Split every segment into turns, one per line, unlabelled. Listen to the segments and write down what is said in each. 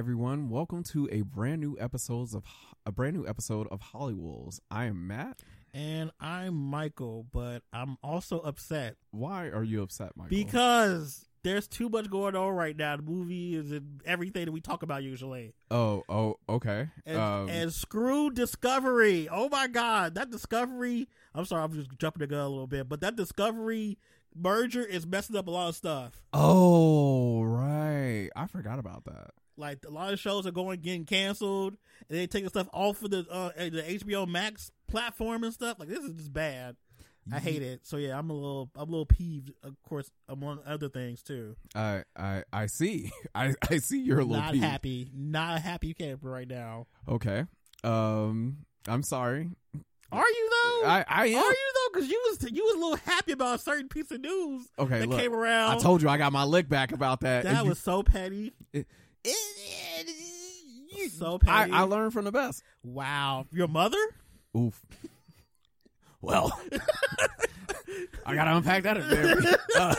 welcome to a brand new episodes of a brand new episode of Hollywools. I am Matt.
And I'm Michael, but I'm also upset
Why are you upset, Michael?
because there's too much going on right now. The movie is in everything that we talk about usually.
oh, oh, okay.
And,
um,
and screw Discovery. Oh my God. That Discovery. I'm sorry, I'm just jumping the gun a little bit, but that Discovery merger is messing up a lot of stuff.
oh, right. I forgot about that.
Like a lot of shows are going getting canceled, and they taking stuff off of the uh, the HBO Max platform and stuff. Like this is just bad. I hate it. So yeah, I'm a little I'm a little peeved, of course, among other things too.
I, I, I see. I, I see you're a little
not
peeved.
happy, not a happy camper right now.
Okay. Um, I'm sorry.
Are you though?
I, I
Are
am.
you though? Because you was you was a little happy about a certain piece of news
Okay,
that
look.
came
I
around.
told you I got my lick back about that.
that
And
was so petty,
you-
so
I,
petty.
I learned from the best.
wow, your mother?
Oof. Well, I gotta unpack that a bit. Uh,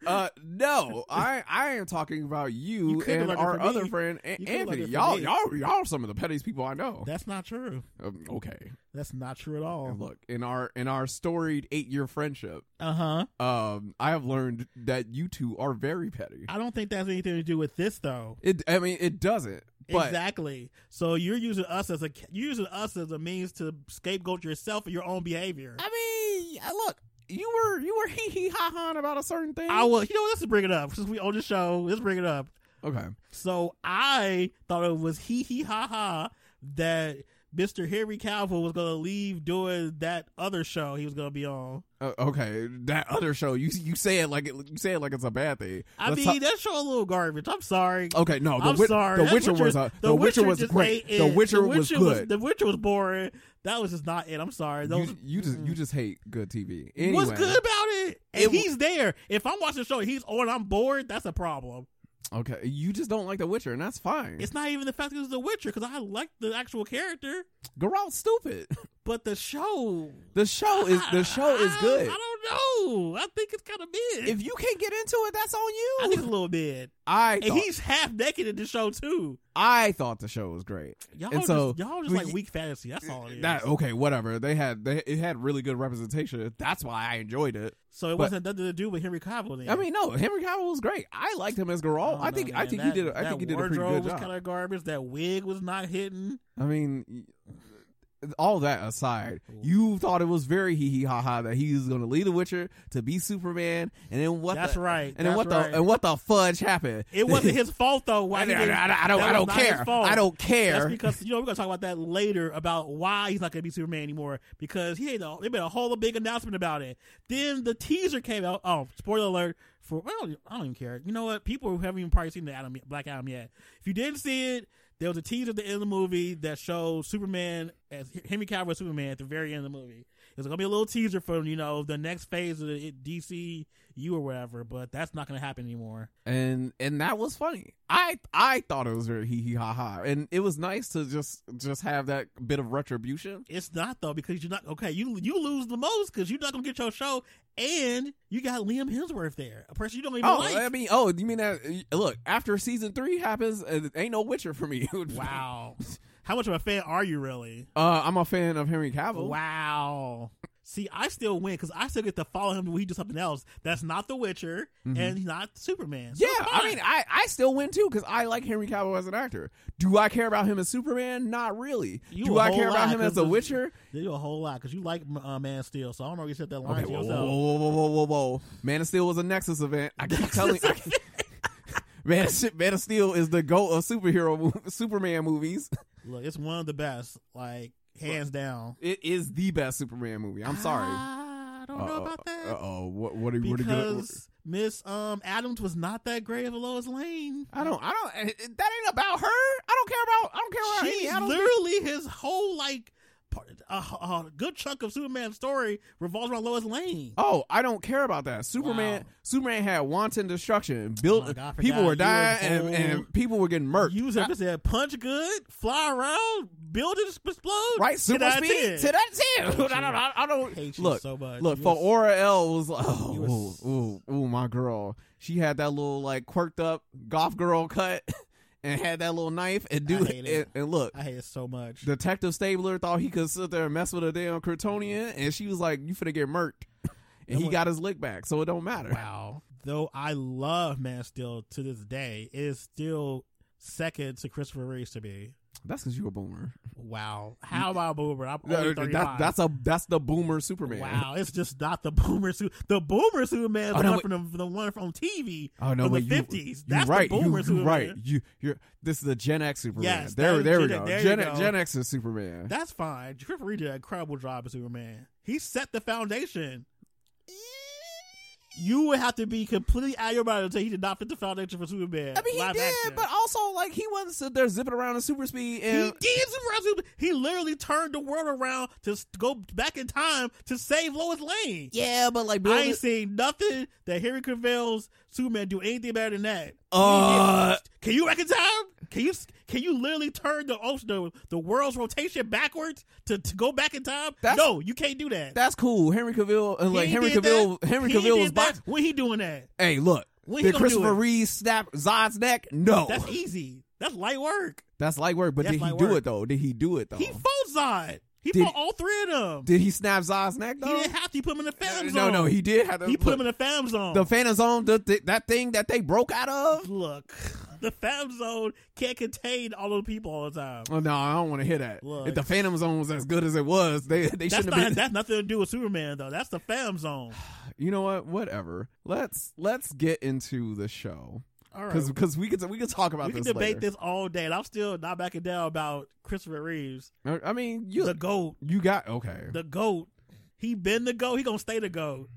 uh, no, I I am talking about
You
you,
could've
and
learned it
our
from
other
me.
friend A-
You could've learned
Anthony.
it from
Y'all,
me.
y'all, y'all, are some of the pettiest people I know.
That's not true.
Um, okay,
That's not true at all.
look in our in our storied eight year friendship,
Uh huh.
um, I have learned that you two are very petty.
I don't think that's anything to do with this though.
It, I mean, it doesn't. But
exactly. So you're using us as a you're using us as a means to scapegoat yourself for your own behavior.
I mean, uh, look, you were you were hee hee ha ha about a certain thing.
I will. You know, what, let's bring it up since we own the show. Let's bring it up.
okay.
So I thought it was hee hee ha ha that Mr. Henry Cavill was gonna leave doing that other show he was gonna be on.
Uh, okay, that other show you you say it like it, you say it like it's a bad thing.
I
Let's
mean,
talk-
that show a little garbage. I'm sorry.
okay, no, the,
I'm
Wit-
sorry.
the
That
Witcher was a, the, Witcher was
just
great.
ain't
The
it.
Witcher,
The
was
Witcher
good.
the Witcher was boring. That was just not it. I'm sorry. That was,
you, you just you just hate good TV. Anyway,
what's good about it? And
It w-
he's there. If I'm watching the show, and he's on. I'm bored. That's a problem.
Okay, you just don't like The Witcher, and that's fine.
It's not even the fact that it was The Witcher because I like the actual character,
Geralt's stupid.
but the show.
The show is the show is
I-
good.
I, don't know. I think it's kind of mid.
If you can't get into it, that's on
I think it's
you.
a little mid,
I
and
thought,
he's half naked in the show too.
I thought the show was great.
Y'all
And
just,
so,
y'all just
we-
like weak fantasy. That's all it is.
That okay, whatever. They had they it had really good representation. That's why I enjoyed it.
so it
but-
wasn't nothing to do with Henry Cavill. Then.
I mean, no, Henry Cavill was great. I liked him as Geralt. I,
don't
think
know,
I
man.
think
that,
he did. A, I
that
think he did a pretty
wardrobe
good
was
job.
kind of garbage. That wig was not hitting.
I mean, all that aside, you thought it was very hee hee ha ha that he was going to lead the Witcher to be Superman, and then what?
That's
the,
right.
And then what
That's right.
the and what the fudge happened?
It wasn't his fault though. Why
I,
he
don't-
didn't-
I don't- I don't.
that
I
was
don't
not his
care.
fault.
I don't
That's
care.
because you know we're gonna talk about that later about why he's not gonna be Superman anymore because he had a, they made a whole big announcement about it. Then the teaser came out. Oh, spoiler alert! For I don't, I don't even care. You know what? People who haven't even probably seen the Adam Black Adam yet. If you didn't see it, there was a teaser at the end of the movie that showed Superman as Henry Cavill as Superman at the very end of the movie. It's gonna be a little teaser for you know the next phase of the DCU or whatever, but that's not gonna happen anymore.
and and that was funny. I I thought it was very hee hee ha ha, and it was nice to just just have that bit of retribution.
It's not though because you're not okay. You you lose the most because you're not gonna get your show, and you got Liam Hemsworth there, a person you don't even
Oh,
like.
I mean, oh, you mean that? Look, after season three happens, it ain't no Witcher for me.
Wow, how much of a fan are you really?
Uh, I'm a fan of Henry Cavill.
Wow. See, I still win because I still get to follow him when he do something else. That's not The Witcher
Mhm.
and he's not Superman. So
Yeah,
it's
I
fine.
mean, I, I still win too because I like Henry Cavill as an actor. Do I care about him as Superman? Not really.
You
Do
a
I
whole
care about
lot,
him as
'cause
a
the-
Witcher?
they do a whole lot because you like uh, Man of Steel, so I don't know if you said that
Okay,
line to
whoa, whoa,
yourself.
whoa, whoa, whoa, whoa, whoa. Man of Steel was a Nexus event. I keep telling you. Man of, Sh- Man of Steel is the goat of superhero mo- Superman movies.
Look, it's one of the best, like hands down.
It is the best Superman movie. I'm sorry.
I don't know about that.
Uh oh. Ah, What what are, what are you gonna,
because Miss um Adams was not that great of a Lois Lane.
I don't. I don't. eh, eh, That ain't about her. I don't care about. I don't care about
She's
Amy Adams.
literally his whole like part- a, a good chunk of Superman's story revolves around Lois Lane.
Oh, I don't care about that. Superman,
Wow.
Superman had wanton destruction. Built,
Oh my God, I
people were dying
forgot. You
and,
were
and
cold.
people were getting murked.
Use it said punch good, fly around, buildings explode.
right? Super
Ten out of
speed
ten.
to that ten. I
Hate you.
don't. I, I
I
don't.
hate you
look,
so much.
look.
You
For
was-
Aura L was like,
You
oh,
was-
ooh, ooh, ooh, my girl. She had that little like quirked up golf girl cut, and had that little knife and do
I hate
And,
it.
and look,
I hate it so much.
Detective Stabler thought he could sit there and mess with a damn Kryptonian, and she was like, "You finna get murked," and he got his lick back, so it don't matter.
Wow. Though I love Man of Steel to this day, it is still second to Christopher Reeves to me.
That's because you a boomer.
Wow. How about Boomer? I'm only
That-
35.
that- that's a that's the boomer Superman.
Wow, it's just not the boomer suit. The boomer Superman is
Oh,
the
no,
one
wait.
from the, the one from TV.
Oh no,
From the
wait, you-
50s.
you
That's the
right. you-
boomer
you,
Superman.
right. You you're this is the Gen X Superman.
Yes, that
there
is
there we
Gen-
go.
there you
Gen,
go.
Gen X is Superman.
That's fine. Christopher Reeve did an incredible job as Superman. He set the foundation. You would have to be completely out of your mind to say he did not fit the foundation for Superman.
I mean, he
Live
did,
action.
but also like he wasn't sit there zipping around in super speed
He
and
did surprise Superman. He literally turned the world around to s- go back in time to save Lois Lane.
yeah, but like
I
building-
ain't seen nothing that Henry Cavill's Superman do anything better than that.
Uh,
Can you reconcile? Can you can you literally turn the ocean, the, the world's rotation backwards to, to go back in time?
That's-
no, you can't do that.
that's cool. Henry Cavill and like
He
Henry
did
Cavill,
that.
Henry
He
Cavill
did
was box.
that. When he doing that?
Hey, look.
When he
did
gonna do
Christopher
it?
Reeve snap Zod's neck? No,
That's easy. That's light work.
That's light work. But
That's
did he
light
do
work.
it though? Did he do it though?
He fought Zod. He
Oh. Did-
fought all three of them.
did he snap Zod's neck though?
he didn't have to. He put him in the Phantom
no,
Zone.
no, he did have to.
he put
look,
him in the Phantom Zone.
the Phantom Zone, the, th- that thing that they broke out of.
Look, the Phantom Zone can't contain all the people all the time.
Oh no, I don't want to hear that.
Look.
if the Phantom Zone was as good as it was, they they
That's
shouldn't
not.
have been.
That's nothing to do with Superman though. That's the Phantom Zone.
you know what? Whatever. Let's let's get into the show
All right.
because we could we could talk about
we can
this.
debate
later.
this all day, and I'm still not backing down about Christopher Reeves,
I- I mean, you
the goat,
you got okay.
the goat. He been the goat. He gonna stay the goat.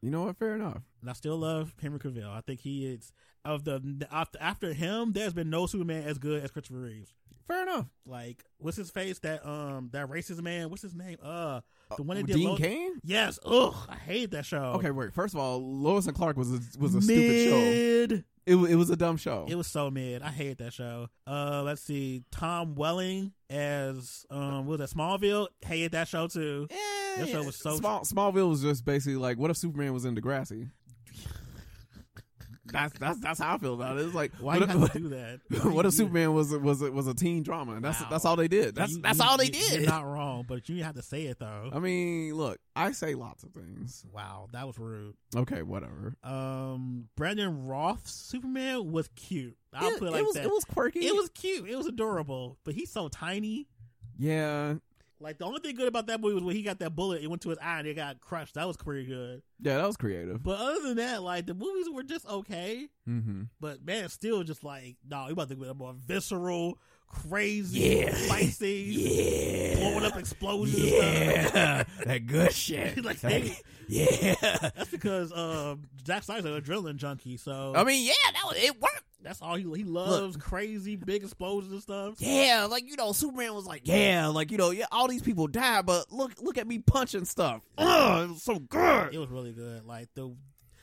you know what? Fair enough.
And I still love Henry Cavill. I think he is of the after, after him. There's been no Superman as good as Christopher Reeves.
Fair enough.
Like what's his face? That um that racist man. What's his name? Uh, the one that did
Dean
Lo-
Kane.
Yes. Ugh, I hate that show.
Okay, wait. First of all, Lois and Clark was a, was a stupid show.
mid.
It wa- it was a dumb show.
It was so mid. I hated that show. Uh, let's see. Tom Welling as um, what was that Smallville? Hated that show too.
Yeah,
That show was so-
Small, Smallville was just basically like, what if Superman was in Degrassi? that's that's that's how I feel about it. It's like,
Why
what,
you have
if,
to do that?
what if Superman was was was a teen drama? And That's
Wow.
that's all they did. That's
You-
that's
you-
all they
you-
did.
You're not wrong, but you didn't have to say it though.
I mean, look, I say lots of things.
Wow, that was rude.
Okay, whatever.
Um, Brandon Roth's Superman was cute. I'll
it,
put it
it
like
was
that.
it was quirky.
It was cute. It was adorable, but he's so tiny.
yeah,
Like the only thing good about that movie was when he got that bullet, it went to his eye and it got crushed. That was pretty good.
yeah, that was creative.
But other than that, like the movies were just okay.
hmm
But man, still just like, no, we about to get a more visceral, crazy,
Yeah.
fight scenes,
Yeah,
blowing up explosions and stuff.
that good shit.
Like, they-
yeah.
That's because uh, Jack Snyder's an adrenaline junkie, so
I mean, yeah, that was it worked.
that's all he he loves crazy big explosions and stuff.
yeah, like you know, Superman was like, yeah, like you know, yeah, all these people die, but look, look at me punching stuff. Ugh, it was so
It
good.
was really good. Like the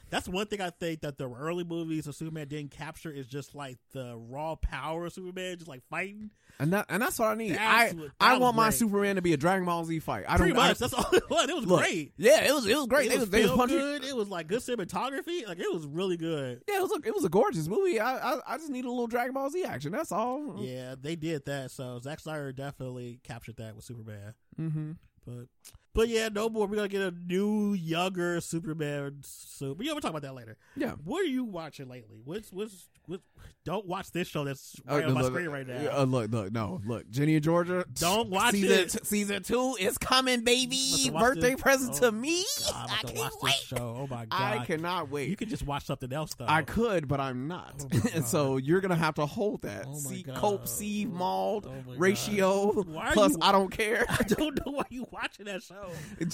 that's one thing I think that the early movies of Superman didn't capture is just like the raw power of Superman, just like fighting.
And that, and that's what I need.
That's
I,
what-
I
that
want
was
my
great.
Superman to be a Dragon Ball Z fight. I don't.
Pretty
I,
much, that's all it was. It was
look,
great.
Yeah, it was. It was great.
It
they
was,
was, they was
feel
punching.
good. It was like good cinematography. Like it was really good.
Yeah, it was. A, it was a gorgeous movie. I, I, I just need a little Dragon Ball Z action. That's all.
Yeah, they did that. So Zack Snyder definitely captured that with Superman.
Mm-hmm.
But but yeah, no more. We're gonna get a new, younger Superman suit. But yeah, we'll talk about that later.
Yeah.
What are you watching lately? What's what's what? Don't watch this show that's
Uh,
right on my
look,
screen right now.
uh, look, look, no, look, Jenny and Georgia.
Don't watch
season
it.
T- season two is coming,
Must
baby.
have watched
Birthday
it.
present
Oh,
to me.
God, I'm
I
about to
can't
watch
wait.
this show. Oh my god,
I cannot wait.
You could just watch something else though.
I could, but I'm not.
Oh my
and
God.
so you're gonna have to hold that.
Oh my
see,
God.
cope, see, mauled,
Oh my God.
ratio.
Why are
Plus,
you-
I don't care.
I don't know why you watching that show.
Jenny George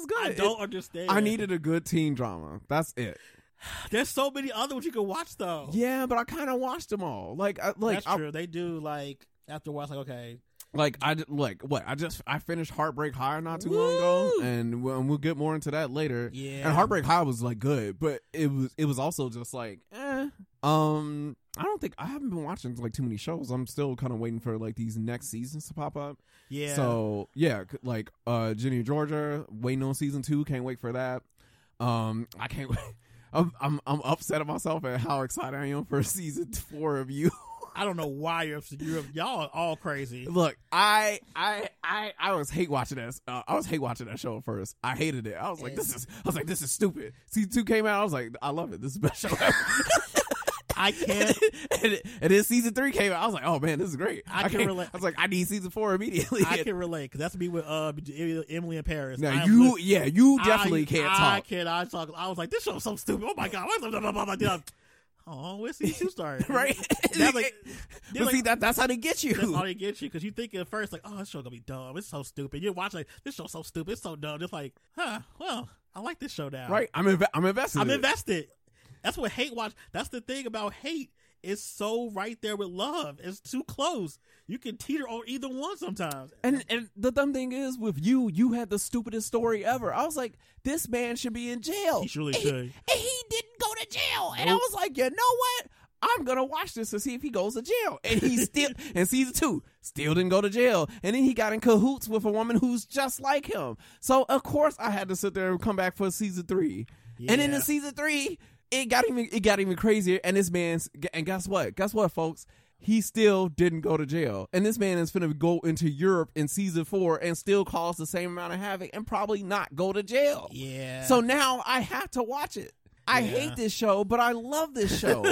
is good.
I don't understand.
It- I needed a good teen drama. That's it.
There's so many other ones you can watch though.
Yeah, but I kind of watched them all. Like, I, like,
Oh. that's
I,
true. They do like after a while, it's like okay,
like I ju- like what I just I finished Heartbreak High not too long ago,
Woo!
and we'll, and we'll get more into that later.
yeah.
And Heartbreak High was like good, but it was it was also just like, eh. Um, I don't think I haven't been watching like too many shows. I'm still kind of waiting for like these next seasons to pop up.
yeah.
So yeah, c- like uh Jenny and Georgia waiting on season two. Can't wait for that. Um, I can't. wait. I'm I'm I'm upset at myself at how excited I am for season four of you.
I don't know why you're upset. You're, y'all are all crazy.
Look, I I I I was hate watching that. Uh, I was hate watching that show at first. I hated it. I was like, this is. I was like, this is stupid. Season two came out. I was like, I love it. This is the best show ever.
I can't.
and, and then season three came out. I was like, oh man, this is great.
I can
can't-
relate.
I was like, I need season four immediately.
I can relate because that's me with uh, Emily in Paris.
now
I
you,
lis-
yeah, you definitely
I,
can't
I
talk.
cannot talk. I was like, this show's so stupid. Oh my god, why is blah, blah, blah, blah, blah. Oh, where's season two started?
Right,
That's like,
but
like-
see that that's how they get you.
That's all they get you because you think at first like, oh, this show gonna be dumb. It's so stupid. You're watching like this show's so stupid. It's so dumb. It's like, huh? Well, I like this show now.
Right, I'm inve- I'm invested.
I'm
in it.
invested. That's what hate watch. That's the thing about hate. It's so right there with love. It's too close. You can teeter on either one sometimes.
And and the dumb thing is with you, you had the stupidest story ever. I was like, this man should be in jail.
He surely
Oh, and He,
should.
and he didn't go to jail. And I
Nope.
was like, you know what? I'm gonna watch this to see if he goes to jail. And he still and season two still didn't go to jail. And then he got in cahoots with a woman who's just like him. So of course I had to sit there and come back for season three. And then
Yeah.
in season three, it got even it got even crazier. And this man's and guess what? Guess what, folks? He still didn't go to jail. And this man is going to go into Europe in season four and still cause the same amount of havoc and probably not go to jail.
Yeah.
So now I have to watch it. I
Yeah.
hate this show, but I love this show.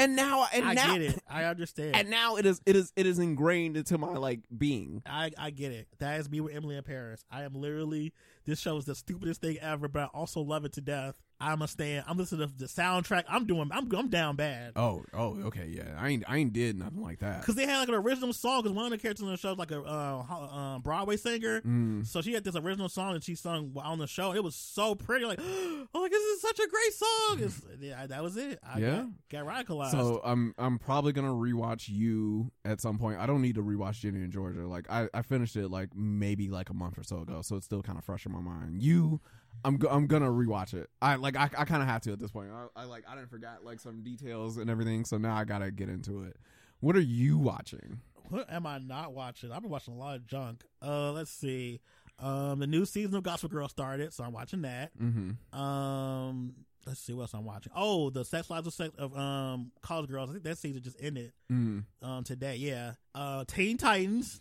and now and
I
now
get it. I understand.
and now it is it is it is ingrained into my like being.
I, I get it. That is me with Emily in Paris. I am literally this show is the stupidest thing ever, but I also love it to death. I'm a stand. I'm listening to the soundtrack. I'm doing. I'm I'm down bad
Oh, oh, okay, yeah. I ain't I ain't did nothing like that.
because they had like an original song. Because one of the characters on the show is like a uh, ho- uh, Broadway singer,
Mm.
so she had this original song that she sung on the show. It was so pretty. Like, oh, like this is such a great song. It's, yeah, that was it. I
Yeah.
got, got radicalized.
So I'm I'm probably gonna rewatch you at some point. I don't need to rewatch Jenny and Georgia. Like I, I finished it like maybe like a month or so ago, so it's still kind of fresh in my mind. You, I'm go- I'm gonna rewatch it. I like I, I kind of have to at this point. I, I like I didn't forget like some details and everything, so now I gotta get into it. What are you watching?
what am I not watching? I've been watching a lot of junk. Uh, let's see. Um, the new season of Gospel Girl started, so I'm watching that.
Mm-hmm.
Um, let's see what else I'm watching. Oh, the Sex Lives of Sex of um College Girls. I think that season just ended
Mm.
um today. Yeah. Uh, Teen Titans.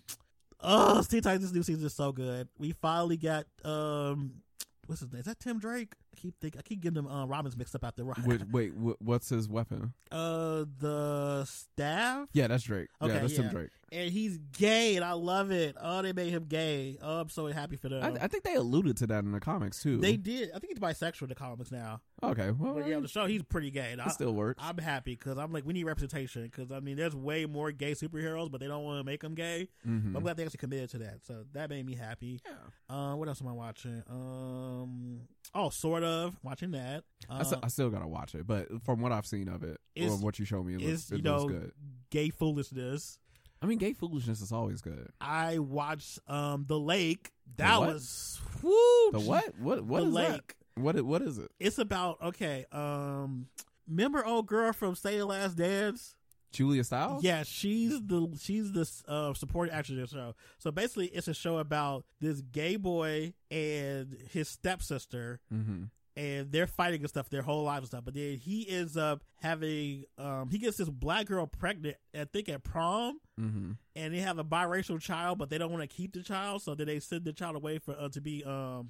Oh, Teen Titans this new season is so good. We finally got um, what's his name? Is that Tim Drake? I keep think I keep getting them uh, Robins mixed up out there.
Wait, wait wh- what's his weapon?
uh, the staff.
Yeah, that's Drake. yeah,
Okay,
that's Tim
yeah.
Drake.
And he's gay, and I love it. Oh, they made him gay. Oh, I'm so happy for them.
I, I think they alluded to that in the comics too.
they did. I think he's bisexual in the comics now.
okay, well,
But yeah, on the show, he's pretty gay. And I,
it still works.
I'm happy because I'm like, we need representation because I mean, there's way more gay superheroes, but they don't want to make them gay.
Mhm.
But I'm glad they actually committed to that, so that made me happy.
Yeah.
Uh, what else am I watching? Um, oh, sort of watching that. Uh,
I, s- I still gotta watch it, but from what I've seen of it,
It's-
or what you showed me, it looks,
it's, you
it
know,
looks good.
gay foolishness.
I mean, gay foolishness is always good.
I watched um the lake. That
what?
was woo.
The what? What? What
the
is
lake.
that? What? i- What is it?
It's about okay. Um, remember old girl from Say the Last Dance?
Julia Stiles?
Yeah, she's the she's the uh, supporting actress of the show. So basically, it's a show about this gay boy and his stepsister,
Mm-hmm.
and they're fighting and stuff their whole lives and stuff. But then he ends up having um, he gets this black girl pregnant, I think at prom,
Mm-hmm.
and they have a biracial child, but they don't want to keep the child, so then they send the child away for uh, to be um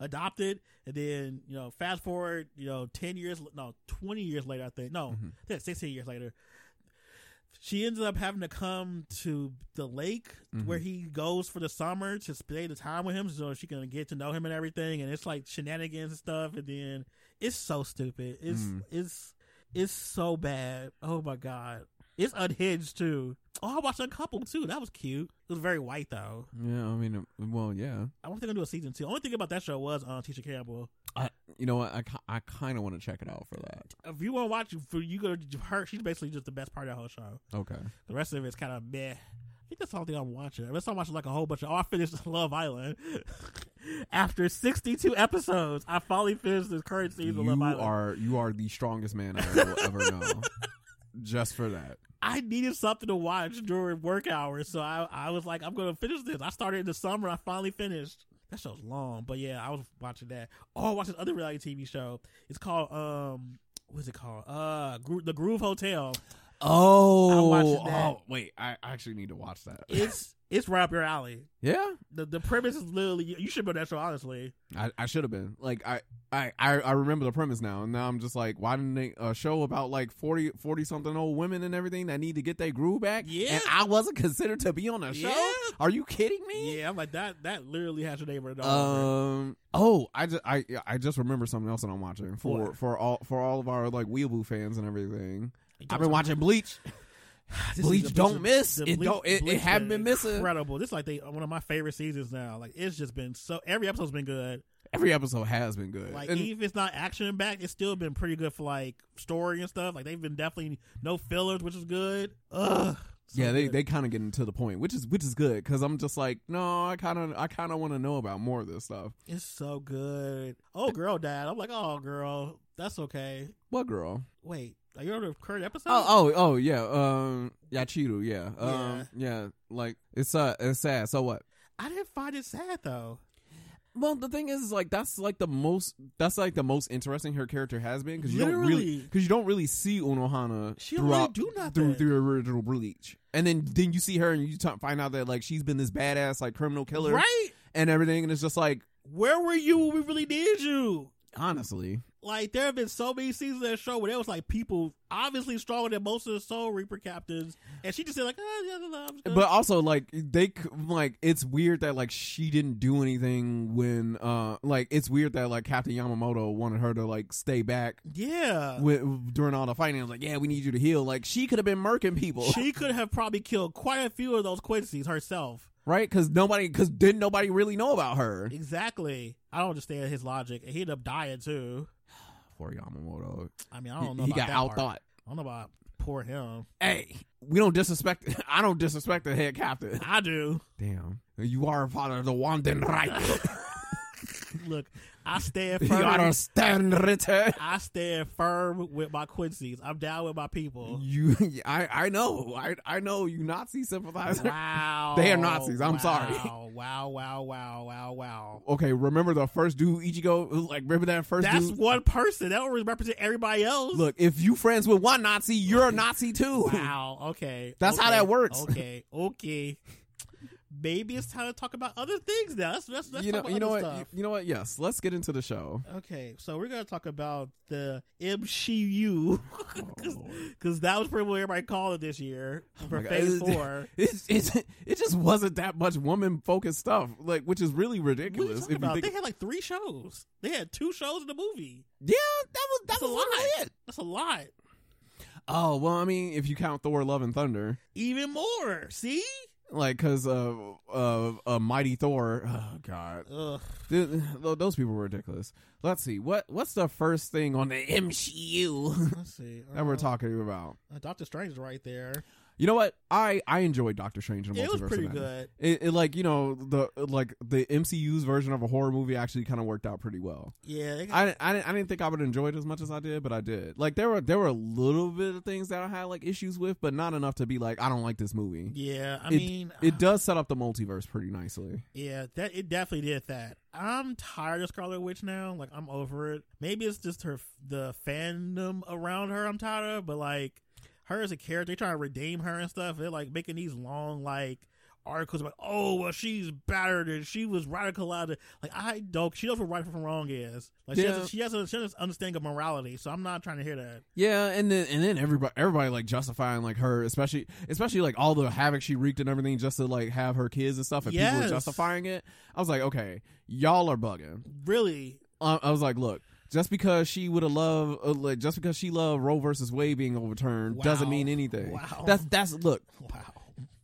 adopted. And then you know, fast forward, you know, ten years, no, twenty years later, I think, no,
Mhm.
yeah, sixteen years later, she ends up having to come to the lake
Mhm.
where he goes for the summer to spend the time with him, so she can get to know him and everything. And it's like shenanigans and stuff. And then it's so stupid. It's
Mm.
it's it's so bad. Oh my god. It's unhinged too. Oh, I watched Uncoupled too. That was cute. It was very white though.
Yeah. I mean, uh, well, yeah.
I don't think I do a season two. Only thing about that show was uh, Tisha Campbell.
You know what? I, ki- I kind of want to check it out for that.
If you want to watch, for you go to her, she's basically just the best part of that whole show.
Okay.
The rest of it's kind of meh. I think that's the only thing I'm watching. Unless I'm watching like a whole bunch of. Oh, I finished Love Island. After 62 episodes, I finally finished this current season of
You
Love Island.
are you are the strongest man I will ever know. Just for that.
I needed something to watch during work hours, so I, I was like, I'm gonna finish this. I started in the summer, I finally finished. That show's long, but yeah, I was watching that. Oh, I watched this other reality TV show. It's called um, what's it called? Uh, Gro- the Groove Hotel.
Oh,
watching that.
oh, wait. I I actually need to watch that.
It's it's right up your alley.
yeah,
The the premise is literally you should build that show honestly.
I, I should have been like I, I I I remember the premise now, and now I'm just like, why didn't they a show about like 40 40 something old women and everything that need to get their groove back?
Yeah.
and I wasn't considered to be on a show.
Yeah.
Are you kidding me?
Yeah, I'm like that. That literally has your neighbor. Uh,
Um. Oh, I just I I just remember something else that I'm watching for
What?
for all for all of our like Weeaboo fans and everything. I've been watching Bleach. Bleach don't miss. It don't- it- it haven't been missing.
Incredible. This is like they one of my favorite seasons now. Like it's just been so. Every episode's been good.
Every episode has been good.
Like
And-
even if it's not action back, it's still been pretty good for like story and stuff. Like they've been definitely no fillers, which is good. Ugh. so
yeah, they,
good.
they kind of getting to the point, which is which is good because I'm just like, no, I kind of I kind of want to know about more of this stuff.
It's so good. Oh, girl, dad. I'm like, oh, girl, that's okay.
What girl?
Wait, are you on the current episode?
Oh, oh, oh, yeah. Um, Yachiru, yeah. Um, yeah. Like it's uh, it's sad. So what?
I didn't find it sad though.
Well, the thing is, is, like that's like the most that's like the most interesting her character has been because you don't really
Literally.
because you don't really see Unohana
She don't really
throughout
do nothing.
through through original Bleach, and then then you see her and you t- find out that like she's been this badass like criminal killer
Right?
and everything, and it's just like
Where were you when we really needed you?
honestly,
Like there have been so many seasons of that show where there was like people obviously stronger than most of the Soul Reaper captains, and she just said like, oh, yeah, yeah, I'm just gonna-"
but also like they c- like it's weird that like she didn't do anything when uh like it's weird that like Captain Yamamoto wanted her to like stay back
yeah,
with, during all the fighting. I was like, yeah, we need you to heal. Like she could have been murking people,
she could have probably killed quite a few of those Quincy's herself.
right? Because nobody, because didn't nobody really know about her.
Exactly. I don't understand his logic, and he ended up dying too.
Poor Yamamoto.
I mean, I don't
He-
know.
he
about
got
that
out
part.
thought.
I don't know about poor him.
Hey, we don't disrespect. I don't disrespect the head captain.
I do.
Damn, you are a part of the Wanden Reich.
Look, I stand
you
firm.
understand, Ritter?
I stand firm with my Quincy's. I'm down with my people.
You, I, I know, I, I know you Nazi sympathizer.
Wow.
They are Nazis. I'm sorry.
Wow, Wow, wow, wow, wow, wow.
Okay, remember the first dude Ichigo? Like, remember that first
That's
dude?
one person. That don't represent everybody else.
Look, if you friends with one Nazi, you're a Nazi too.
Wow. Okay.
That's how
Okay.
that works.
Okay. Okay. Maybe it's time to talk about other things now. Let's, let's, let's
you know,
talk about
you know
other
what,
stuff.
you know what? Yes, let's get into the show.
Okay, so we're gonna talk about the MCU
Oh,
because that was pretty much what everybody called it this year for
my God.
Phase Four.
It's, it's, it just wasn't that much woman focused stuff, like which is really
What are you
ridiculous.
talking
If you
about?
think,
They had like three shows. They had two shows in the movie.
yeah, that was that
That's a
was literally
lot.
it.
That's a lot.
Oh well, I mean, if you count Thor: Love and Thunder,
Even more. See?
like because of of a mighty Thor. Oh God,
Ugh.
Th- th- those people were ridiculous. Let's see what what's the first thing on the MCU
Let's see.
that we're
Uh,
talking about.
uh, Doctor Strange is right there.
You know what? I I enjoyed Doctor Strange. And the
It was
Multiverse of
pretty
Madness.
good.
It, it like you know the like the MCU's version of a horror movie actually kind of worked out pretty well.
Yeah. They got,
I, didn't- I didn't- I didn't think I would enjoy it as much as I did, but I did. Like there were there were a little bit of things that I had like issues with, but not enough to be like I don't like this movie.
yeah. I
it,
mean,
it does set up the multiverse pretty nicely.
Yeah, that it definitely did that. I'm tired of Scarlet Witch now. Like I'm over it. Maybe it's just her the fandom around her I'm tired of, but like her as a character, they trying to redeem her and stuff. They're like making these long like articles about oh well she's battered and she was radicalized. Like I don't she knows what right from wrong is. Like she
Yeah.
has she has a she has an understanding of morality, so I'm not trying to hear that.
Yeah, and then and then everybody everybody like justifying like her, especially especially like all the havoc she wreaked and everything, just to like have her kids and stuff, and people were
Yes.
justifying it. I was like, okay, y'all are bugging. Uh,
Really.
I, I was like, look, just because she would have loved, uh, like, just because she loved Roe versus Wade being overturned doesn't
Wow.
mean anything.
Wow.
That's that's look.
Wow.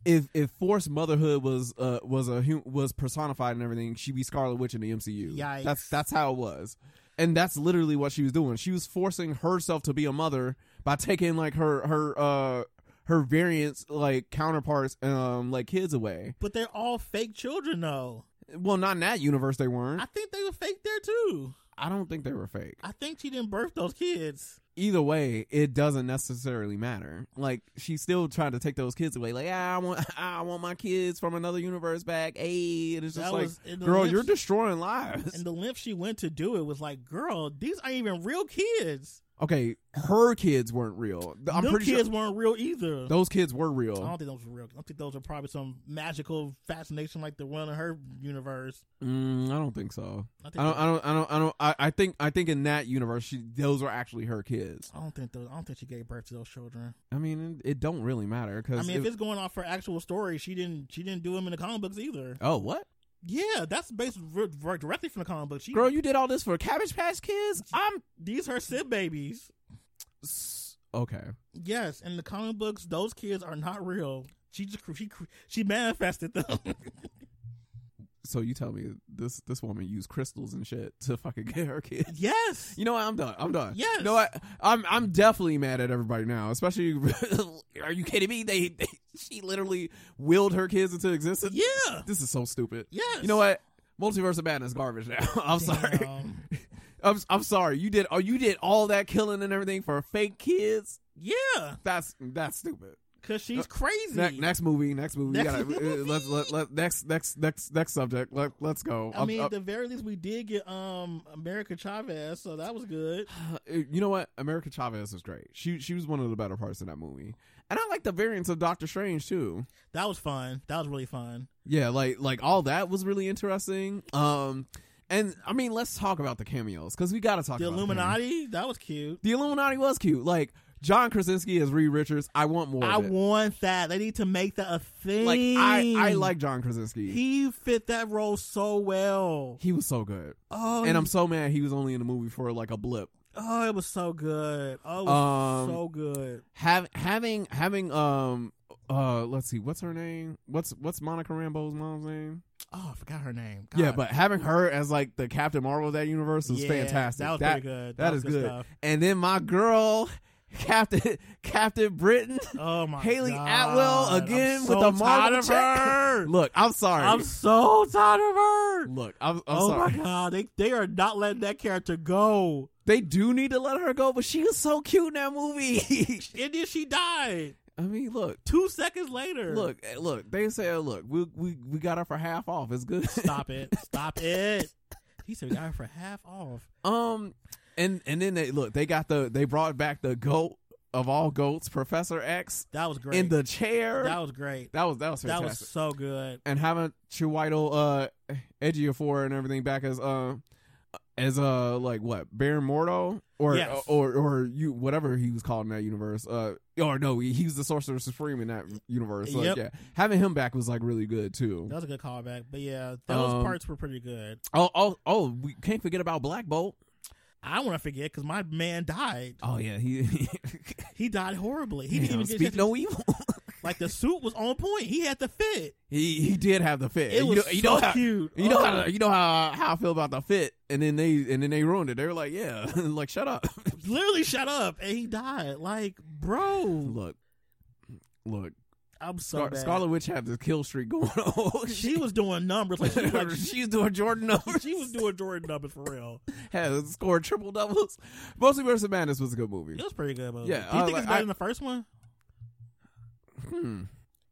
If if forced motherhood was uh was a hu- was personified and everything, she'd be Scarlet Witch in the MCU.
Yikes.
That's that's how it was, and that's literally what she was doing. She was forcing herself to be a mother by taking like her her uh her variants like counterparts um like kids away.
But they're all fake children though.
Well, not in that universe they weren't.
I think they were fake there too.
I don't think they were fake.
I think she didn't birth those kids.
either way, it doesn't necessarily matter. Like she's still trying to take those kids away. Like "Ah, I want, I want my kids from another universe back. Hey, and it's just
That
like,
was in the
girl,
lips-
you're destroying lives.
And the length she went to do it was like, girl, these aren't even real kids.
okay, her kids weren't real. Th- I'm
Them
pretty
kids
sure
weren't real either.
those kids were
I don't
real.
think those were real. I think those are probably some magical fascination like the one in her universe.
Mm, I don't think so.
I, think
I don't. I don't. I don't. I don't. I, I think. I think in that universe, she, those are actually her kids.
I don't think those, I don't think she gave birth to those children.
I mean, it don't really matter
I
because.
mean, if it's going off her actual story, she didn't she didn't do them in the comic books either.
oh what,
Yeah, that's based re- re- directly from the comic book. She,
girl, you did all this for Cabbage Patch Kids? I'm
these her Sid babies.
s- okay.
Yes, in the comic books, those kids are not real. She just cr- she cr- she manifested them.
So you tell me this this woman used crystals and shit to fucking get her kids.
yes,
You know what? I'm done. I'm done.
Yes.
You know what? I'm I'm definitely mad at everybody now. Especially, are you kidding me? They, they she literally willed her kids into existence.
yeah,
This is so stupid.
yes.
You know what? Multiverse of Madness garbage now. I'm sorry.
Damn.
I'm I'm sorry. You did oh you did all that killing and everything for fake kids.
Yeah,
That's that's stupid.
because she's
Uh,
crazy.
Ne- next movie. Next movie. we
Next
gotta,
movie.
uh, let's let, let next next next next subject. Let let's go.
I
I'm- uh,
mean,
I'm-
at the very least, we did get um America Chavez, so that was good.
uh, you know what? America Chavez was great. She she was one of the better parts of that movie, and I like the variants of Doctor Strange too.
That was fun. That was really fun.
Yeah, like like all that was really interesting. Um, and I mean, let's talk about the cameos because we got to talk
The
about cameos.
Illuminati, that was cute.
The Illuminati was cute. Like John Krasinski as Reed Richards. I want more.
I
of it.
want that. They need to make that a thing.
Like I I like John Krasinski. He,
He fit that role so well.
was so good,
Oh,
and I'm so mad he was only in the movie for like a blip.
oh, it was so good. Oh, it was
Um,
so good.
Have having having um uh let's see what's her name what's what's Monica Rambo's mom's name.
Oh, I forgot her name.
Yeah,
God.
but having her as like the Captain Marvel of that universe is
Yeah,
fantastic.
That was
That,
pretty good.
that is
was
good.
stuff.
And then my girl, Captain Captain Britain,
Oh my
Haley
God.
Atwell again
I'm
with
so
the
tired
Marvel
of her.
Look, I'm sorry.
I'm so tired of her.
Look, I'm, I'm
oh
sorry.
my god, they they are not letting that character go.
They do need to let her go, but she was so cute in that movie.
And then she died
I mean, look,
two seconds later.
look, eh, look. They said, look, we we we got her for half off. It's good.
stop it, stop it. He said we got her for half off.
Um, and and then they look. They got the they brought back the goat of all goats, Professor X,
That was great.
in the chair.
that was great.
That was that was
That
fantastic.
was so good.
and having Chiwetel uh Edgy and everything back as uh as uh like what Baron Mordo or
Yes.
or or you whatever he was called in that universe uh or no he, he was the Sorcerer Supreme in that universe like,
Yep.
yeah having him back was like really good too
That was a good callback. But yeah, those
Um,
parts were pretty good.
oh oh oh we can't forget about Black Bolt
I want to forget because my man died.
oh yeah he
He died horribly. He
he
didn't even get a
speak
chance to-
no evil
like the suit was on point. He had to fit.
he he did have the fit
It
you
was
know, you
so
know how,
cute.
you know
Oh.
how you know how how I feel about the fit, and then they and then they ruined it. They were like, "Yeah, like shut up."
literally shut up and he died. Like, bro,
look, look,
I'm so
Scar-
bad.
Scarlet Witch had this kill streak going on.
she was doing numbers like she was, like,
she's doing Jordan numbers.
she was doing Jordan numbers for real.
has scored triple doubles. Multiverse of Madness was a good movie.
It was pretty good movie.
Yeah,
do you
I
think
like-
it's better
I-
than the first one?
Hmm.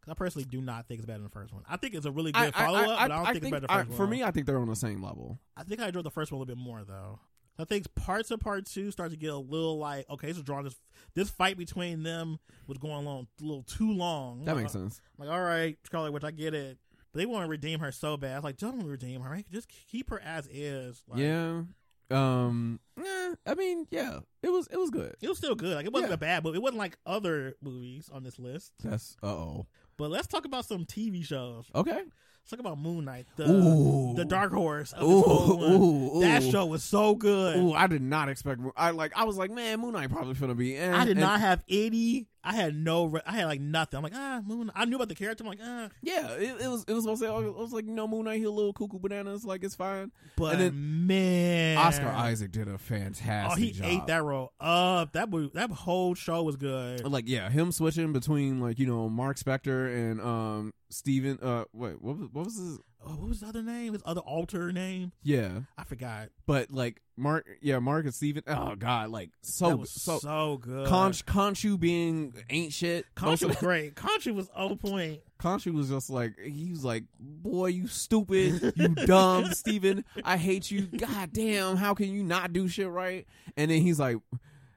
'Cause I personally do not think it's better than the first one. I think it's a really
I,
good
I,
follow up,
I,
but I don't
I think
think, it's better than
I,
the first
for
one.
me, I think they're on the same level.
I think I enjoyed the first one a little bit more though. I think parts of part two start to get a little like okay, this is drawn. This this fight between them was going on a little too long.
That makes
sense.
sense.
Like, all right, Scarlet Witch, I get it. But they want to redeem her so bad. I was like, don't redeem her. Right? Just keep her as is. Like,
yeah. Um. eh, I mean, yeah. It was. It was good.
It was still good. Like, it wasn't
Yeah.
a bad movie. It wasn't like other movies on this list.
That's. Uh oh.
But let's talk about some TV shows.
Okay.
Let's talk about Moon Knight, the,
Ooh.
the Dark Horse. Of this whole one.
Ooh. Ooh.
That
ooh.
show was so good.
Ooh, I did not expect. Moon- I like. I was like, man, Moon Knight probably gonna be. eh,
I did
and-
not have any. I had no. re- I had like nothing. I'm like ah, Moon. I knew about the character. I'm like ah,
Yeah, it, it was. It was supposed to. Say, I was like, you know, Moon Knight, he a little cuckoo bananas. Like it's fine.
but
And
man,
Oscar Isaac did a
Oh,
fantastic.
he
job.
ate that role up. That movie, that whole show was good.
Like yeah, him switching between like you know Mark Spector and um Steven. Uh, wait, what was what was his?
Oh, what was his other name? His other alter name?
Yeah,
I forgot.
but like Mark. Yeah, Mark and Steven. Oh God, like
that
so
was
so.
so, good.
Conch, Conchu being ain't shit.
Conchu was
Most of-
great. Conchu was on point.
Conchu was just like he was like, boy, you stupid, you dumb, Steven. I hate you. God damn, how can you not do shit right? And then he's like,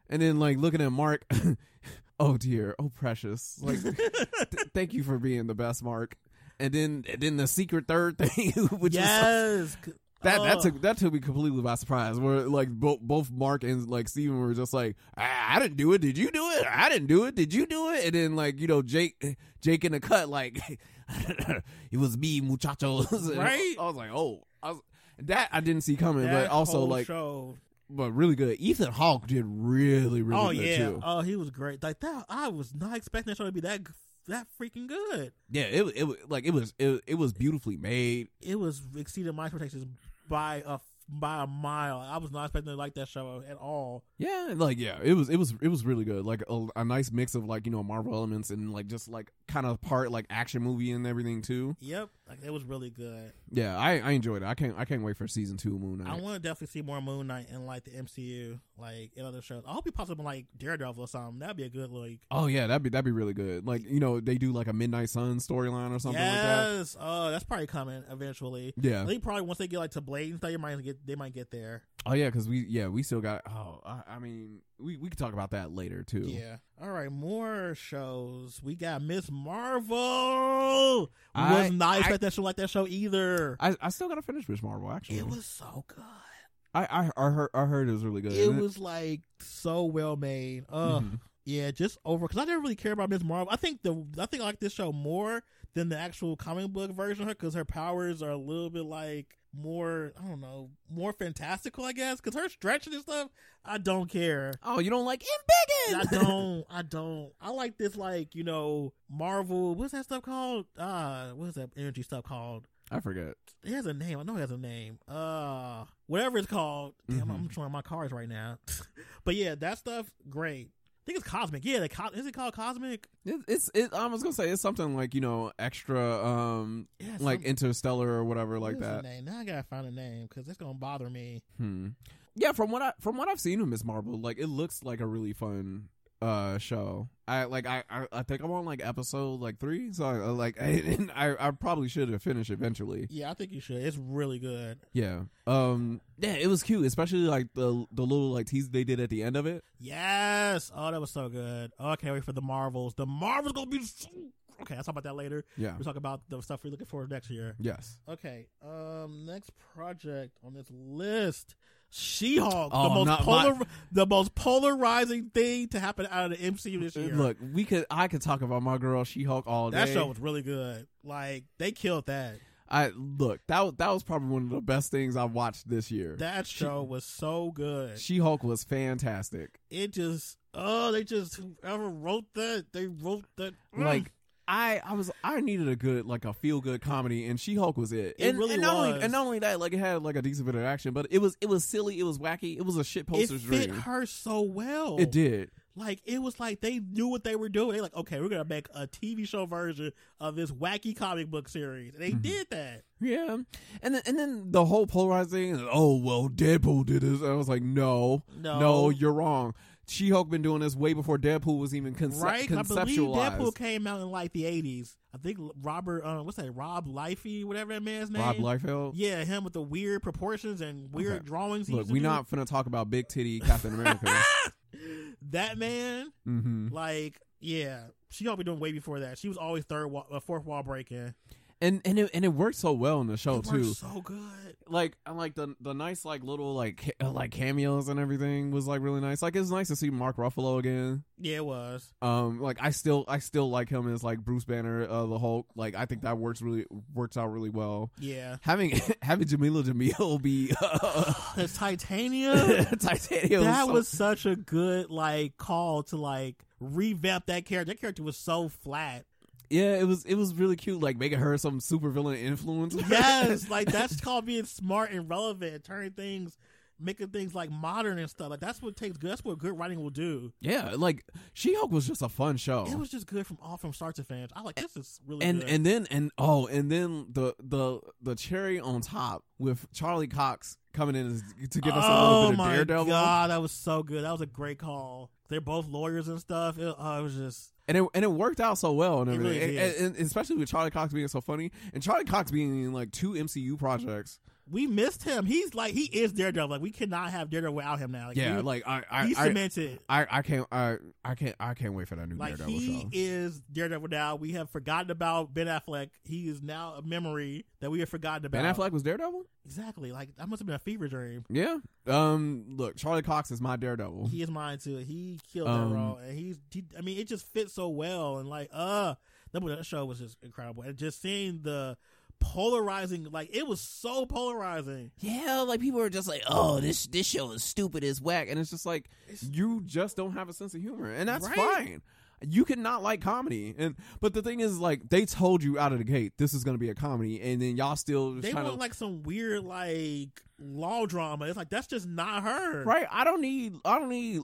and then like looking at Mark. oh dear, oh precious. Like, th- thank you for being the best, Mark. And then, and then the secret third thing, which is
yes.
that that
Oh.
took that took me completely by surprise. Where like both both Mark and like Steven were just like, I, I didn't do it. Did you do it? I didn't do it. Did you do it? And then like you know Jake Jake in the cut like it was me muchachos. And
Right?
I was like, oh, I was, that I didn't see coming.
That
but also
whole
like,
show.
but really good. Ethan Hawke did really really
oh
good
yeah,
too.
oh he was great. Like that, I was not expecting that show to be that g- that freaking good.
Yeah, it wa- it wa- like it was it, it was beautifully made.
It was exceeded my expectations by a by a mile. I was not expecting to like that show at all.
Yeah, and, like yeah, it was it was it was really good. Like a, a nice mix of like you know Marvel elements and like just like kind of part like action movie and everything too.
Yep, like it was really good.
Yeah, I I enjoyed it. I can't I can't wait for season two of Moon
I
Knight.
want to definitely see more Moon Knight in like the MCU, like in other shows. I hope he pops up in like Daredevil or something. That'd be a good like.
oh yeah, that'd be that'd be really good. Like you know they do like a Midnight Sun storyline or something like that.
yes, oh, that's probably coming eventually. I
Yeah.
think probably once they get like to Blade and stuff, you might get they might get there.
Oh yeah, because we yeah we still got. Oh, I, I mean we we could talk about that later too.
Yeah. All right, more shows. We got Miss Marvel. We
I-
was not
I-
expecting that show like that show either.
I, I still gotta finish Miss Marvel actually.
it was so good.
I, I I heard I heard it was really good.
It
isn't
was like so well made. Uh
Mhm.
yeah, just over because I didn't really care about Miss Marvel. I think the I think I like this show more than the actual comic book version of her because her powers are a little bit like more I don't know more fantastical I guess because her stretching and stuff I don't care.
Oh, you don't like
I
Imbiggin?
don't. I don't. I like this, like you know, Marvel. What's that stuff called? Uh, what's that energy stuff called?
I forget.
It has a name. I know it has a name. Uh, whatever it's called. Damn, I'm- I'm showing my cards right now. but yeah, that stuff great. I think it's cosmic. Yeah, the co- is it called cosmic?
It, it's it. I was gonna say it's something like you know extra, um,
Yeah,
like
some-
interstellar or whatever like
what is the
that.
Name? Now I gotta find a name because it's gonna bother me.
Hmm. Yeah, from what I from what I've seen of Miss Marvel, like it looks like a really fun uh show. I like I I, I think I'm on like episode like three, so I, uh, like I, I I probably should have finished eventually.
Yeah, I think you should. It's really good.
Yeah. Um. Yeah, it was cute, especially like the the little like tease they did at the end of it.
Yes. Oh, that was so good. Oh, I can't wait for the Marvels. The Marvels gonna be. So- okay, I'll talk about that later.
Yeah.
We'll talk about the stuff we're looking for next year.
Yes.
Okay. Um. Next project on this list: She-Hulk,
Oh,
the most
not
polar, the most polarizing thing to happen out of the MCU this year.
Look, we could I could talk about my girl She Hulk all day.
that show was really good. Like they killed that.
I look that wa- that was probably one of the best things I've watched this year.
That show was so good.
She Hulk was fantastic.
It just oh, they just whoever wrote that, they wrote that mm.
Like I I was I needed a good like a feel good comedy and She Hulk was it.
It
and,
really
and not
was.
Only, and not only that, like it had like a decent bit of action, but it was it was silly, it was wacky, it was a shit
it
poster's
fit
dream.
her so well.
It did.
Like it was like they knew what they were doing. They like, okay, we're gonna make a TV show version of this wacky comic book series. And they
Mhm.
did that.
Yeah. And then and then the whole polarized thing, oh well Deadpool did this. I was like, no,
No,
you're wrong. She Hulk been doing this way before Deadpool was even conce-
right. 'Cause I believe
conceptualized.
Deadpool came out in like the eighties. I think Robert, um, what's that? Rob Liefey, whatever that man's name.
Rob Liefeld.
Yeah, him with the weird proportions and weird
Okay.
drawings. He
Look,
used to
we
do.
not finna talk about big titty Captain America.
that man.
mm-hmm.
Like, yeah, she ought to be doing way before that. She was always third, wall, uh, fourth wall breaking.
And and it, and it worked so well in the show
It worked
too.
so good.
Like and like the the nice like little like ca- uh, like cameos and everything was like really nice. Like it's nice to see Mark Ruffalo again.
Yeah, it was.
Um, like I still I still like him as like Bruce Banner, uh, the Hulk. Like I think that works really works out really well.
Yeah,
Having having Jamila Jamil be uh,
the Titania.
Titanium.
that
so-
was such a good like call to like revamp that character. That character was so flat.
yeah. It was it was really cute. Like making her some super villain influence.
Yes, like that's called being smart and relevant, turning things, making things like modern and stuff. Like that's what takes good. That's what good writing will do.
yeah. Like She Hulk was just a fun show.
It was just good from all from start to finish. I like this is really
Oh. and
good.
and then and oh and then the the the cherry on top with Charlie Cox coming in as- to give us a
oh
little bit of
my
Daredevil,
god, that was so good. That was a great call. They're both lawyers and stuff. It, uh, it was just
and it and it worked out so well and
It really
everything,
did.
and, and- and especially with Charlie Cox being so funny and Charlie Cox being in like two MCU projects.
we missed him. He's like he is Daredevil. Like we cannot have Daredevil without him now. Like,
yeah,
we-
like I, I,
he
I,
cemented.
I, I can't, I, I can't, I can't wait for that new
Like
Daredevil
he
show.
is Daredevil now. We have forgotten about Ben Affleck. He is now a memory that we have forgotten about.
Ben Affleck was Daredevil.
exactly. Like that must have been a fever dream.
Yeah. Um. Look, Charlie Cox is my Daredevil.
He is mine too. He killed
Um,
that role, and he's. He, I mean, it just fits so well, and like, uh, that, that show was just incredible, and just seeing the polarizing, like it was so polarizing.
yeah, like people are just like, oh, this this show is stupid, it's whack, and it's just like
It's-
you just don't have a sense of humor, and that's
Right.
fine. You cannot like comedy, and but the thing is, like they told you out of the gate this is going to be a comedy, and then y'all still just
They
trying
want
to
like some weird like law drama. It's like that's just not her,
right. I don't need, I don't need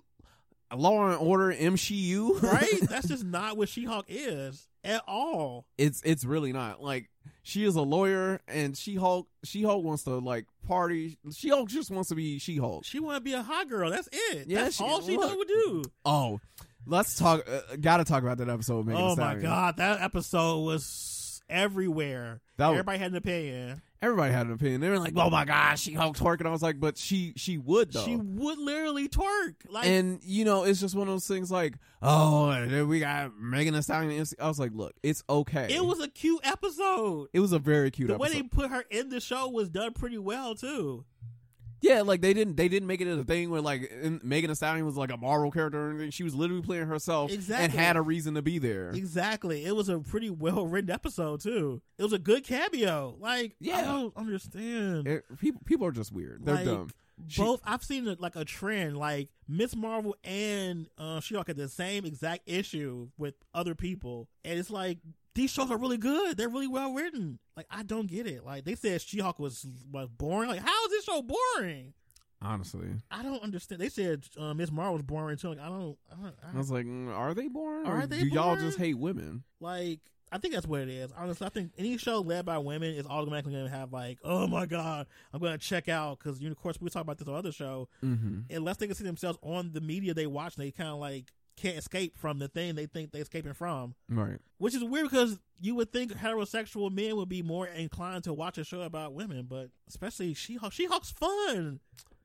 Law and Order MCU,
Right? that's just not what She Hulk is at all.
it's it's really not like she is a lawyer and she hulk she hulk wants to like party she hulk just wants to be she hulk
She want to be a hot girl. That's it.
Yeah,
that's
she-
all she
look.
know would do.
oh let's talk uh, gotta talk about that episode with Megan
oh my
Stallion.
god, that episode was everywhere.
that was, everybody,
Everybody had an opinion.
had an opinion they were like oh my gosh she hulk twerking i was like but she she would though
She would literally twerk. Like
and you know it's just one of those things like oh and then we got megan Thee Stallion. and MC. i was like look it's okay
it was a cute episode.
it was a very cute
The way
episode
they put her in the show was done pretty well too.
Yeah, like they didn't they didn't make it a thing where like in- Megan Thee Stallion was like a Marvel character or anything. She was literally playing herself and
Exactly.
had a reason to be there.
Exactly. It was a pretty well written episode too. It was a good cameo. Like I
Yeah.
don't understand.
It- Eh, people people are just weird. They're
Like,
dumb. She-
both I've seen a, like a trend like Miss Marvel and uh, She-Hulk had the same exact issue with other people, and it's like these shows are really good. They're really well written. Like I don't get it. Like they said She-Hulk was was boring. Like how is this show boring?
Honestly,
I don't understand. They said uh, Miss Marvel was boring too. Like I don't. I don't, I
I was like, mm, are they born? Or
Are they
do y'all
born?
just hate women?
like I think that's what it is. Honestly, I think any show led by women is automatically going to have like, oh my god, I'm going to check out because you know, of course we talk about this on other show.
Mm-hmm.
unless they can see themselves on the media they watch, they kind of like can't escape from the thing they think they're escaping from.
Right.
Which is weird because you would think heterosexual men would be more inclined to watch a show about women, but especially She Hulk. She Hulk's fun.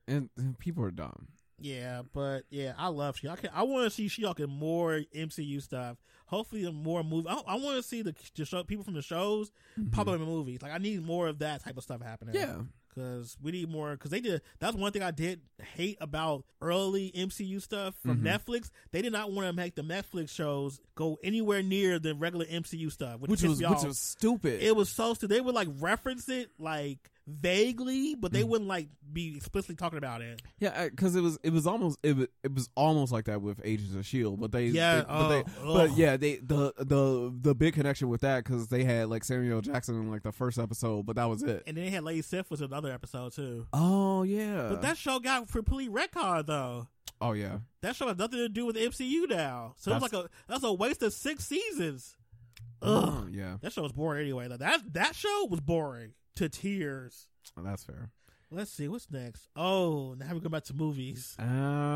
And, and people are dumb.
Yeah, but yeah, I love She. I can, I want to see She Hulk in more MCU stuff. Hopefully, in more movies. I, I want to see the, the show, people from the shows pop up in movies. Like I need more of that type of stuff happening.
Mm. Mm-hmm. Yeah.
Cause we need more. Cause they did. That's one thing I did hate about early MCU stuff
Mhm.
from Netflix. They did not want to make the Netflix shows go anywhere near the regular MCU stuff, which,
Which
pissed
was
me
which
off.
was stupid.
It was so stupid. They would like reference it like vaguely, but
Mm.
they wouldn't like be explicitly talking about it.
yeah, because it was it was almost it was, it was almost like that with Agents of Shield, E but they
Yeah,
they- but, they,
oh,
but
ugh.
yeah they the the the big connection with that because they had like Samuel Jackson in like the first episode, but that was it.
And then they had Lady Sif was another episode too.
Oh yeah.
But that show got complete retcon though.
oh yeah.
That show has nothing to do with the MCU now. So it's
That's-
like a that's a waste of six seasons. Ugh.
Oh, yeah.
That show was boring anyway. Like, that that show was boring to tears.
Well, that's fair.
Let's see what's next. Oh, now we go back to movies.
Uh,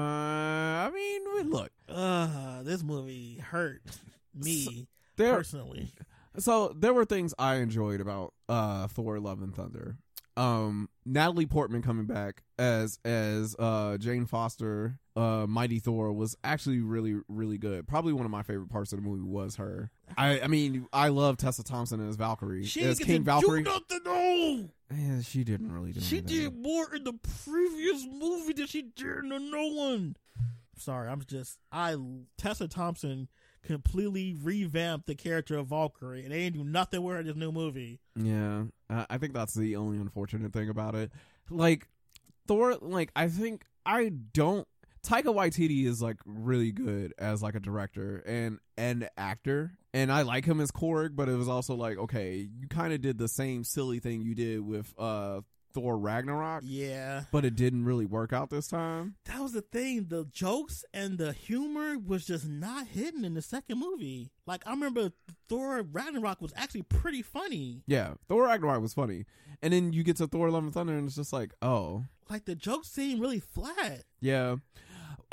I mean, we- look.
Uh, this movie hurt me
There
personally.
so there were things I enjoyed about uh Thor Love and Thunder. Um Natalie Portman coming back as as uh Jane Foster uh Mighty Thor was actually really really good. Probably one of my favorite parts of the movie was her. I I mean, I love Tessa Thompson as Valkyrie.
She
as
didn't get
King
to
Valkyrie.
do nothing. No,
Yeah, she didn't really do
she
anything.
did more in the previous movie than she did in the no one. Sorry, I'm just I Tessa Thompson completely revamped the character of Valkyrie, and they didn't do nothing with her in this new movie.
Yeah, I I think that's the only unfortunate thing about it. Like Thor, like I think I don't. Taika Waititi is like really good as like a director and and actor, and I like him as Korg. But it was also like, okay, you kind of did the same silly thing you did with uh Thor Ragnarok,
Yeah,
but it didn't really work out this time.
that was the thing. The jokes and the humor was just not hidden in the second movie. Like I remember Thor Ragnarok was actually pretty funny.
Yeah, Thor Ragnarok was funny, and then you get to Thor: Love and Thunder, and it's just like, oh,
Like the jokes seemed really flat.
Yeah.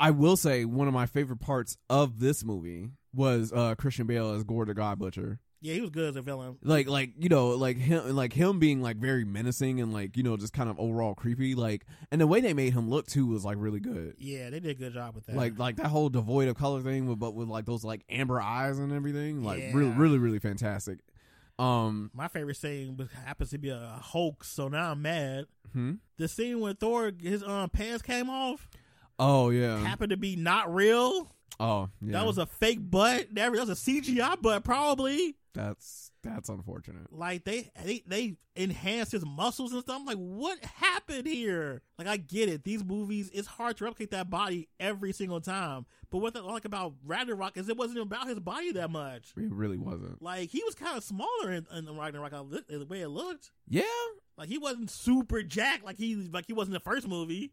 I will say one of my favorite parts of this movie was uh Christian Bale as Gore the God Butcher.
Yeah, he was good as a villain.
like like you know like him like him being like very menacing and like you know just kind of overall creepy like and the way they made him look too was like really good
Yeah, they did a good job with that.
like like that whole devoid of color thing with, but with like those like amber eyes and everything like
Yeah.
really really really fantastic um
my favorite scene was, happens to be a hoax, so now I'm mad.
hmm?
The scene when Thor his um pants came off
oh yeah
happened to be not real.
oh yeah
That was a fake butt. That was a CGI butt, probably.
that's that's unfortunate
Like they they they enhanced his muscles and stuff. I'm like, what happened here? Like I get it. These movies, it's hard to replicate that body every single time. But what I like about Ragnarok is it wasn't about his body that much.
it really wasn't
Like he was kind of smaller in, in Ragnarok I look- the way it looked.
yeah
Like he wasn't super jacked like he like he was in the first movie.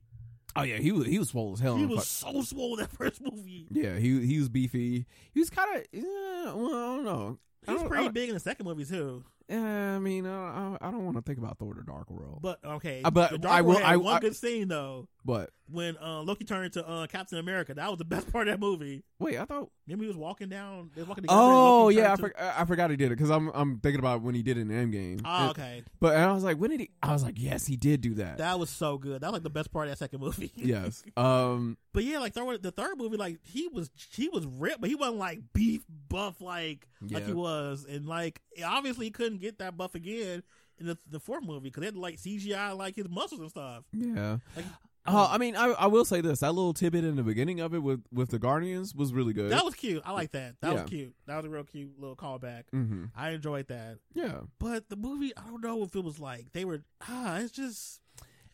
oh yeah he was he was swole as hell
He
in the
was so swole that first movie.
fuck- yeah he he was beefy he was kind of yeah, well, I don't know
He was
I don't-
pretty
I-
big in the second movie too.
yeah I mean I I, I don't want to think about Thor: The Dark World
But okay,
Uh, but
the Dark
I will-
World had
I-
one
I-
good scene though
but
when uh, Loki turned to uh, Captain America. That was the best part of that movie.
wait I thought
Remember he was walking down. They was walking together. and
Oh
Loki
yeah, I,
turned
for, I I forgot he did it because I'm I'm thinking about when he did it in Endgame.
to- Oh,
And-
okay.
But and I was like, when did he? I was like, yes, he did do that.
That was so good. That was like the best part of that second movie.
yes. Um.
but yeah, like third, the third movie, like he was he was ripped, but he wasn't like beef buff like like
Yeah.
he was, and like obviously he couldn't get that buff again in the, the fourth movie because they had like CGI like his muscles and stuff.
Yeah.
Like-
Uh, I mean, I I will say this: that little tidbit in the beginning of it with with the Guardians was really good.
That was cute. I like that. That
Yeah.
was cute. That was a real cute little callback.
hmm
I enjoyed that.
Yeah.
But the movie, I don't know if it was like they were ah, it's just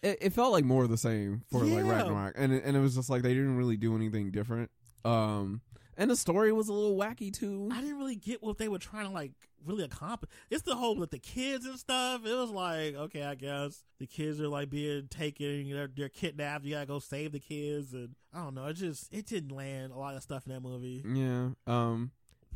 It, it felt like more of the same for like
Yeah.
Ragnarok, and it, and it was just like they didn't really do anything different. Um. And the story was a little wacky too.
I didn't really get what they were trying to like really accomplish. It's the whole with the kids and stuff. It was like, okay, I guess the kids are like being taken, they're, they're kidnapped. You gotta go save the kids, and I don't know. It just it didn't land a lot of stuff in that movie.
Yeah. Um.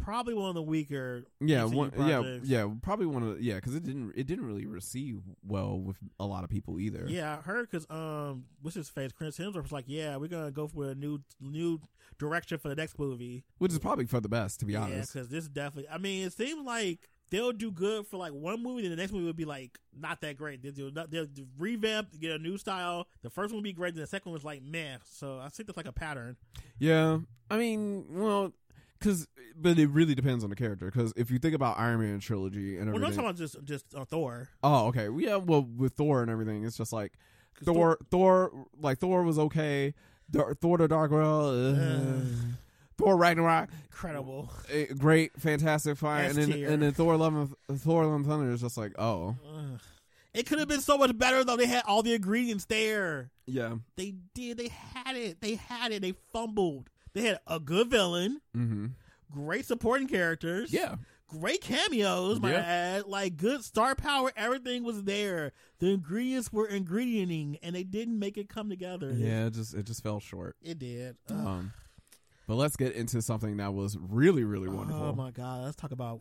Probably one of the weaker.
Yeah,
MCU
one, yeah,
projects.
yeah, probably one of the, yeah, because it didn't it didn't really receive well with a lot of people either.
Yeah, I heard because um, what's his face, Chris Hemsworth was like, yeah, we're gonna go for a new new direction for the next movie.
which is probably for the best, to be
Yeah, 'cause
honest.
because this definitely. I mean, it seems like they'll do good for like one movie, then the next movie would be like not that great. They'll, do, not- they'll revamp, get a new style. The first one would be great, then the second one was like meh. So I think that's like a pattern.
Yeah, I mean, well, because but it really depends on the character. Because if you think about Iron Man trilogy and
We're not
everything,
talking about just just uh, Thor.
oh, okay, well, yeah, well, with Thor and everything, it's just like
'Cause
Thor, Thor, like Thor was okay. Thor, Thor the Dark World, uh,
Ugh.
Thor Ragnarok,
incredible.
eh, great, fantastic, fire, and then
S-tier.
and then Thor Love and Thor Love and Thunder is just like, oh,
Ugh. It could have been so much better though. They had all the ingredients there.
yeah,
They did. They had it. They had it. They fumbled. They had a good villain,
mm-hmm.
great supporting characters.
yeah.
great cameos, my
Yeah.
ad. Like good star power, everything was there. The ingredients were ingredienting, and they didn't make it come together.
Yeah, it just it just fell short.
it did. Uh, Ugh.
Um, but let's get into something that was really really
Oh
wonderful.
my god, let's talk about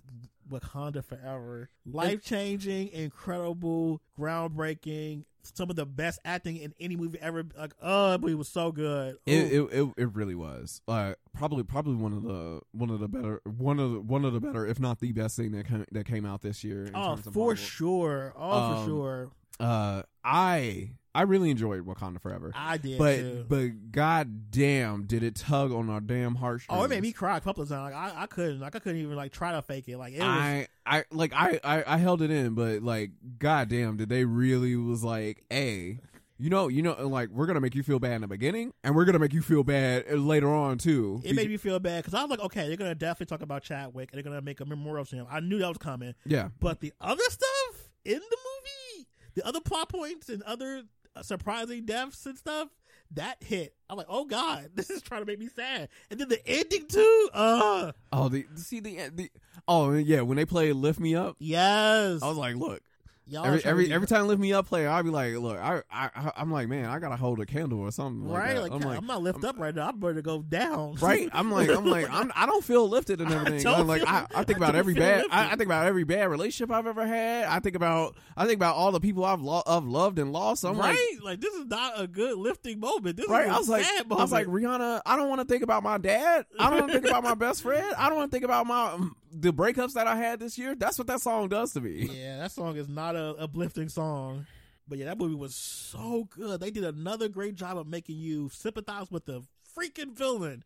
Wakanda Forever. Life changing, incredible, groundbreaking. Some of the best acting in any movie ever. Like, oh, but it was so good.
it,
Ooh.
it it it really was uh, probably probably one of the one of the better one of the, one of the better if not the best thing that came, that came out this year. in
oh,
terms of
for
Marvel.
sure. Oh, for
Um,
sure.
Uh, I I really enjoyed Wakanda Forever,
I did
but
too.
but goddamn, did it tug on our damn heartstrings.
Oh, it made me cry a couple of times. Like I, I couldn't, like I couldn't even like try to fake it. Like it was,
I I like I, I I held it in, but like goddamn, did they really was like, hey, you know, you know, like we're gonna make you feel bad in the beginning, and we're gonna make you feel bad uh, later on too.
It made me feel bad because I was like, okay, they're gonna definitely talk about Chadwick and they're gonna make a memorial to him. I knew that was coming,
yeah,
but the other stuff in the movie, the other plot points and other uh, surprising deaths and stuff, that hit. I'm like, oh god, this is trying to make me sad. And then the ending too. Uh
oh the see the the oh yeah when they play lift me up.
yes.
I was like, look,
Y'all
every
trying to
every
be-
every time lift me up play, I'll be like, look, I I I'm like, man, I gotta hold a candle or something, like
right,
that.
like,
I'm like,
not lift up right now. I'm ready to go down.
right? I'm like, I'm like, I'm, I don't feel lifted and
I
everything.
don't
I'm like,
feel-
I, I think
I
about
don't
every
feel
bad,
lifted.
I, I think about every bad relationship I've ever had. I think about, I think about all the people I've, lo- I've loved and lost. I'm
right,
like,
like, this is not a good lifting moment. This
right?
is a
I was like,
sad
I was like,
moment.
Rihanna, I don't want to think about my dad. I don't want to think about my best friend. I don't want to think about my um, the breakups that I had this year, that's what that song does to me.
yeah, that song is not a uplifting song. But yeah, that movie was so good. They did another great job of making you sympathize with the freaking villain.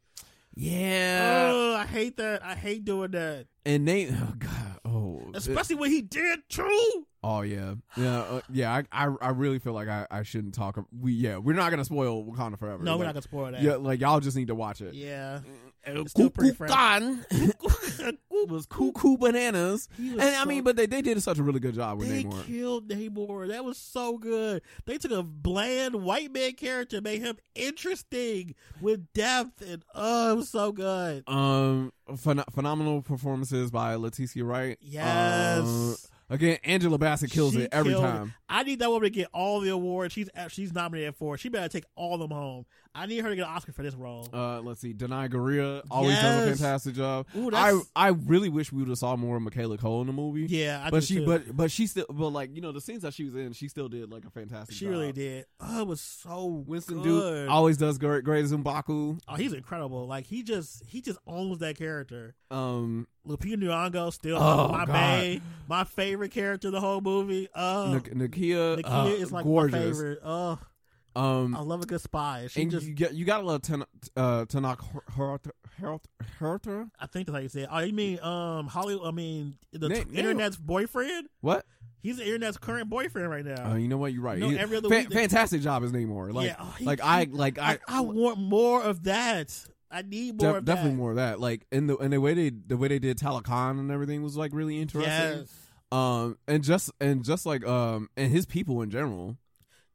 Yeah.
oh, I hate that. I hate doing that,
and they oh god. Oh. it-
especially when he did too.
oh yeah. Yeah, uh, yeah, I, I I really feel like I, I shouldn't talk ab- we yeah, we're not going to spoil Wakanda forever.
No, we're
Like,
not gonna spoil that.
Yeah, like y'all just need to watch it. Uh,
yeah.
It's
still pretty fresh.
it was cuckoo bananas.
He was
And I
so-
mean, but they, they did such a really good job with
they
Namor.
killed Namor. That was so good. They took a bland white man character, made him interesting with depth, and oh, it was so good.
Um, phen- phenomenal performances by Leticia Wright.
Yes.
Uh, again, Angela Bassett kills
She
it every
killed it.
time.
I need that woman to get all the awards she's she's nominated for. She better take all of them home. I need her to get an Oscar for this role.
Uh, let's see, Denai Guerrera always does a
Yes.
fantastic job.
Ooh,
I
that's,
I really wish we would have saw more of Michaela Cole in the movie.
yeah, I
but
do
she
too.
but but she still but like you know the scenes that she was in, she still did like a fantastic.
she
job.
really did. Oh, it was so
Winston
good.
Duke always does great. Great as Mbaku.
Oh, he's incredible. Like he just he just owns that character.
Um,
Lupita Nyong'o still
Oh,
my
God.
bae, my favorite character of the whole movie. Oh,
Nak- Nakia,
Nakia
uh,
is like
gorgeous.
my favorite. Oh,
Um,
I love a good spy. She
and
just
you get you got a little Tan- uh, Tanakh Herter. Her- her- her-
I think that's how you say it. Oh, you mean um Hollywood? I mean the
Name-
t- internet's boyfriend.
what?
He's the internet's current boyfriend right now.
Uh, you know what? You're right.
No,
He-
every other
fa-
week they-
fantastic job is Namor. Like,
yeah, oh, he-
like
he-
I, like I,
I, I want more of that. I need more
def-
of that.
definitely more of that. Like, and the and the way they the way they did Talakan and everything was like really interesting.
Yes.
Um, and just and just like um, and his people in general.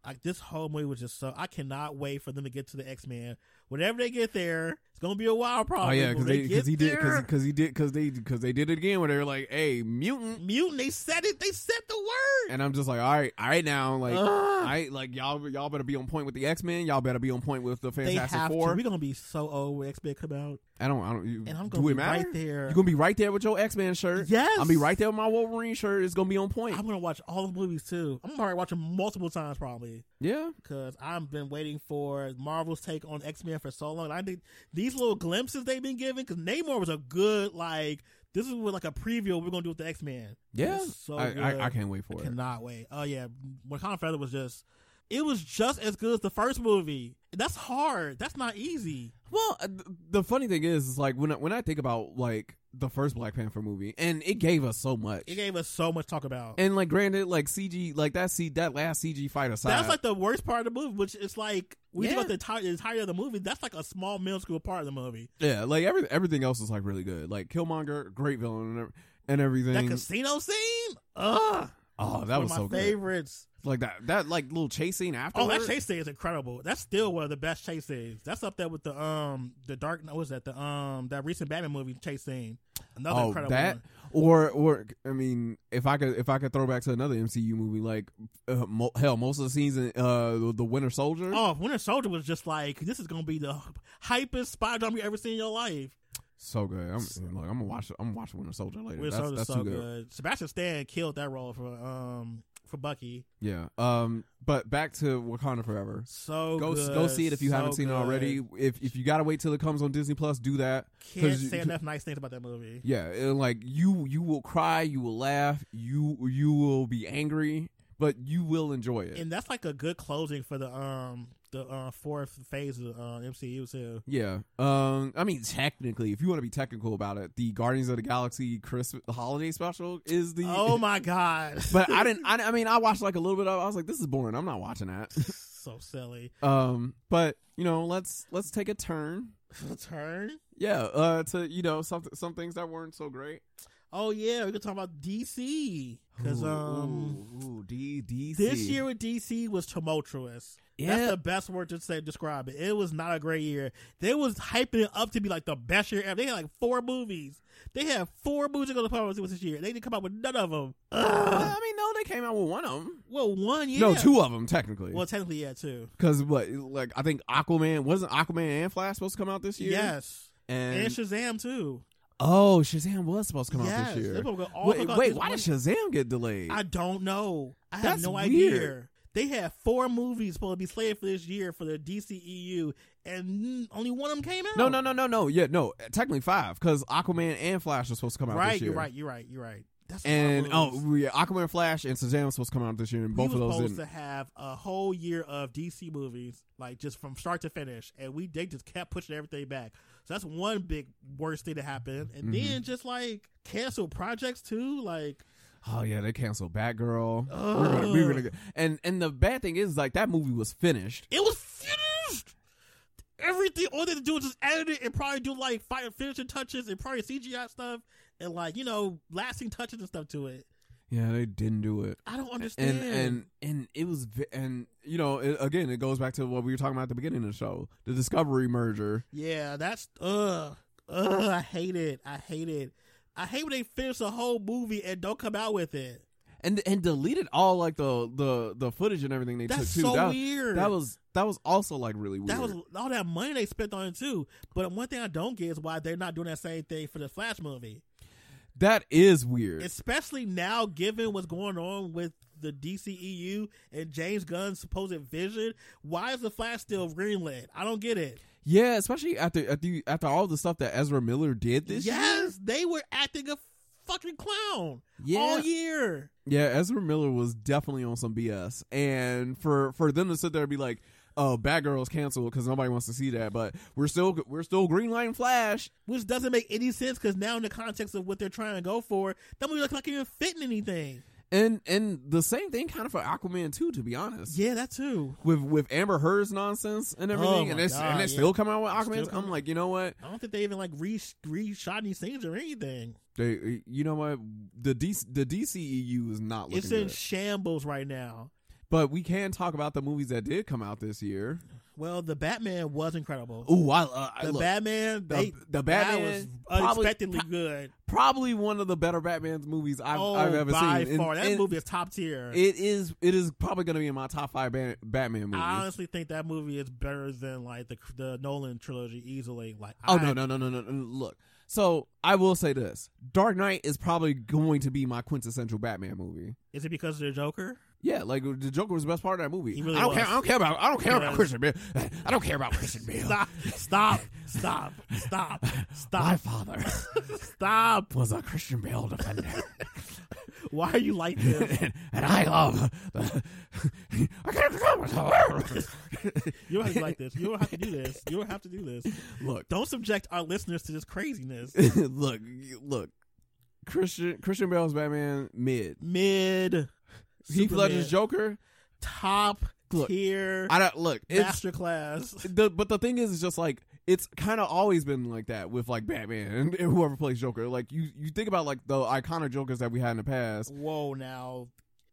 Like this whole movie was just so I cannot wait for them to get to the X Men. Whenever they get there, it's gonna be a wild
Oh
problem.
yeah, because
When they get
he did
there,
because he did because they because they did it again where they were like, hey, mutant.
mutant. They said it. They said the word.
And I'm just like, all right, all right now, like.
Ugh.
I like y'all. Y'all better be on point with the X Men. Y'all better be on point with the
they
Fantastic
have to.
Four.
We're gonna be so old when X Men come out,
I don't. I don't. You,
and I'm
do
gonna
it
be
matter?
right there.
You're gonna be right there with your X Men shirt.
yes,
I'll be right there with my Wolverine shirt. It's gonna be on point.
I'm gonna watch all the movies too. I'm already watching multiple times probably
yeah.
because I've been waiting for Marvel's take on X Men for so long. And I think these little glimpses they've been giving because Namor was a good like. This is what, like a preview. of We're gonna do with the X Men.
Yeah.
It's so
I,
good.
I, I can't wait for
I
it.
cannot wait. Oh yeah, Wakanda Forever was just. It was just as good as the first movie. That's hard. That's not easy.
Well, uh, th- the funny thing is, is like when I, when I think about like the first Black Panther movie, and it gave us so much.
It gave us so much to talk about.
and like, granted, like CG, like that C that last CG fight aside,
that's like the worst part of the movie, which is like we
Yeah.
think about the entire, the entire of the movie. That's like a small middle school part of the movie.
yeah, like every, everything else is like really good. Like Killmonger, great villain, and, ev- and everything.
That casino scene, ugh,
Mm. oh,
It's
that
one
was
of
so
my
good.
favorites.
Like that that like little chase scene
Oh,
afterwards.
that chase scene is incredible. That's still one of the best chase scenes. That's up there with the um the dark. What was that? The um that recent Batman movie chase scene. Another
Oh,
incredible
that
one.
or or I mean, if I could if I could throw back to another MCU movie, like uh, mo- hell, most of the scenes in uh, the, the Winter Soldier.
Oh, Winter Soldier was just like, this is gonna be the hypest spy drama you ever seen in your life.
So good. I'm like I'm gonna watch. I'm gonna watch Winter Soldier later.
Winter
that's that's
Soldier's so
too good.
good. Sebastian Stan killed that role for um for Bucky.
Yeah. Um. But back to Wakanda Forever.
So
Go
good.
go see it if you
so
haven't seen it
good.
already. If if you gotta wait till it comes on Disney Plus, do that.
Can't
'Cause you-
say enough nice things about that movie.
Yeah. And like you you will cry, you will laugh, you you will be angry, but you will enjoy it.
And that's like a good closing for the um the uh, fourth phase of uh, MCU too.
yeah. Um. I mean, technically, if you want to be technical about it, the Guardians of the Galaxy Christmas holiday special is the.
Oh my god.
but I didn't. I, I mean, I watched like a little bit of. it. I was like, this is boring. I'm not watching that.
so silly.
Um, but you know, let's let's take a turn.
Turn.
Yeah, uh, to you know some some things that weren't so great.
Oh yeah, we could talk about DC because
Ooh,
um
ooh, ooh, D- DC.
this year with DC was tumultuous. That's
yeah,
the best word to say describe it. It was not a great year. They was hyping it up to be like the best year ever. They had like four movies. They had four movies to go to the with this year. They didn't come out with none of them.
I mean, no, they came out with one of them.
Well, one year.
No, two of them technically.
Well, technically, yeah, two.
Because what, like, I think Aquaman wasn't Aquaman and Flash supposed to come out this year.
Yes,
and,
and, Shazam too.
oh, Shazam was supposed to come
yes.
out this
They
year.
probably go all
Wait,
fuck up
wait,
this
why
one-
did Shazam get delayed?
I don't know. I
That's
have no
weird.
idea. They had four movies supposed to be slated for this year for the DCEU, and only one of them came out.
No, no, no, no, no. Yeah, no. Technically five, because Aquaman and Flash are supposed to come out
Right,
this year.
you're right, you're right, you're right. That's a lot of
And
movies.
oh yeah, Aquaman, Flash, and Shazam was supposed to come out this year, and both
we
of
were
those
supposed
didn't.
to have a whole year of DC movies, like just from start to finish, and we they just kept pushing everything back. So that's one big worst thing that happened, and
Mhm.
then just like cancel projects too, like
Oh yeah, they canceled Batgirl. We're gonna, we're gonna
Ugh.
get, and and the bad thing is like that movie was finished.
It was finished. Everything all they had to do was just edit it and probably do like fire finishing touches and probably CGI stuff and like you know lasting touches and stuff to it.
Yeah, they didn't do it.
I don't understand.
And and and it was vi- and you know it, again it goes back to what we were talking about at the beginning of the show, the Discovery merger.
yeah, that's ugh ugh. I hate it. I hate it. I hate when they finish a whole movie and don't come out with it.
and and deleted all like the the the footage and everything they
That's
took too.
so
that,
weird.
that was that was also like really weird.
that was all that money they spent on it too. But one thing I don't get is why they're not doing that same thing for the Flash movie.
that is weird.
especially now given what's going on with the DCEU and James Gunn's supposed vision, why is the Flash still greenlit? I don't get it.
yeah, especially after after after all the stuff that Ezra Miller did this year.
yes, they were acting a fucking clown
Yeah,
all year.
yeah. Ezra Miller was definitely on some BS, and for for them to sit there and be like. Oh, Batgirl's canceled because nobody wants to see that. But we're still we're still greenlighting Flash.
Which doesn't make any sense because now in the context of what they're trying to go for, that movie looks like it even fitting anything.
And and the same thing kind of for Aquaman too, to be honest.
Yeah, that too.
With with Amber Heard's nonsense and everything,
my
and they
God,
and they
yeah.
still come out with
Still
Aquaman.
come
I'm like, you know what?
I don't think they even like re reshot any scenes or anything.
They, you know what? The DC, the DCEU is not looking
it's in
good.
shambles right now.
but we can talk about the movies that did come out this year.
Well, the Batman was incredible.
Ooh, I, uh, I
the uh,
look,
Batman,
the,
they,
the Batman
that was
probably,
unexpectedly good.
probably one of the better Batman's movies I've,
oh,
I've ever
by
seen. And-
far, that
and
movie is top tier.
It is it is probably going to be in my top five Bat- Batman movies.
I honestly think that movie is better than like the the Nolan trilogy easily. Like,
oh
I,
no no no no no! no, Look, so I will say this: Dark Knight is probably going to be my quintessential Batman movie.
Is it because of the Joker?
Yeah, like the Joker was the best part of that movie.
He really
I don't
was.
care. I don't care about. I don't care
He
about
was.
Christian Bale. I don't care about Christian Bale.
Stop! Stop! Stop! Stop!
My
Stop!
father
Stop!
was a Christian Bale defender,
Why are you like this?
and, and I love. The, I can't come with her.
You don't have to be like this. You don't have to do this. You don't have to do this.
Look,
Don't subject our listeners to this craziness.
look, look. Christian Christian Bale's Batman mid.
Mid.
Heath Ledger's
Superman,
Joker.
Top
Look,
tier.
I don't look. It's
masterclass.
the but the thing is, it's just like it's kind of always been like that with like Batman and, and whoever plays Joker. Like you, you think about like the iconic Jokers that we had in the past.
Whoa, now.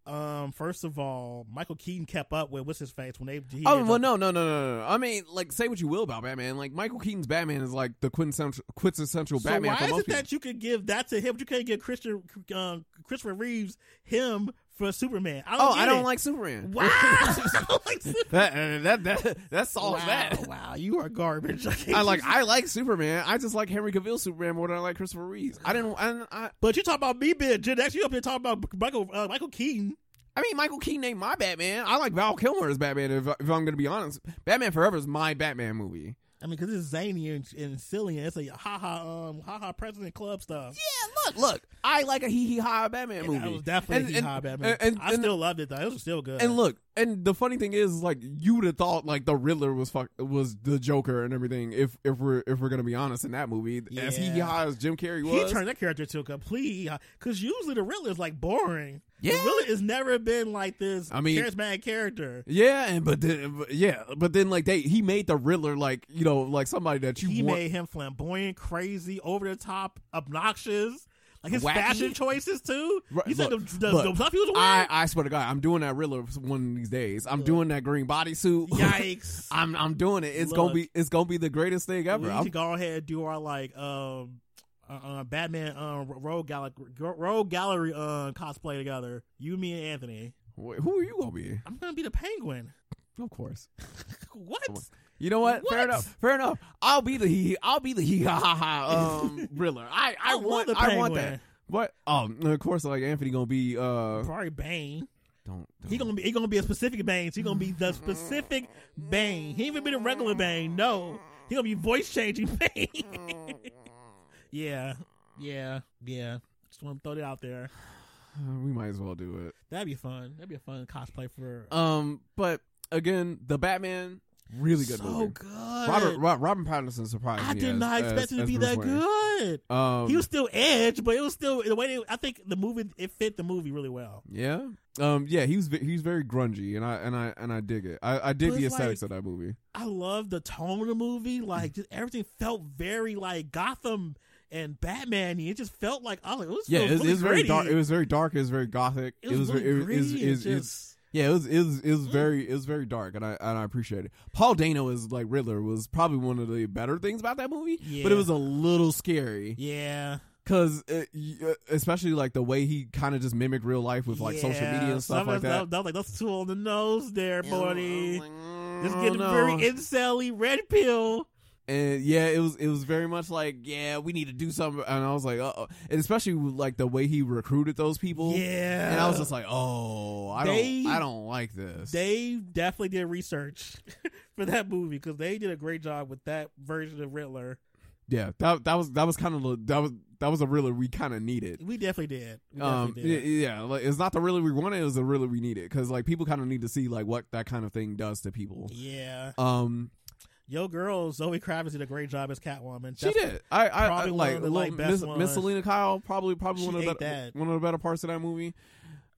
Um, first of all, Michael Keaton kept up with what's his face when they. He
Oh well, no, no, no, no, no. I mean, like, say what you will about Batman. Like, Michael Keaton's Batman is like the quintessential, quintessential
So
Batman.
why
for
is
most
it that you could give that to him, but you can't give Christian um, Christopher Reeves him for Superman? I
people.
don't
oh,
get
I don't
it.
like Superman.
Wow, I don't like Superman.
that, uh, that that that solves
wow,
that.
wow, you are garbage. can't
I like
use-
I like Superman. I just like Henry Cavill Superman more than I like Christopher Reeves. I didn't. I didn't- I,
but you talk about me being Gen X. You up here talking about Michael uh, Michael Keaton.
I mean, Michael Keaton ain't my Batman. I like Val Kilmer as Batman. If, if I'm going to be honest, Batman Forever is my Batman movie.
I mean, because it's zany and, and silly, and it's a haha, um, haha, President Club stuff.
Yeah, look, look. I like a hee hee ha Batman movie.
That was definitely
And-
hee
and-
haw Batman.
and-
I
and-
still loved it though. It was still good.
And look, and the funny thing is, like, you would have thought like the Riddler was fuck was the Joker and everything. If if we're if we're gonna be honest, in that movie, as
Yeah.
hee hee ha as Jim Carrey
He
was,
turned that character to a complete because usually the Riddler is like boring.
Yeah.
the Riddler has never been like this.
I mean-
charismatic character.
yeah, and but then but, yeah, but then like they he made the Riddler like you know like somebody that you
He
want.
made him flamboyant, crazy, over the top, obnoxious. Like his
Wacky.
fashion choices too.
Right,
you said
look,
the, the,
look,
the stuff he was
I
wearing.
I swear to God, I'm doing that Riddler one of these days. I'm doing that green bodysuit.
Yikes!
I'm I'm doing it. It's gonna
Look.
be it's gonna be the greatest thing
we
ever.
need
I'm-
to go ahead and do our like um uh, uh, Batman um road gallery road gallery uh, cosplay together. You, me, and Anthony.
Wait, who are you gonna be?
I'm gonna be the Penguin.
Of course.
what?
Come on. You know what? Fair
What?
enough. Fair enough. I'll be the he. I'll be the he. Ha ha ha. Um, Riddler. I I,
I love
want.
the
I want
Penguin.
that. What? Um, and of course, like Anthony gonna be. Uh,
Probably Bane.
Don't. don't.
He gonna be he gonna be a specific Bane. So he gonna be the specific Bane. He ain't even be the regular Bane. No, he gonna be voice changing Bane. yeah, yeah, yeah. Just want to throw that out there.
we might as well do it.
That'd be fun. That'd be a fun cosplay for.
Um, but again, the Batman really good
so
movie.
good.
Robert Ro- Robin Pattinson surprised
I
me.
did
as-
not
as-
expect him to
as
be
Bruce
that
Wayne.
good.
Um,
he was still Edge, but it was still the way they, I think the movie it fit the movie really well.
yeah, um, yeah. He was ve- he was very grungy, and I and I and I dig it. I, I dig
But
the
it's
aesthetics
like-
of that movie.
I love the tone of the movie. Like just everything felt very like Gotham and Batman. It just felt like oh, it was
Yeah, it was,
really
it was very
gritty.
dark. It was very dark. It was very gothic.
It was,
very-
really
it was-
gritty.
it was-
It's
it was-
just- Mm.
Yeah, it was it was it was very it was very dark, and I and I appreciate it. Paul Dano is like Riddler was probably one of the better things about that movie, but
Yeah.
it was a little scary
yeah,
because uh, especially like the way he kind of just mimicked real life with like social
yeah.
media and stuff
Some
like
of them-
that.
I was like that's too on the nose there, buddy. Just
Just
getting very incel red pill.
and yeah, it was it was very much like yeah, we need to do something, and I was like, uh, and especially with, like the way he recruited those people,
Yeah,
and I was just like, oh, I
They-
don't I don't like this.
they definitely did research for that movie because they did a great job with that version of Riddler.
yeah, that that was that was kind of that was that was a really we kind of needed.
We definitely did. We
Um,
definitely
yeah,
did.
yeah, like it's not the really we wanted, it was the really we needed because like people kind of need to see like what that kind of thing does to people.
yeah.
Um,
Yo, girl, Zoe Kravitz did a great job as Catwoman.
she
That's-
did. I, I, I
probably one
like,
of the,
little
like, best
Miss, Miss
ones.
Selena Kyle probably probably
She
one of the
ate
better,
that.
one of the better parts of that movie.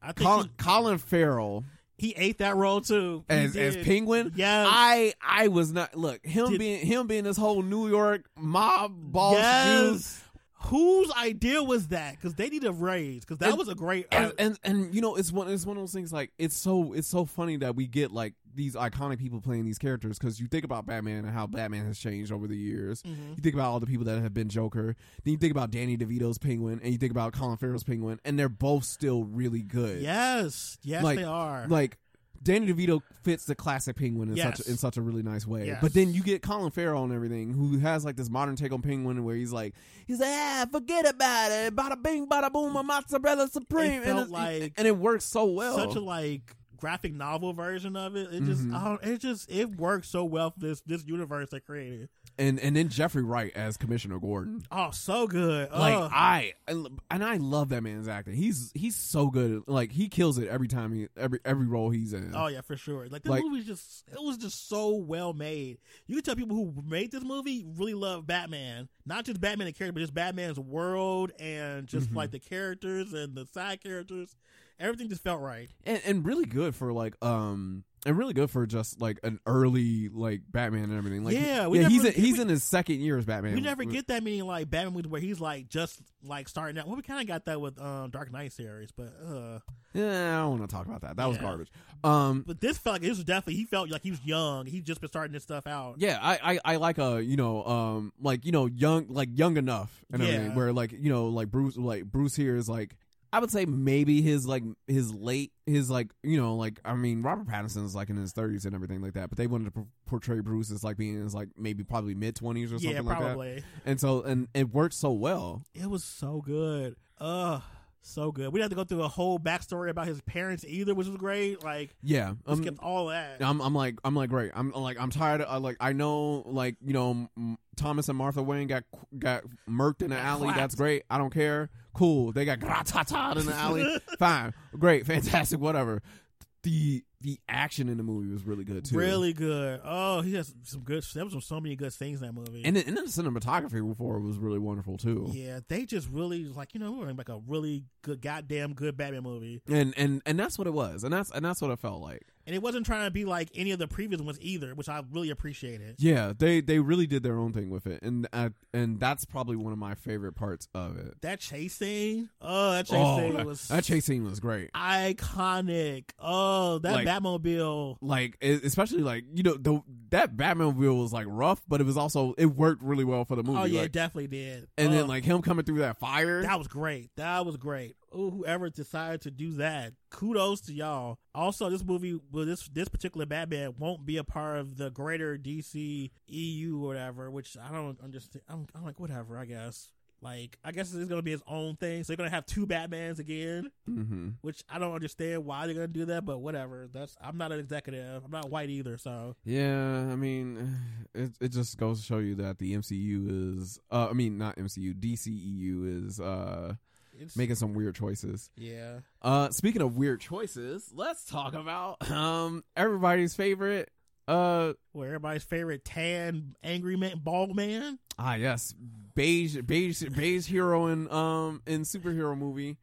I think
Colin, Colin Farrell
he, he ate that role too. He
as as
did.
Penguin.
Yes.
I I was not look him
Did-
being him being this whole New York mob boss dude
yes. Whose idea was that? Because they need a raise. Because that
And-
was a great.
and, and and you know it's one it's one of those things like it's so it's so funny that we get like these iconic people playing these characters because you think about Batman and how Batman has changed over the years.
Mhm.
You think about all the people that have been Joker. Then you think about Danny DeVito's Penguin, and you think about Colin Farrell's Penguin, and they're both still really good.
Yes, yes,
Like-
they are.
like. Danny DeVito fits the classic Penguin in
Yes.
such in such a really nice way,
Yes.
but then you get Colin Farrell and everything, who has like this modern take on Penguin, where he's like, he's like, ah, forget about it, bada bing, bada boom, my mozzarella supreme,
It felt
and,
like
and it works so well.
such a like graphic novel version of it. It just,
Mhm.
I don't, it just, it works so well for this this universe they created.
and and then Jeffrey Wright as Commissioner Gordon.
Oh, so good.
Like
oh.
I and I love that man's acting. He's he's so good. Like he kills it every time he every every role he's in.
Oh yeah, for sure. Like this
Like-
movie was just it was just so well made. You can tell people who made this movie really love Batman. Not just Batman the character, but just Batman's world and just
Mhm.
like the characters and the side characters. Everything just felt right.
And and really good for like um and really good for just like an early like Batman and everything. Like
Yeah, we
yeah,
never-
he's in, he's
we-
in his second year as Batman.
We never get that many like Batman movies where he's like just like starting out. Well, we kind of got that with um, Dark Knight series, but uh,
Yeah, I don't want to talk about that. That was
Yeah.
garbage. Um,
but this felt like it was definitely he felt like he was young. He just been starting this stuff out.
Yeah, I, I, I like a you know um like you know young like young enough and everything
Yeah.
where like you know like Bruce like Bruce here is like I would say maybe his like his late his like you know like I mean Robert Pattinson's like in his thirties and everything like that but they wanted to p- portray Bruce as like being in his like maybe probably mid twenties or something
yeah,
like
probably.
that and so and it worked so well
It was so good. Ugh, so good. We didn't have to go through a whole backstory about his parents either, which was great. Like,
yeah
we
um,
skipped all that.
I'm I'm like I'm like great I'm like I'm tired of I like I know like you know M- Thomas and Martha Wayne got got murked in the alley
Clapped.
that's great I don't care cool they got gratatata in the alley fine great fantastic whatever the the action in the movie was really good too
really good. Oh, he has some good. There was so many good things in that movie.
and then, and then the cinematography for it was really wonderful too
yeah, they just really like you know we're in like a really good, goddamn good Batman movie,
and and and that's what it was and that's and that's what it felt like
and it wasn't trying to be like any of the previous ones either, which I really appreciated.
yeah they they really did their own thing with it and uh, and that's probably one of my favorite parts of it
That chase scene, oh, that chase
Oh,
scene
that-
was
that chase scene was great
iconic. Oh, that
Like-
Batmobile.
like e- especially like you know the that Batmobile was like rough, but it was also it worked really well for the movie.
Oh yeah, it
like-
definitely did.
and
Oh.
then like him coming through that fire.
That was great. That was great. Ooh, whoever decided to do that, kudos to y'all. Also, this movie, well, this this particular Batman won't be a part of the E greater DC EU or whatever, which I don't understand. I'm, I'm like, whatever, I guess. Like, I guess it's gonna be his own thing. So they're gonna have two Batmans again,
Mm-hmm.
which I don't understand why they're gonna do that. But whatever. That's I'm not an executive. I'm not white either. So
Yeah, I mean, it it just goes to show you that the MCU is, uh, I mean, not MCU, DCEU E is uh,
it's
making some weird choices.
yeah.
Uh, speaking of weird choices, let's talk about um everybody's favorite. Uh,
Where everybody's favorite tan, angry man, bald man.
ah, yes, beige, beige, beige hero in um in superhero movie.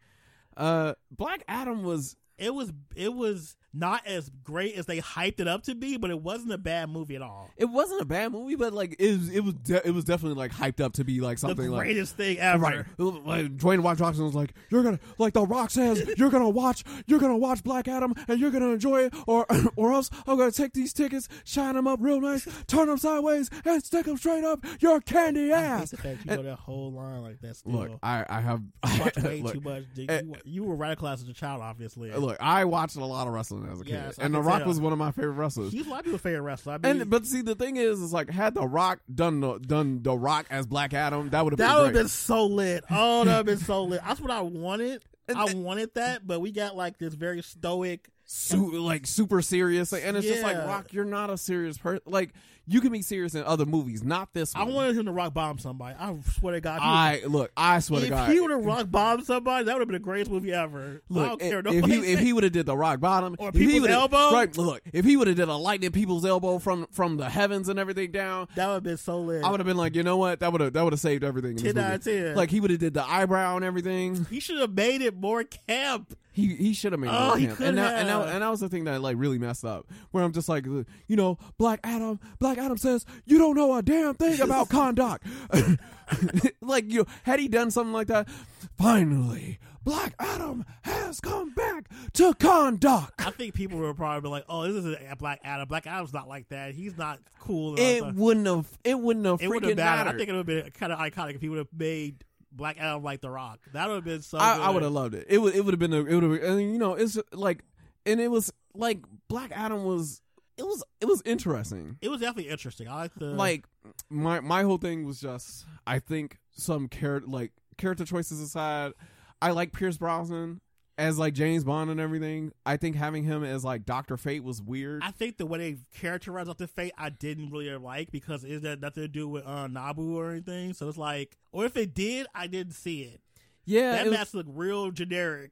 Uh, Black Adam was
It was it was not as great as they hyped it up to be, but it wasn't a bad movie at all.
it wasn't a bad movie, but like it was it was de- it was definitely like hyped up to be like something
the
like
greatest thing ever.
Right. Like, Dwayne Watch Johnson was like, "You're gonna like the Rock says, you're gonna watch, you're gonna watch Black Adam, and you're gonna enjoy it, or or else I'm gonna take these tickets, shine them up real nice, turn them sideways, and stick them straight up your candy
I hate
ass."
the fact you go that whole line like that. Still.
Look, I I have
You watch way
look,
too much. You,
eh,
you, you were radicalized as a child, obviously.
look, I watched a lot of wrestling as a kid,
Yes, I
and The
can
Rock
tell.
was one of my favorite wrestlers.
He's a lot of people's favorite wrestler. I mean,
and but see the thing is, is like had the Rock done the, done the Rock as Black Adam, that would have been
that would have
great.
been so lit. Oh, that would have been so lit. That's what I wanted.
And-
I wanted that, but we got like this very stoic.
su- like super serious, like, and it's just like
Yeah.
Rock, you're not a serious person. Like you can be serious in other movies, not this.
I
One.
wanted him to rock bomb somebody. I swear to God.
I look. I swear
if
to God.
he would have rock bombed somebody, that would have been the greatest movie ever. I
Look,
don't care.
if,
No
if
one
he if
said-
he would have did the rock bottom
Or
if he
people's
would've-
elbow?
right? Look, if he would have did a lightning people's elbow from from the heavens and everything down,
that would have been so lit.
I would have been like, you know what? That would have that would have saved everything. In this
10 out of
movie.
10.
Like he would have did the eyebrow and everything.
he should have made it more camp.
He he should have made.
Oh,
more
he
camp.
could
and that, and,
have.
that, and that was the thing that like really messed up. Where I'm just like, you know, Black Adam. Black Adam says you don't know a damn thing about conduct. like you, had he done something like that, finally, Black Adam has come back to conduct.
I think people were probably like, "Oh, this is a Black Adam. Black Adam's not like that. He's not cool." and all that
It
stuff."
wouldn't have. It wouldn't have
It would
freaking
have mattered.
mattered.
I think it would have been kind of iconic if he would have made Black Adam like The Rock. That would have been so.
I,
good.
I would have loved it. It would. It would have been. A, it would have. And you know, it's like, and it was like Black Adam was. It was. It was interesting.
It was definitely interesting. I like the
like my my whole thing was just I think some character like character choices aside, I like Pierce Brosnan as like James Bond and everything. I think having him as like Doctor Fate was weird.
I think the way they characterized Doctor Fate, I didn't really like because it had nothing to do with uh, Nabu or anything. So it's like, or if it did, I didn't see it.
yeah,
that
it, was-
mask looked real generic.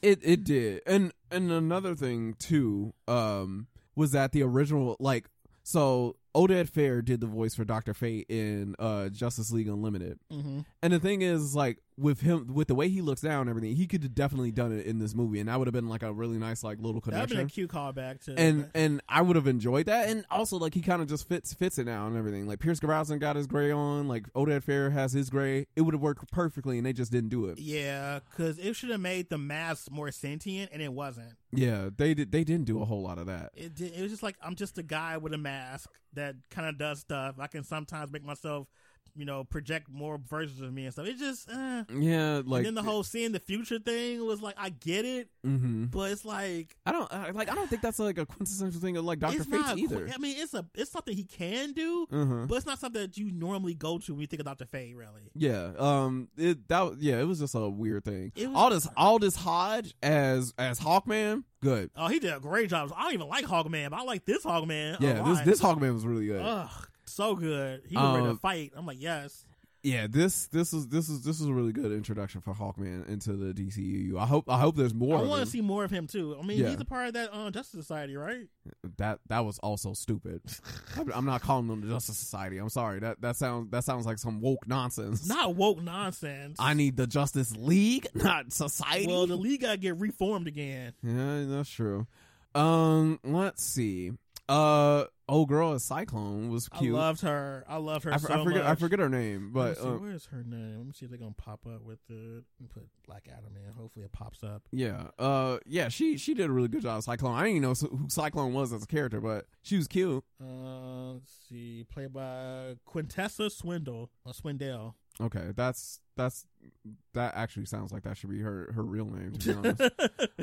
it it did. And and another thing too, um, was that the original like so Odette Fair did the voice for Doctor Fate in uh Justice League Unlimited.
Mm-hmm.
And the thing is, like with him, with the way he looks down and everything, he could have definitely done it in this movie, and that would have been like a really nice, like little
That'd been a
connection.
cute callback to
And and I would have enjoyed that. And also, like he kind of just fits fits it now and everything. Like Pierce Brosnan got his gray on, like Odette Fair has his gray. It would have worked perfectly, and they just didn't do it.
yeah, because it should have made the mask more sentient, and it wasn't.
Yeah, they did. They didn't do a whole lot of that.
it did, it was just like I'm just a guy with a mask that kind of does stuff. I can sometimes make myself, you know, project more versions of me and stuff. It just uh.
Yeah, like
and then the whole seeing the future thing was like I get it,
hmm
but it's like
I don't I, like. I don't think that's like a quintessential thing of like Doctor
it's
Fate
not.
either.
I mean, it's a it's something he can do,
Uh-huh.
but it's not something that you normally go to when you think of Doctor Fate. Really,
Yeah. Um. It that. Yeah. It was just a weird thing.
It was-
all this. All this Hodge as as Hawkman. Good.
oh, he did a great job. I don't even like Hogman, but I like this Hogman.
Yeah.
a
This
lot.
this Hawkman was really good.
Ugh, so good. He was ready to
Um,
fight. I'm like, yes.
yeah. This this is this is this is a really good introduction for Hawkman into the DCU. I hope I hope there's more.
I
of
want
him.
to see more of him too. I mean,
Yeah.
he's a part of that uh, Justice Society, right?
that that was also stupid. I'm- I'm not calling them the Justice Society. I'm sorry. That that sounds that sounds like some woke nonsense.
Not woke nonsense.
I need the Justice League, not society.
well, the league got to get reformed again.
Yeah, that's true. Um, let's see. Uh, old girl is Cyclone was cute.
I loved her. I love her
I, f-
so
I forget.
much.
I forget her name,
Let me
but
see,
uh,
where's her name? Let me see if they're gonna pop up with the let me put Black Adam in. Hopefully, it pops up.
yeah, uh, yeah. She she did a really good job. as Cyclone. I didn't even know s- who Cyclone was as a character, but she was cute.
Uh, let's see, played by Quintessa Swindle or Swindell.
Okay, that's that's that actually sounds like that should be her her real name. To be honest.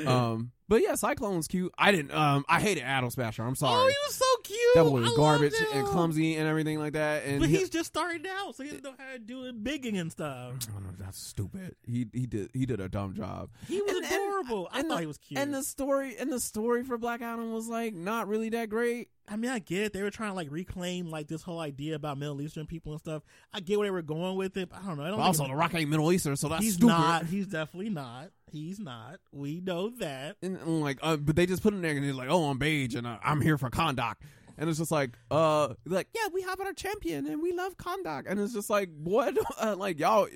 oh,
um, but yeah, Cyclone was cute. I didn't. Um, I hated Atom Smasher. I'm sorry.
he was so cute.
That boy
Oh, I
was
love
garbage
him.
and clumsy and everything like that. And
But
he-
he's just starting out, so he doesn't know how to do it bigging and stuff.
I don't know, that's stupid. He he did he did a dumb job.
He was
And- and-
adorable. I
and
thought
the-
he was cute.
And the story and the story for Black Adam was like not really that great.
I mean, I get it. They were trying to like reclaim like this whole idea about Middle Eastern people and stuff. I get where they were going with it. But I don't know. I don't
But
think
also,
it-
The Rock ain't Middle Eastern, so that's
he's
stupid.
not. He's definitely not. He's not. We know that.
And, and, like, uh, but they just put him there, and he's like, "Oh, I'm beige, and uh, I'm here for conduct." And it's just like, uh, like yeah, we have our champion, and we love conduct. And it's just like, what, uh, like y'all,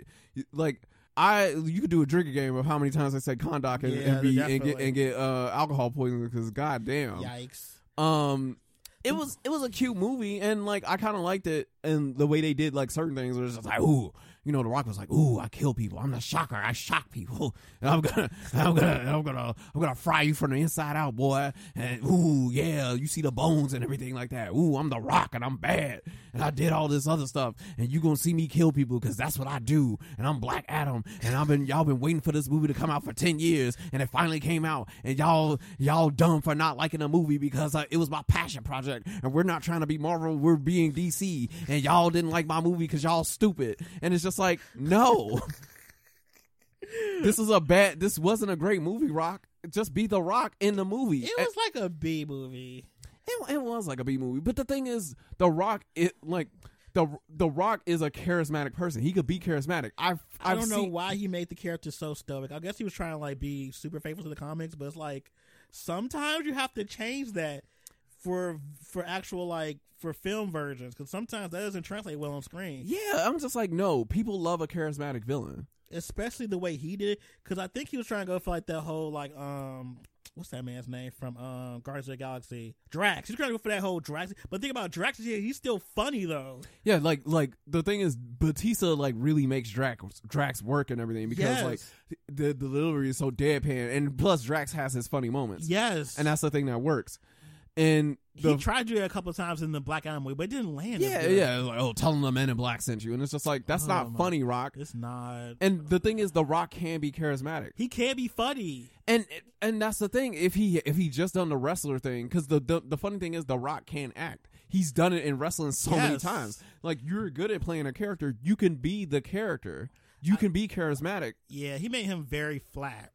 like I, you could do a drinking game of how many times I said conduct and,
Yeah,
and, be, and get
definitely.
and get uh, alcohol poisoning because goddamn,
Yikes.
um it was it was a cute movie and like I kind of liked it and the way they did like certain things was just like ooh you know the rock was like ooh I kill people I'm the shocker I shock people and I'm gonna I'm gonna I'm gonna I'm gonna fry you from the inside out boy and ooh yeah you see the bones and everything like that ooh I'm the rock and I'm bad and I did all this other stuff and you gonna see me kill people because that's what I do and I'm Black Adam and I've been y'all been waiting for this movie to come out for 10 years and it finally came out and y'all y'all dumb for not liking a movie because uh, it was my passion project and we're not trying to be Marvel we're being DC and y'all didn't like my movie because y'all stupid and it's just like no this is a bad this wasn't a great movie Rock just be the Rock in the movie
It was like a B movie.
it, it was like a B movie, but the thing is, The Rock, it like the The Rock is a charismatic person. He could be charismatic. I've,
I
I've
don't know
seen-
why he made the character so stoic. I guess he was trying to like be super faithful to the comics, but it's like sometimes you have to change that for for actual like for film versions because sometimes that doesn't translate well on screen,
Yeah, I'm just like no. People love a charismatic villain.
especially the way he did it. Because I think he was trying to go for like that whole like um. What's that man's name from um, Guardians of the Galaxy? Drax. He's trying to go for that whole Drax. But think about Drax. Yeah, he's still funny though.
Yeah, like like the thing is, Batista like really makes Drax Drax work and everything because
Yes.
like the, the delivery is so deadpan, and plus Drax has his funny moments,
Yes,
and that's the thing that works. And the,
he tried to do it a couple of times in the Black Adam movie, but it didn't land. as
yeah,
good.
yeah, like, oh, tell him the Men in Black sent you, and it's just like that's
Oh
not
my-
funny, Rock.
It's not.
And the thing is, The Rock can be charismatic.
He can be funny.
and and that's the thing if he if he just done the wrestler thing because the, the the funny thing is the rock can act he's done it in wrestling so many
Yes.
times like you're good at playing a character you can be the character you can be charismatic
Yeah, he made him very flat.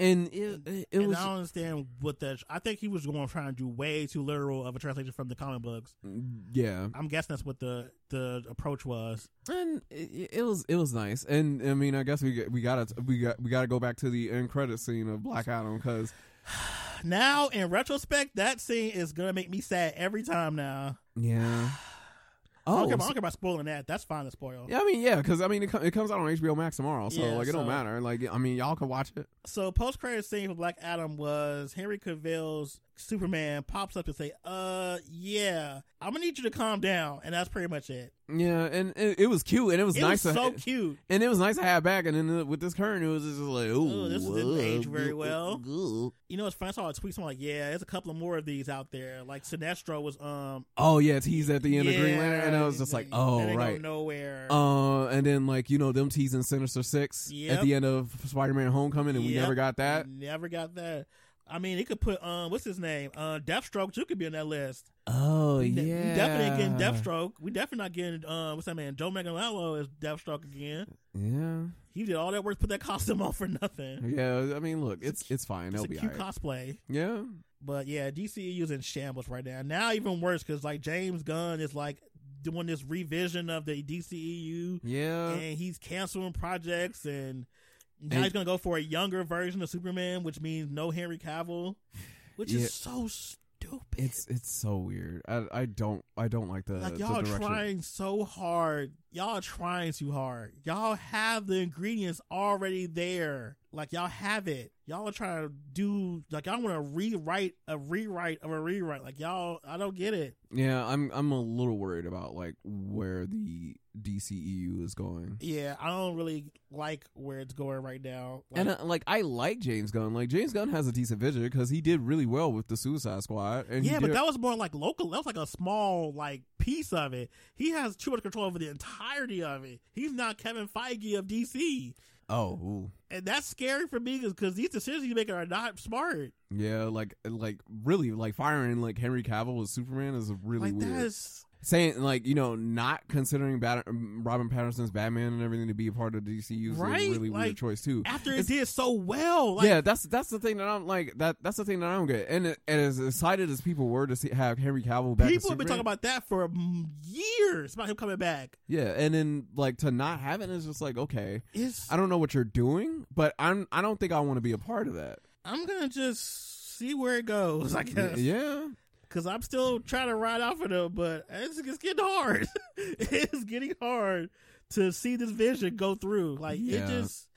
and it, it, it
and
was
I don't understand what the. I think he was going trying to do way too literal of a translation from the comic books.
yeah
I'm guessing that's what the the approach was.
and it, it was it was nice and i mean i guess we got- we gotta we got we gotta go back to the end credit scene of black adam because
Now, in retrospect, that scene is gonna make me sad every time. Now,
yeah
I, don't
oh
care, about- I don't care about spoiling that. That's fine to spoil.
yeah, I mean, yeah, because I mean, it, com- it comes out on HBO Max tomorrow, so
Yeah,
like, it don't
so-
matter. Like, I mean, y'all can watch it.
So, post credit scene for Black Adam was Henry Cavill's Superman pops up to say, "Uh, yeah, I'm gonna need you to calm down," and that's pretty much it.
Yeah, and it, it was cute, and it was
It
nice.
was
to,
so cute.
and it was nice to have back. And then uh, with this current, it was just like, ooh,
Ooh, Oh, this didn't age very well.
ooh.
You know, it's funny. I saw a tweet. Someone like, "Yeah, there's a couple of more of these out there." Like Sinestro was, um,
Oh yeah, teased at the end of Green
yeah,
Lantern, and I was just like,
they-
oh
they didn't go
right.
nowhere.
Uh, and then like you know them teasing Sinister Six
Yep.
at the end of Spider-Man: Homecoming, and we
Yep.
never got that.
never got that. I mean, he could put, um, what's his name, uh, Deathstroke too could be on that list.
Oh
We
yeah,
ne- we definitely ain't getting Deathstroke. We definitely not getting, um, what's that man, Joe Manganiello is Deathstroke again.
Yeah,
He did all that work, to put that costume on for nothing.
yeah. I mean, look, it's it's fine.
It's
It'll
a
be
cute
alright.
cosplay.
Yeah,
But yeah, DCEU's in shambles right now. Now even worse because like James Gunn is like doing this revision of the E DCEU
yeah.
and he's canceling projects and now
Uh, And-
he's gonna go for a younger version of Superman, which means no Henry Cavill, which
Yeah.
is so stupid.
It's it's so weird. I I don't I don't like the
like
the
y'all are
direction.
trying so hard. Y'all are trying too hard. Y'all have the ingredients already there. Like y'all have it. Y'all are trying to do like y'all want to rewrite a rewrite of a rewrite. Like y'all, I don't get it.
Yeah, I'm I'm a little worried about like where the DCEU is going.
Yeah, I don't really like where it's going right now. Like,
And uh, like I like James Gunn. Like James Gunn has a decent vision because he did really well with the Suicide Squad. And he
yeah, but
did-
that was more like local. That was like a small like piece of it. He has too much control over the entirety of it. He's not Kevin Feige of DC.
Oh, ooh.
and that's scary for me because these decisions he's making are not smart.
yeah, like like really like firing like Henry Cavill as Superman is really
like
weird.
that's
Saying like you know not considering Bat- um, Robin Patterson's Batman and everything to be a part of DCU is
Right?
a really
Like,
weird choice too.
after
It's-
it did so well. Like,
yeah, that's that's the thing that I'm like that that's the thing that I don't get. And, and as excited as people were to see have Henry Cavill back, as
people have
Superman,
been talking about that for mm, years about him coming back.
yeah, and then like to not have it is just like okay,
It's
I don't know what you're doing, but I'm I don't think I want to be a part of that.
I'm gonna just see where it goes. I guess
Yeah,
because I'm still trying to ride out for them, but it's, it's getting hard. it's getting hard to see this vision go through. Like
Yeah.
it just.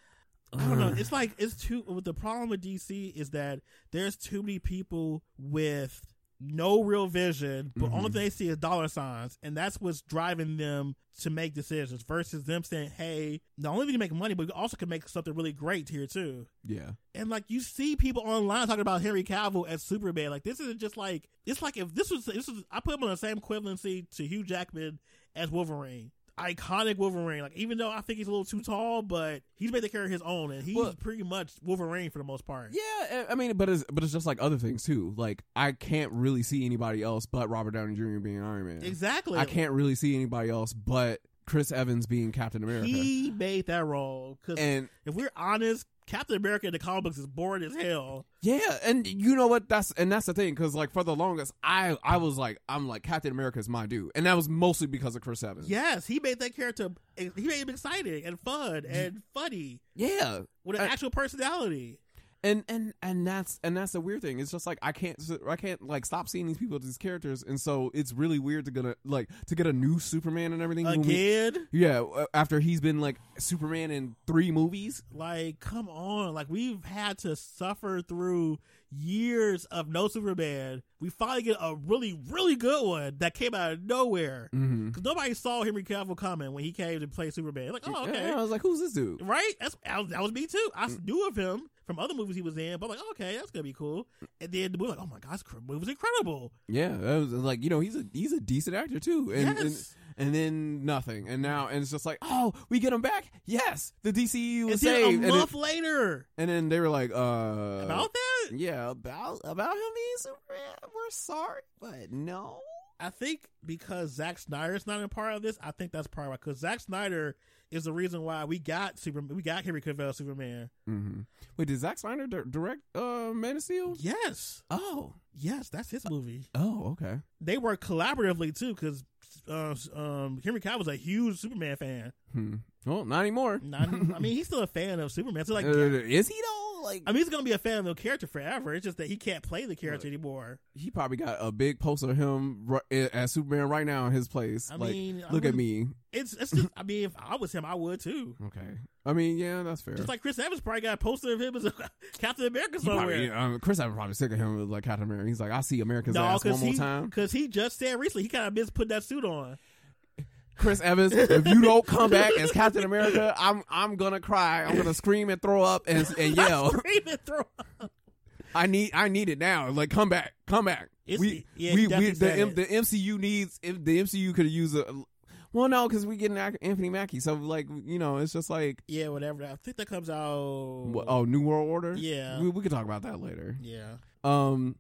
I don't know. It's like it's too. With the problem with DC is that there's too many people with no real vision, but
Mhm.
only thing they see is dollar signs, and that's what's driving them to make decisions. Versus them saying, "Hey, not only we can make money, but we also can make something really great here too."
yeah,
And like you see people online talking about Henry Cavill as Superman, like this isn't just like it's like if this was this is I put him on the same equivalency to Hugh Jackman as Wolverine, iconic Wolverine. Like even though I think he's a little too tall, but he's made the character his own, and he's
Well-
pretty much Wolverine for the most part.
yeah. eh, I I mean, but it's but it's just like other things too. Like I can't really see anybody else but Robert Downey Jr. being Iron Man.
exactly.
I can't really see anybody else but Chris Evans being Captain America.
He made that role because
and
if we're honest, Captain America in the comic books is boring as hell.
Yeah, and you know what? That's and that's the thing because like for the longest, I I was like I'm like Captain America is my dude, and that was mostly because of Chris Evans.
Yes, he made that character. He made him exciting and fun and funny
yeah,
with an
I-
actual personality.
and and and that's and that's the weird thing. It's just like I can't I can't like stop seeing these people these characters, and so it's really weird to gonna like to get a new Superman and everything when we-
Again,
yeah, uh, after he's been like Superman in three movies.
Like, come on. Like, we've had to suffer through years of no Superman. We finally get a really, really good one that came out of nowhere.
Mm-hmm.
Because nobody saw Henry Cavill coming when he came to play Superman. Like, oh, okay.
I was like, who's this dude?
Right? That's I was- That was me, too. I knew of him from other movies he was in, but I'm like, okay, that's going to be cool. And then the movie, like, oh my gosh, the movie was incredible.
Yeah, that was like you know he's a he's a decent actor too, and and-
yes.
and then nothing, and now and it's just like, oh, we get him back. Yes, the DCU
And,
was
then a
saved, and,
month
it-
later.
and then they were like, uh,
About that?
yeah, about about him being Superman. We're sorry, but no.
I think because Zack Snyder's not a part of this, I think that's probably why. Because Zack Snyder is the reason why we got Superman, we got Henry Cavill as Superman.
Mm-hmm. Wait, did Zack Snyder di- direct uh, Man of Steel?
Yes,
Oh,
yes, that's his movie.
oh, okay.
They work collaboratively too, because uh, um, Henry Cavill's a huge Superman fan.
Hmm. Well, not anymore.
Not, I mean, he's still a fan of Superman. So like,
Uh, is he though? Like,
I mean, he's gonna be a fan of the character forever. It's just that he can't play the character anymore.
he probably got a big poster of him ri- as Superman right now in his place.
I
like,
mean, I
look at
wouldn't-
me.
It's, it's just, I mean, if I was him, I would too.
Okay. I mean, yeah, that's fair.
Just like Chris Evans probably got a poster of him as a Captain America
He
somewhere.
Probably, um, Chris Evans probably sick of him with like Captain America. He's like, I see America's ass one
because
more
he,
time.
'cause he just said recently he kind of missed putting that suit on.
Chris Evans, if you don't come back as Captain America, I'm I'm gonna cry. I'm gonna scream and throw up and, and yell.
Raven throw
I need I need it now. Like come back, come back.
It's-
we
yeah, he
we,
definitely
we the,
said
M,
it.
the MCU needs if the MCU could use a. Well, no, because we getting Ac- Anthony Mackie, so like you know, it's just like
Yeah, whatever. I think that comes out.
wha- oh, New World Order.
Yeah.
we, we could talk about that later.
Yeah,
Um,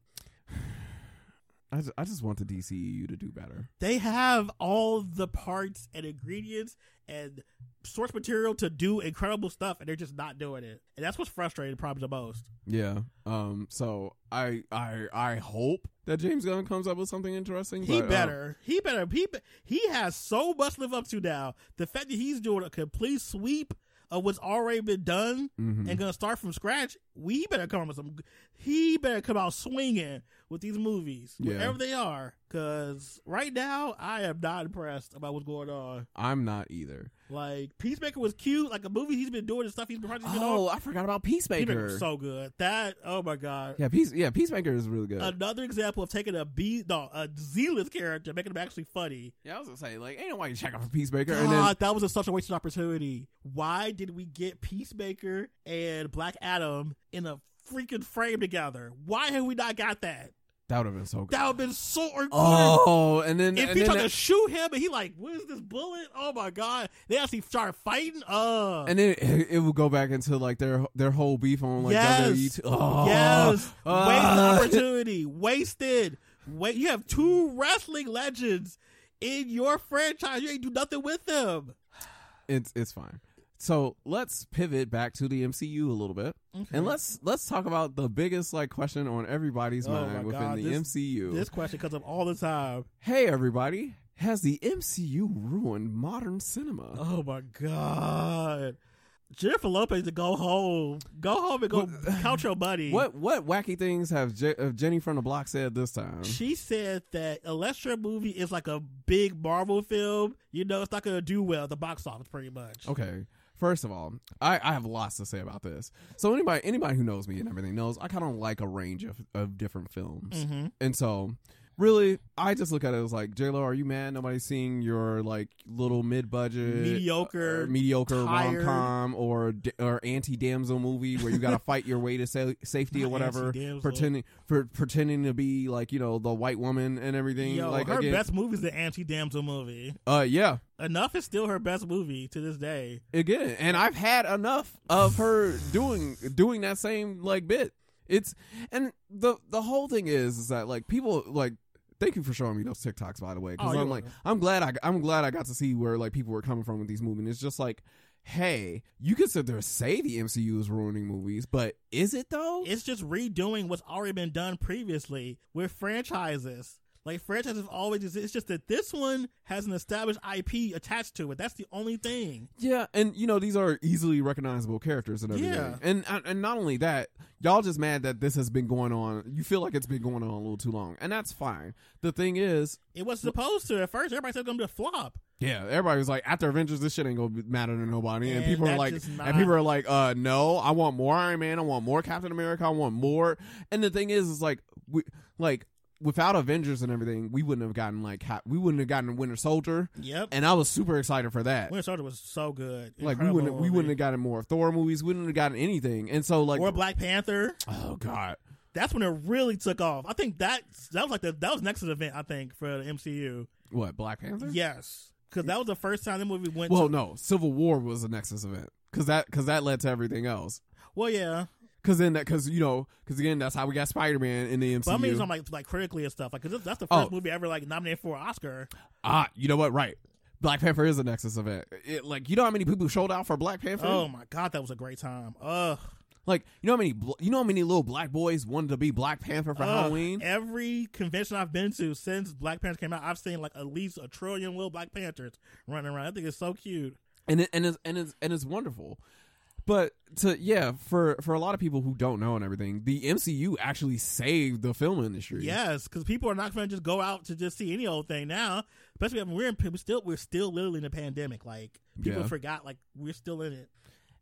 I just, I just want the DCEU to do better.
they have all the parts and ingredients and source material to do incredible stuff, and they're just not doing it. And that's what's frustrating probably the most.
Yeah. Um. So I I I hope that James Gunn comes up with something interesting.
He
but, uh,
better, he better, he be- he has so much to live up to now. The fact that he's doing a complete sweep of what's already been done
mhm.
and gonna start from scratch, we better come up with some. He better come out swinging with these movies,
Yeah.
whatever they are. Because right now, I am not impressed about what's going on.
I'm not either.
Like Peacemaker was cute, like a movie he's been doing and stuff he's been projects he's been on.
Oh, I forgot about
Peacemaker
Peacemaker.
was so good. That oh my god.
yeah, peace. Yeah, Peacemaker is really good.
Another example of taking a B, no, a Z-list character, making them actually funny.
yeah, I was gonna say like ain't nobody checking for Peacemaker.
God,
and then
that was a, such a wasted opportunity. Why did we get Peacemaker and Black Adam in a freaking frame together? Why have we not got that?
That would have been so good.
That would have been so good.
Oh, and then and
if he
then
tried to
that-
shoot him and he like, what is this bullet? Oh my god! They actually start fighting. Uh,
and then it, it would go back into like their their whole beef on like WWE.
yes,
too. Oh,
yes,
ah.
wasted opportunity, wasted. Wait, you have two wrestling legends in your franchise. You ain't do nothing with them.
it's it's fine. So let's pivot back to the MCU a little bit, and let's let's talk about the biggest like question on everybody's
Oh my
mind within
God,
the
this-
MCU.
This question comes up all the time.
hey, everybody, has the MCU ruined modern cinema?
Oh my god. Jennifer Lopez to go home. Go home and go count your money.
What what wacky things have Je- uh, Jenny from the Block said this time?
She said that unless your movie is like a big Marvel film, you know it's not going to do well at the box office, pretty much.
Okay. First of all, I, I have lots to say about this. So anybody anybody who knows me and everything knows I kind of like a range of, of different films,
Mhm.
and so really I just look at it as like J Lo, are you mad? Nobody's seeing your like little mid budget
Mediocre,
mediocre rom
tired.
com or d- or anti damsel movie where you got to fight your way to sa- safety or
Not
whatever,
anti-damsel.
pretending for pretending to be like you know the white woman and everything.
Yo,
like
her
again,
best movie is the anti damsel movie.
uh yeah,
Enough is still her best movie to this day.
again and i've had enough of her doing doing that same like bit it's and the the whole thing is is that like people like thank you for showing me those tiktoks by the way
Oh,
because
you're
i'm like
welcome.
i'm glad i i'm glad i got to see where like people were coming from with these movies and it's just like hey you could sit there and say the mcu is ruining movies but is it though
It's just redoing what's already been done previously with franchises. Like franchises always exist. It's just that this one has an established IP attached to it. That's the only thing.
Yeah, and you know these are easily recognizable characters and everything.
Yeah.
And and not only that, y'all just mad that this has been going on. You feel like it's been going on a little too long, and that's fine. The thing is,
It was supposed to at first. Everybody said it's gonna be a flop.
yeah, everybody was like, after Avengers, this shit ain't gonna be- matter to nobody, and,
And
people are
that's
like,
just not-
and people are like, uh, no, I want more Iron Man, I want more Captain America, I want more. And the thing is, is like, we like without Avengers and everything, we wouldn't have gotten like Cap- we wouldn't have gotten Winter Soldier,
Yep.
and I was super excited for that.
Winter Soldier was so good.
Like we
Incredible
wouldn't we
movie.
wouldn't have gotten more Thor movies. We wouldn't have gotten anything. And so like
or Black Panther.
oh god,
That's when it really took off. I think that that was like the that was next event. I think for the MCU.
what Black Panther?
Yes, because that was the first time the movie went.
Well,
to,
no, Civil War was the Nexus event because that because that led to everything else.
well, yeah.
Because then that because you know because again that's how we got Spider Man in the MCU.
But I mean, it's on like like critically and stuff. Like, 'cause that's the first
Oh.
movie ever like nominated for an Oscar.
ah, you know what? Right, Black Panther is a Nexus event. It, like you know how many people showed out for Black Panther?
Oh my god, that was a great time. Ugh.
Like you know how many bl- you know how many little black boys wanted to be Black Panther for
Ugh.
Halloween?
Every convention I've been to since Black Panther came out, I've seen like at least a trillion little Black Panthers running around. I think it's so cute.
and it, and it's and it's and it's wonderful. But to yeah, for for a lot of people who don't know and everything, the MCU actually saved the film industry.
Yes, because people are not going to just go out to just see any old thing now. Especially when we're in we still we're still literally in the pandemic. Like people
Yeah.
forgot like we're still in it.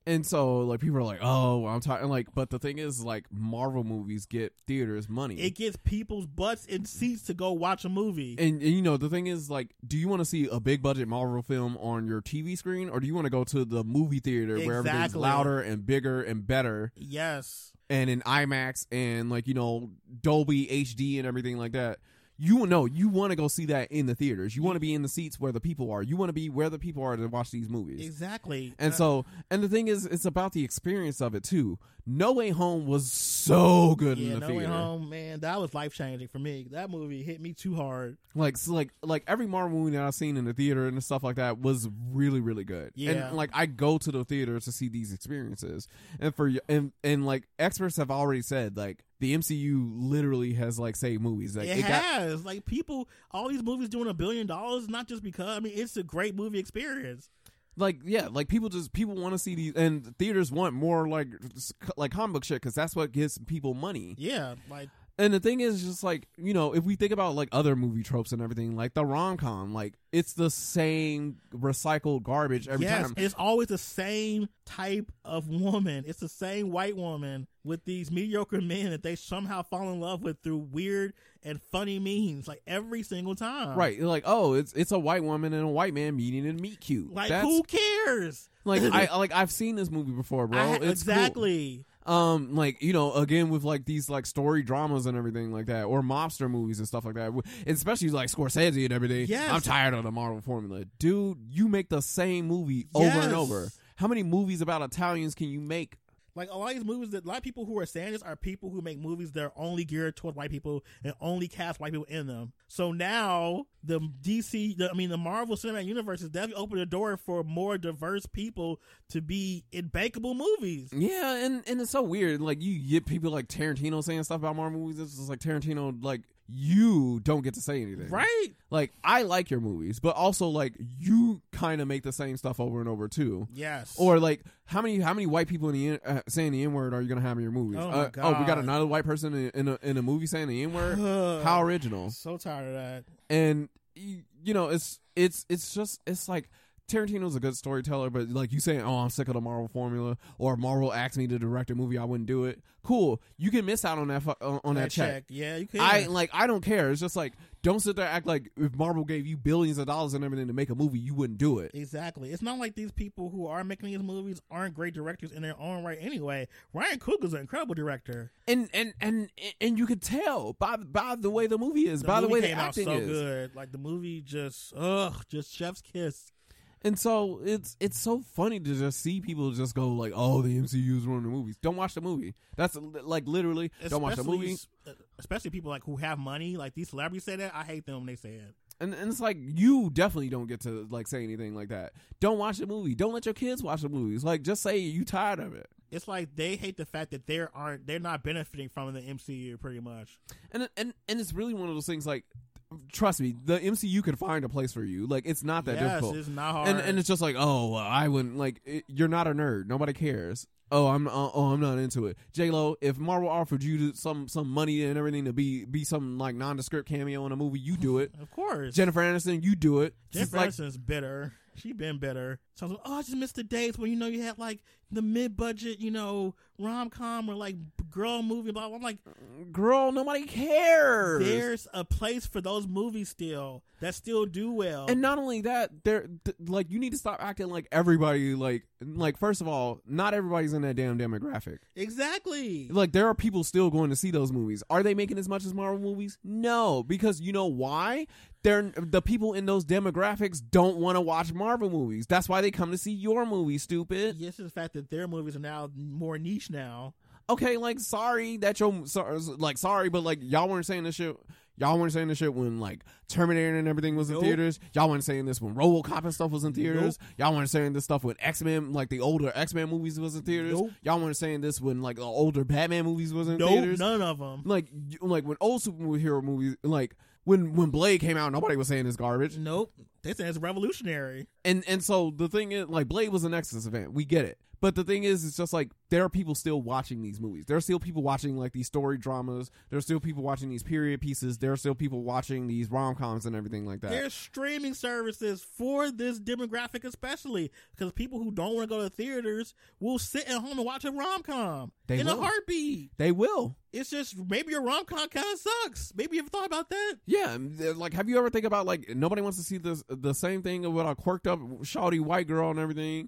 and so like people are like, oh, I'm talking like, but the thing is, like Marvel movies get theaters money.
It gets people's butts in seats to go watch a movie.
and, and you know the thing is like, do you want to see a big budget Marvel film on your TV screen, or do you want to go to the movie theater where everything's
Exactly.
louder and bigger and better,
yes,
and in IMAX and like you know Dolby HD and everything like that. You know, you want to go see that in the theaters. You want to be in the seats where the people are. You want to be where the people are to watch these movies.
exactly.
And so, and the thing is, it's about the experience of it too. No Way Home was so good in
yeah,
the
No Way
theater.
Home, man, that was life changing for me. That movie hit me too hard.
Like, so like, like every Marvel movie that I've seen in the theater and stuff like that was really, really good.
Yeah.
And like, I go to the theater to see these experiences. And for y- and and like experts have already said, like the MCU literally has like saved movies. Like
it,
got
has like people, all these movies doing a billion dollars, not just because. I mean, it's a great movie experience.
like yeah like people just people want to see these and theaters want more like s- like comic book shit because that's what gives people money
Yeah, like
and the thing is just like you know if we think about like other movie tropes and everything like the rom-com like it's the same recycled garbage every
yes,
time
it's always the same type of woman. It's the same white woman with these mediocre men that they somehow fall in love with through weird and funny means, like every single time.
right You're like oh it's it's a white woman and a white man meeting and meet cute
Like
That's-
who cares?
like i like i've seen this movie before bro
I-
it's cool.
exactly.
um like you know again with like these like story dramas and everything like that or mobster movies and stuff like that w- especially like scorsese and everything
Yes.
i'm tired of the marvel formula dude you make the same movie over
Yes.
and over how many movies about italians can you make
Like a lot of these movies, that a lot of people who are saying this are people who make movies that are only geared toward white people and only cast white people in them. So now the DC, the, I mean the Marvel Cinematic Universe has definitely opened the door for more diverse people to be in bankable movies.
Yeah, and and it's so weird. Like you get people like Tarantino saying stuff about Marvel movies. It's just like Tarantino, like you don't get to say anything,
Right?
Like I like your movies, but also like you kind of make the same stuff over and over too.
Yes.
Or like how many how many white people in the N- uh, saying the n word are you gonna have in your movies?
Oh, my
uh, oh, we
God.
got another white person in in a, in a movie saying the n word. how original!
So tired of that.
and y- you know it's it's it's just it's like Tarantino's a good storyteller, but like you saying, "Oh, I'm sick of the Marvel formula," or Marvel asked me to direct a movie, I wouldn't do it. Cool, you can miss out on that fu- on, on that, check.
Yeah, you can.
I like I don't care. It's just like don't sit there and act like if Marvel gave you billions of dollars and everything to make a movie, you wouldn't do it.
Exactly. It's not like these people who are making these movies aren't great directors in their own right anyway. Ryan Coogler's an incredible director.
And and and and you could tell by by the way the movie is, by the
movie
way the
came
acting
out so
is.
good. Like the movie just ugh, just chef's kiss.
And so it's it's so funny to just see people just go like, "Oh, the MCU is ruining the movies." Don't watch the movie. That's li- like literally don't watch the
Especially- uh,
movie.
Especially people like who have money, like these celebrities say that. I hate them when they say it.
And, and it's like you definitely don't get to like say anything like that. Don't watch the movie. Don't let your kids watch the movies. Like just say you tired of it.
It's like they hate the fact that they aren't they're not benefiting from the MCU pretty much.
And and and it's really one of those things. Like trust me, the MCU can find a place for you. Like it's not that
yes,
difficult.
it's not hard.
and and it's just like oh well, I wouldn't like it, you're not a nerd nobody cares oh I'm uh, oh I'm not into it J Lo if Marvel offered you to- some some money and everything to be be some like nondescript cameo in a movie you do it
of course.
Jennifer Aniston you do it Just
Jennifer
like
Aniston's bitter. She been bitter. So I was like, oh, I just missed the days when you know you had like the mid budget, you know, rom com or like b- girl movie. Blah. blah. I'm like,
girl nobody cares
there's a place for those movies still that still do well.
and not only that there th- like you need to stop acting like everybody like like first of all not everybody's in that damn demographic
exactly.
like there are people still going to see those movies. Are they making as much as Marvel movies? No, because you know why? They're the people in those demographics don't want to watch Marvel movies. That's why they come to see your movie, stupid.
Yes, the fact that their movies are now more niche now.
Okay, like sorry that your sorry, like sorry, but like y'all weren't saying this shit. Y'all weren't saying this shit when like Terminator and everything was in
Nope.
theaters. Y'all weren't saying this when RoboCop and stuff was in theaters. Y'all weren't saying this stuff when X Men, like the older X Men movies, was in theaters.
Nope.
Y'all weren't saying this when like the older Batman movies was in
Nope,
theaters.
none of them.
like you- like when old superhero movies like when when Blade came out nobody was saying it's garbage
Nope. They said it's revolutionary.
and and so the thing is like Blade was a Nexus event we get it but the thing is it's just like there are people still watching these movies there are still people watching like these story dramas there are still people watching these period pieces there are still people watching these rom coms and everything like that
There's streaming services for this demographic, especially because people who don't want to go to theaters will sit at home and watch a rom com
They
in a
will.
heartbeat.
they will
It's just maybe your rom com kind of sucks. Maybe you've thought about that.
yeah and they're like have you ever think about like nobody wants to see this the same thing about a quirked up shawty white girl and everything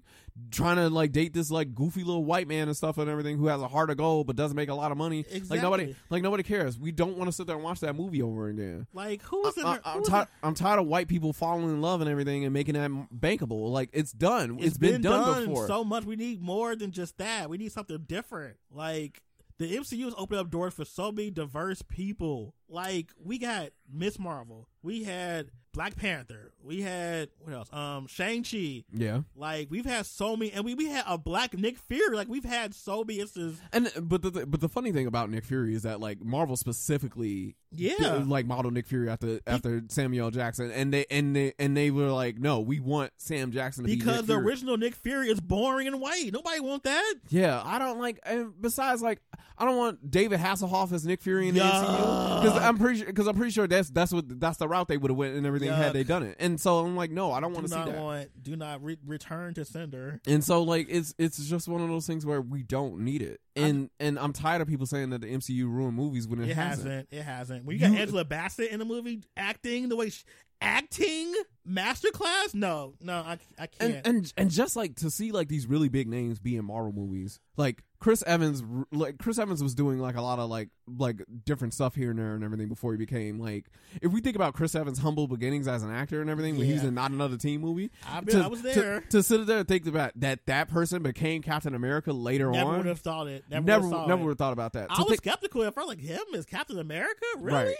trying to like date this like goofy little white man and stuff and everything who has a heart of gold but doesn't make a lot of money
Exactly.
Like nobody, like nobody cares. We don't want to sit there and watch that movie over again.
Like who's in
I,
there?
am
who's
tired. Uh, I'm tired of white people falling in love and everything and making that m- bankable. Like it's done.
in-
it's been, done, before.
so much. We need more than just that. We need something different. Like the MCU has opened up doors for so many diverse people. Like we got Miss Marvel, we had Black Panther, we had what else? Um, Shang Chi.
yeah.
Like we've had so many, and we we had a black Nick Fury. Like we've had so many instances.
And uh, but the but the funny thing about Nick Fury is that like Marvel specifically
Yeah,
did, like model Nick Fury after after Samuel L. Jackson and they and they and they were like no we want Sam Jackson to be
because
Nick
the
Fury.
original Nick Fury is boring and white. Nobody want that.
Yeah, I don't like. And besides, like, I don't want David Hasselhoff as Nick Fury in the
Yuck.
MCU because I'm pretty because I'm pretty sure that's that's what that's the route they would have went and everything had they
Yuck.
done it. And so I'm like, no, I don't
Do
want to see
not
that.
want. Do not re- return to sender.
and so like it's it's just one of those things where we don't need it. And and I'm tired of people saying that the MCU ruined movies when it,
It
hasn't.
hasn't. It hasn't. When you got
You-
Angela Bassett in the movie acting the way she, acting masterclass? No, no, I, I can't.
and and and just like to see like these really big names be in Marvel movies, like Chris Evans, r- like Chris Evans was doing like a lot of like like different stuff here and there and everything before he became like. If we think about Chris Evans' humble beginnings as an actor and everything, when he's
Yeah.
in not another teen movie,
I mean, I was there.
To, sit there and think about that that person became Captain America later
never would
on.
have thought it. Never,
Never, never,
would have
would have thought about that.
I
To
was
think-
skeptical at first, like him as Captain America, really?
Right.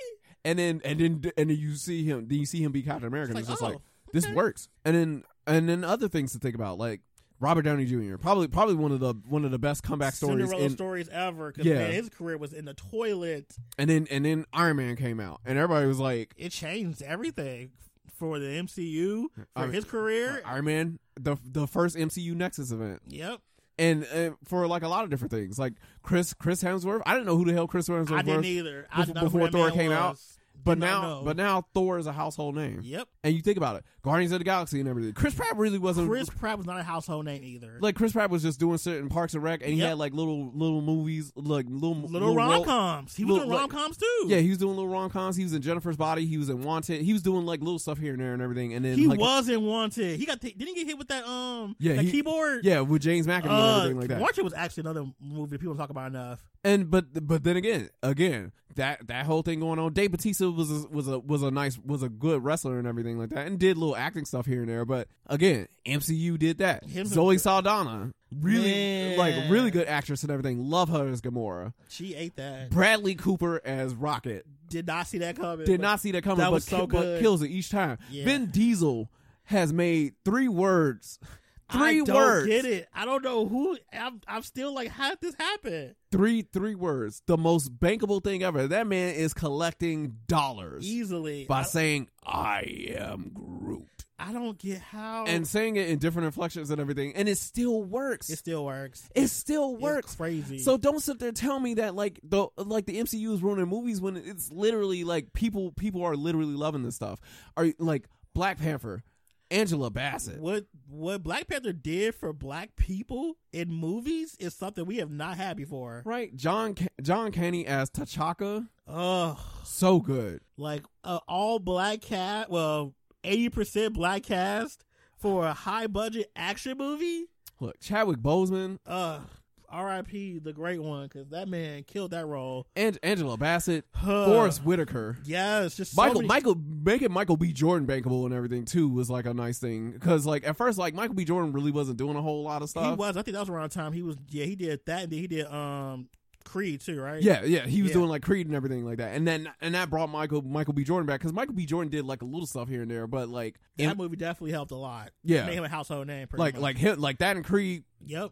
and then and then and then you see him, then you see him be Captain America, and
It's
it's
like,
just
oh,
like this
okay.
works. And then and then other things to think about, like Robert Downey Jr. Probably probably one of the one of the best comeback stories.
Cinderella
In,
stories ever. Because
Yeah.
man, his career was in the toilet.
and then and then Iron Man came out, and everybody was like,
It changed everything for the MCU for
I mean,
his career.
Iron Man, the the first MCU Nexus event,
yep,
and, and for like a lot of different things, like Chris Chris Hemsworth. I didn't know who the hell Chris Hemsworth
I didn't
was.
either. I didn't know
before
who that
Thor
man
came out,
was. Did
But
not
now,
know.
but now Thor is a household name,
yep,
and you think about it, Guardians of the Galaxy and everything. Chris Pratt really wasn't
Chris Pratt was not a household name either.
like Chris Pratt was just doing certain Parks and Rec, and he
Yep.
had like little little movies, like little
little
role-
rom coms. He was
little-
doing rom coms too.
Yeah, he was doing little rom coms. He was in Jennifer's Body. He was in Wanted. He was doing like little stuff here and there and everything. And then
he
like,
wasn't wanted. He got t- didn't he get hit with that um
Yeah,
that
he-
keyboard.
yeah, with James McAvoy
uh,
and everything like that.
Wanted was actually another movie people don't talk about enough.
And but but then again, again that that whole thing going on. Dave Batista was a, was a was a nice was a good wrestler and everything like that, and did little acting stuff here and there. But again, MCU did that.
Him-
Zoe Saldana, really
Man.
like really good actress and everything. Love her as Gamora.
She ate that.
Bradley Cooper as Rocket.
Did not see that coming.
Did
but
not see that coming,
that
but,
was so
ki- but
good.
kills it each time.
Yeah.
Ben Diesel has made three words. Three
I don't
words.
Get it? I don't know who. I'm. I'm still like, how did this happen?
Three three words. The most bankable thing ever. That man is collecting dollars
Easily.
by
I,
saying I am Groot
I don't get how.
and saying it in different inflections and everything, and it still works.
it still works.
it still
It's
works.
crazy.
So don't sit there and tell me that like the like the MCU is ruining movies when it's literally like people people are literally loving this stuff. Are you- like Black Panther, Angela Bassett.
what what Black Panther did for Black people in movies is something we have not had before.
Right, John Ca- John Candy as T'Chaka,
Ugh.
so good.
Like uh, all black cast. Well, eighty percent black cast for a high budget action movie.
Look, Chadwick Boseman
Ugh. R.I.P. the great one because that man killed that role.
and Angela Bassett,
Huh.
Forrest Whitaker,
Yes, just Uh, so
Michael
many-
Michael making Michael B. Jordan bankable and everything too was like a nice thing because like at first like Michael B. Jordan really wasn't doing a whole lot of
He
stuff.
was. I think that was around the time he was. Yeah, he did that, and then he did um Creed too, right?
Yeah, yeah, he was
Yeah.
doing like Creed and everything like that, and then and that brought Michael Michael B. Jordan back because Michael B. Jordan did like a little stuff here and there, but like
that
in-
movie definitely helped a lot.
Yeah.
made him a household name. Pretty
like
much.
like him like that and Creed
yep,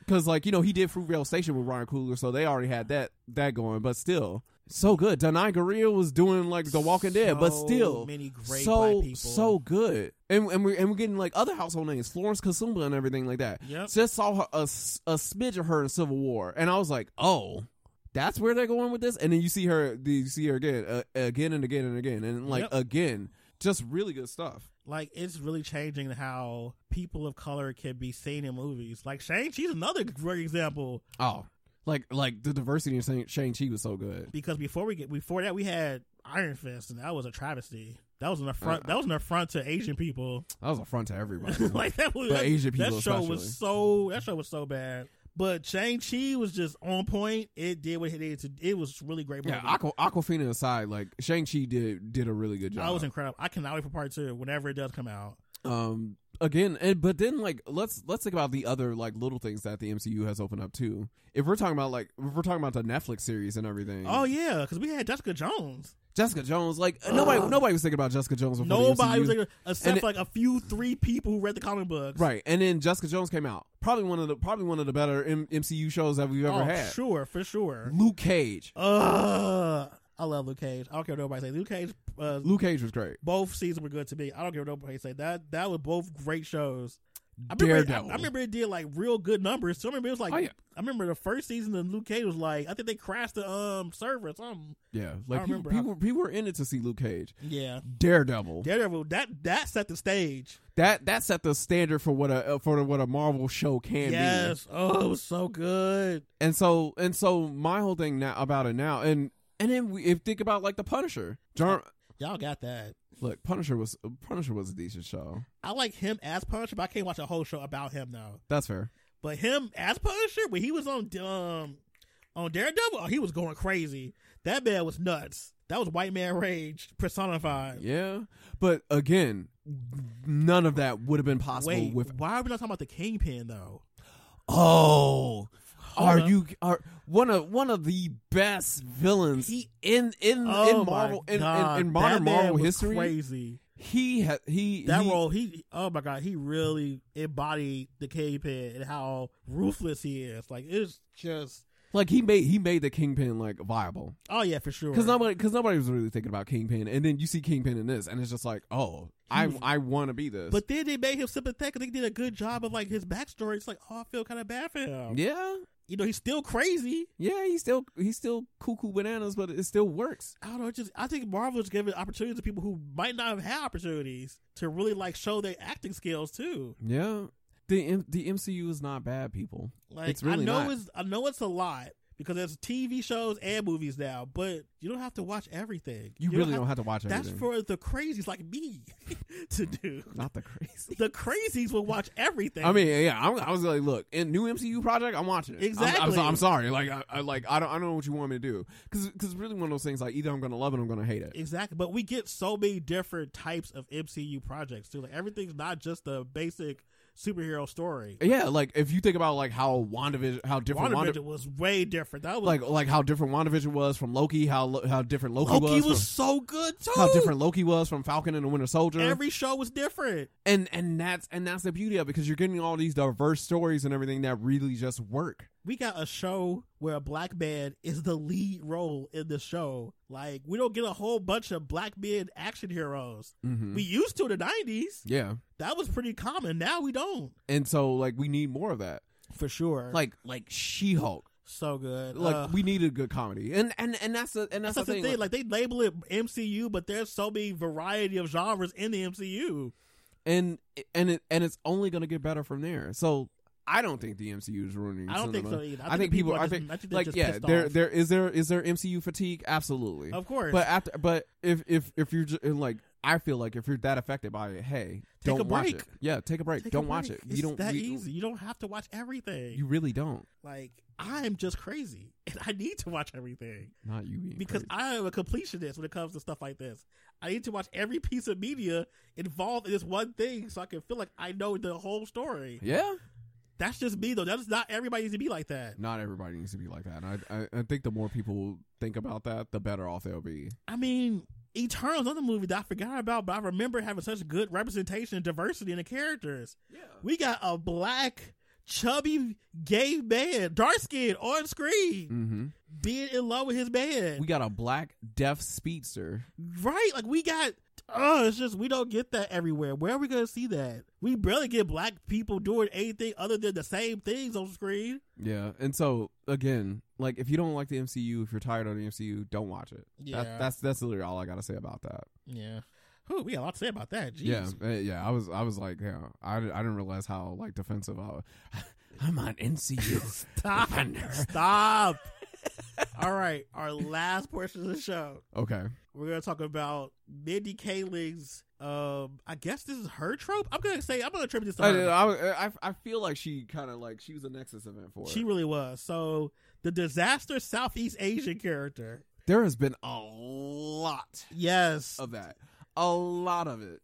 because like you know he did Fruitvale Station with Ryan Coogler, so they already had that that going, but still so good. Danai Gurria was doing like The Walking Dead, but
So
still
many great
so
black people.
so good, and and we're and we're getting like other household names, Florence Kasumba and everything like that.
Yep.
Just saw her, a s- a smidge of her in Civil War, and I was like, oh. That's where they're going with this, and then you see her, you see her again, uh, again and again and again, and like
Yep.
again, just really good stuff.
like it's really changing how people of color can be seen in movies. Like Shane, she's another great example
Oh, like like the diversity in Shang Chi was so good.
because before we get before that we had Iron Fist, and that was a travesty. That was an affront.
Uh,
that was an affront to Asian people.
That was a front to everybody.
like that was
But
that,
Asian
that
people
show
especially.
was so that show was so bad. But Shang Chi was just on point. It did what it needed to. It was really great. Movie.
Yeah, Aqua, Aquafina aside, like Shang Chi did did a really good job.
that was incredible. I cannot wait for part two whenever it does come out.
um, again, and but then like let's let's think about the other like little things that the MCU has opened up too. If we're talking about like if we're talking about the Netflix series and everything.
Oh yeah, because we had Jessica Jones.
Jessica Jones. Like nobody nobody was thinking about Jessica Jones before. the
Nobody was
MCU.
like,
And
except
it-
for like a few three people who read the comic books.
right, and then Jessica Jones came out. Probably one of the probably one of the better M- MCU shows that we've ever
Oh,
had.
sure, for sure.
Luke Cage.
Ugh. I love Luke Cage. I don't care what nobody says. Luke Cage. Uh,
Luke Cage was great.
both seasons were good to me. I don't care what nobody say. That that was both great shows. I remember, it, I,
Daredevil.
I remember it did like real good numbers. So I remember it was like
Oh, yeah.
I remember the first season of Luke Cage was like I think they crashed the um server or something.
yeah, like people,
remember how-
people people were in it to see Luke Cage.
Yeah.
Daredevil.
Daredevil that that set the stage.
that that set the standard for what a uh, for what a Marvel show can be.
yes. Oh, it was so good.
And so and so my whole thing now about it now and and then we if think about like the Punisher. John
Y'all got that.
Look, Punisher was Punisher was a decent show.
I like him as Punisher, but I can't watch a whole show about him though.
That's fair.
But him as Punisher, when he was on um on Daredevil, oh, he was going crazy. That man was nuts. That was white man rage personified.
Yeah, but again, none of that would have been possible
Wait,
with.
why are we not talking about the Kingpin though?
Oh,
Hold
are
up.
you are one of one of the best villains
He-
in in
Oh,
in
my
Marvel in, in,
God.
in modern
That man
Marvel
was
history?
Crazy.
He had he
That
he,
role, he oh my god, he really embodied the Kingpin and how ruthless he is. Like it's just
like he made he made the Kingpin like viable
oh yeah for sure.
because nobody because nobody was really thinking about Kingpin, and then you see Kingpin in this, and it's just like, oh, I
was-
I want to be this,
But then they made him sympathetic. They did a good job of like his backstory. It's like, oh, I feel kind of bad for him.
yeah,
You know, he's still crazy.
yeah, he's still he's still cuckoo bananas, but it still works.
I don't know. Just I think Marvel's giving opportunities to people who might not have had opportunities to really like show their acting skills too.
Yeah, the M- the MCU is not bad, people.
Like
It's really
I know
not.
it's I know it's a lot because there's TV shows and movies now, but you don't have to watch everything.
You, really don't have to watch
That's
everything.
for the crazies like me to do.
not the crazy.
The crazies will watch everything.
I mean, yeah, I'm, I was like, look, in new MCU project, I'm watching it. I'm- I'm,
Exactly.
so- I'm, sorry, like, I, I like, I don't, I don't know what you want me to do, because, really, one of those things, like, either I'm gonna love it, or I'm gonna hate it.
Exactly, but we get so many different types of MCU projects too. Like everything's not just the basic superhero story.
Yeah, like if you think about like how WandaVision, how different Wanda,
WandaVision was way different. That was
like, like how different WandaVision was from Loki, how lo- how different Loki,
Loki was,
was,
so good too.
from, how different Loki was from Falcon and the Winter Soldier,
Every show was different.
and and that's and that's the beauty of it, because you're getting all these diverse stories and everything that really just work.
We got a show where a black man is the lead role in the show. Like we don't get a whole bunch of black men action heroes.
Mm-hmm.
We used to in the nineties.
yeah,
That was pretty common. Now we don't.
and so like we need more of that,
For sure.
like like She Hulk.
so good.
like
Uh,
we need a good comedy and and and that's the and that's,
That's, the thing.
Like,
Like, they label it MCU, but there's so many variety of genres in the MCU.
and and it and it's only gonna get better from there so i don't think the mcu is ruining
I don't think
cinema.
so either.
i, think people
are
i
just,
think
I think they're
like
just
yeah
pissed
there
off.
there is there is there mcu fatigue absolutely
of course.
but after but if if if you're just and like I feel like if you're that affected by it, hey,
Take
don't
a
watch
break.
it. Yeah, take a break.
Take a
don't watch
break.
it.
It's
you don't
that
you,
easy. You don't have to watch everything.
You really don't.
like I'm just crazy, and I need to watch everything
Not you being
because
crazy.
I am a completionist when it comes to stuff like this. I need to watch every piece of media involved in this one thing, so I can feel like I know the whole story.
yeah,
That's just me, though. That's not everybody needs to be like that.
not everybody needs to be like that. And I, I I think the more people think about that, the better off they'll be.
I mean, Eternals, another movie that I forgot about, but I remember having such good representation and diversity in the characters.
Yeah.
We got a black, chubby, gay man, dark skinned on screen,
Mm-hmm.
being in love with his man.
We got a black deaf speedster.
right? Like, we got. Oh, it's just we don't get that everywhere. Where are we gonna see that? We barely get black people doing anything other than the same things on screen.
Yeah, and so again, like if you don't like the MCU, if you're tired of the MCU, don't watch it.
Yeah.
that, that's that's literally all I gotta say about that.
Yeah, Whew, we got a lot to say about that. Jeez.
Yeah, uh, yeah. I was I was like, yeah, I, di- I didn't realize how like defensive I was. I'm on MCU.
Stop.
Defender.
Stop. All right. Our last portion of the show.
okay,
We're gonna talk about Mindy Kaling's. Um, I guess this is her trope. I'm gonna say I'm gonna attribute this to
I,
her.
I, was- I I feel like she kind of like she was a nexus event for
she
it.
really was. So the disaster Southeast Asian character.
There has been a lot
Yes.
of that, a lot of it.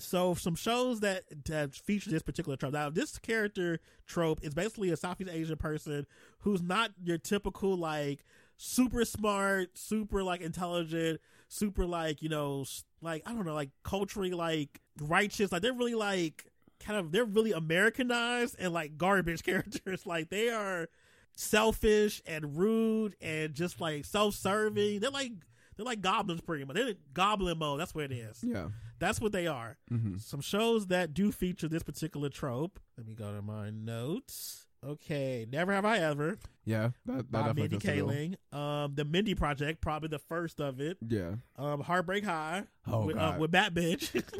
So some shows that, that feature this particular trope. Now this character trope is basically a Southeast Asian person who's not your typical like super smart, super like intelligent, super like you know s- like I don't know like culturally like righteous. Like they're really like kind of they're really Americanized and like garbage characters. Like they are selfish and rude and just like self serving. They're like they're like goblins pretty much. They're in goblin mode. That's what it is.
Yeah.
That's what they are.
hmm
Some shows that do feature this particular trope. Let me go to my notes. Okay, never have I ever.
Yeah. That, that
By
definitely
Mindy
fits the bill.
Kaling. Um, the Mindy Project, probably the first of it.
Yeah.
Um, Heartbreak High.
Oh,
with,
God.
Uh, with Bat Bitch.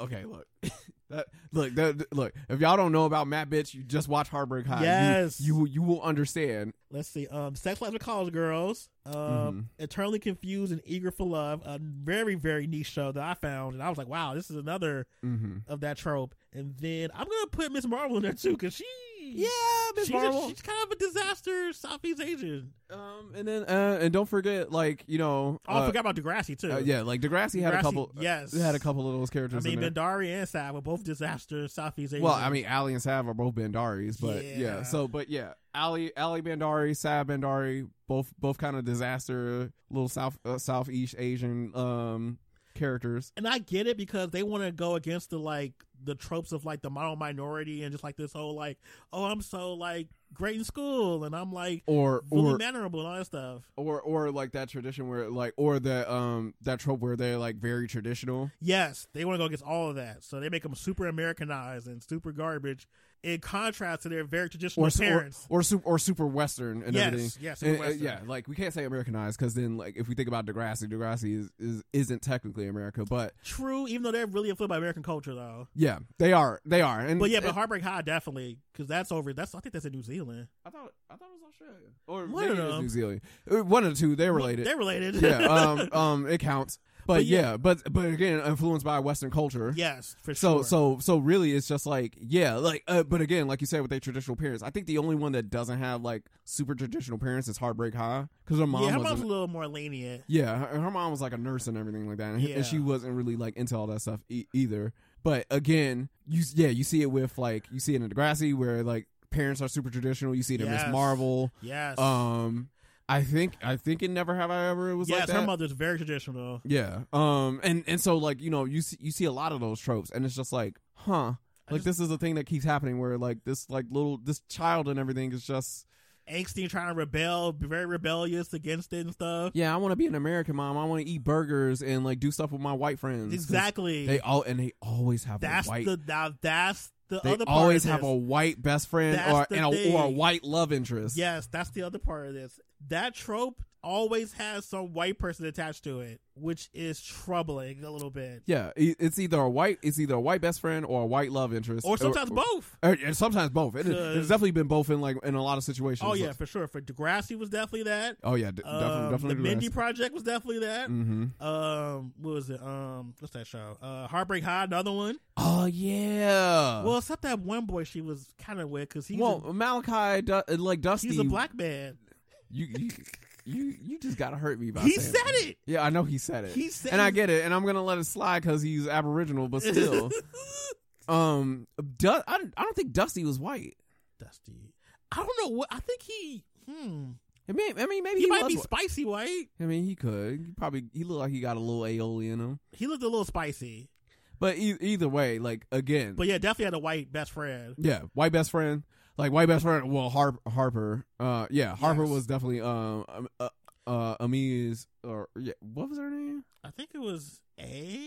Okay, look. That look, that, look. If y'all don't know about Matt Bitch, you just watch Heartbreak High. You-
Yes.
you you will understand
Let's see. Um, Sex Lives of College Girls. Um,
Mm-hmm.
Eternally Confused and Eager for Love. A very very niche show that I found, and I was like, wow, this is another
Mm-hmm.
of that trope. And then I'm gonna put Miss Marvel in there too, cause she
Yeah, Miss
she's, a-
Marvel.
she's kind of a disaster Southeast Asian.
um, and then uh, and don't forget, like you know,
Oh, I
uh,
forgot about Degrassi too.
uh, yeah, like Degrassi had a
Degrassi,
couple. uh,
yes.
had a couple of those
I
characters.
mean,
in there.
Bendari and Sav were both disaster Southeast Asian.
Well, I mean, Ali and Sav are both Bandaris, but yeah.
Yeah.
So, but yeah, Ali, Ali Bandari, Sav Bandari, both both kind of disaster, little South uh, Southeast Asian um characters.
and I get it because they want to go against the like the tropes of like the model minority and just like this whole like oh I'm so like great in school and I'm like
Or
fully
or
mannerable and all that stuff.
or or like that tradition where like or the um that trope where they're like very traditional.
Yes, they want to go against all of that, so they make them super Americanized and super garbage. In contrast to their very traditional
Or, su- or,
parents,
or, su- or super western and
Yes,
everything.
yes,
And,
super
uh,
Western.
yeah. Like we can't say Americanized because then, like, if we think about Degrassi, Degrassi is, is isn't technically America, but
true, even though they're really influenced by American culture though.
yeah, they are, they are. And
But yeah,
and-
but Heartbreak High definitely because that's over. That's I think that's in New Zealand.
I thought I thought it was Australia or
One
maybe
of
it was
them.
New Zealand. Uh, One of the two, they're related.
They're related.
yeah, um, um, it counts. But,
But
yeah,
yeah.
but but again, influenced by Western culture.
yes, for
So
sure.
so so really, it's just like yeah, like uh, but again, like you said with their traditional parents, I think the only one that doesn't have like super traditional parents is Heartbreak High because her mom
yeah, her
was
mom's
an-
a little more lenient.
yeah, her, her mom was like a nurse and everything like that, and,
Yeah.
and she wasn't really like into all that stuff e- either. But again, you yeah, you see it with like you see it in Degrassi where like parents are super traditional. You see it in Miss
Yes.
Marvel.
Yes.
Um, I think I think in Never Have I Ever it was
yes,
like that.
her mother's very traditional.
yeah. Um, and and so like you know you see, you see a lot of those tropes, and it's just like, huh,
I
like
just-
this is a thing that keeps happening where like this like little this child and everything is just
Angsty, trying to rebel, be very rebellious against it and stuff.
yeah, I want to be an American mom. I want to eat burgers and like do stuff with my white friends. 'Cause
Exactly.
Mm-hmm. They all and they always have
that's
a white.
the now that's the
they
other part.
always
of
have a
this.
white best friend
That's
or
the
and a, or a
thing.
white love interest.
yes. That's the other part of this. That trope always has some white person attached to it, which is troubling a little bit,
Yeah, it- it's either a white, it's either a white best friend or a white love interest,
or sometimes both.
Uh, And sometimes both. It, it's
'Cause-
definitely been both in like in a lot of situations.
Oh yeah, for sure. For Degrassi was definitely that.
Oh yeah. d-
Um,
definitely. Definitely.
the Mindy Project was definitely that.
hmm
Um, what was it? Um, what's that show? Uh, Heartbreak High, another one.
Oh yeah.
Well, except that one boy she was kind of with because he's
Uh. Well,
a,
Malachi, du- uh, like Dusty,
he's a black man.
You, you, you, you just gotta hurt me by
He
saying
said it.
Yeah, I know he said it.
He
Uh,
said
and I get it, and I'm gonna let it slide because he's Aboriginal, but still, um, du- I, don't- I don't think Dusty was white.
Dusty. I don't know what I think he. Hmm.
I mean, I mean, maybe
He,
he,
might
was
be
white.
spicy white.
I mean, he could. He probably he looked like he got a little aioli in him.
He looked a little spicy,
But e- either way, like again,
but yeah, definitely had a white best friend.
Yeah, white best friend. Like white best friend. Well, Har- Harper. Uh, yeah, Harper
Yes.
was definitely um um, uh, uh Amy's or yeah, what was her name?
I think it was a.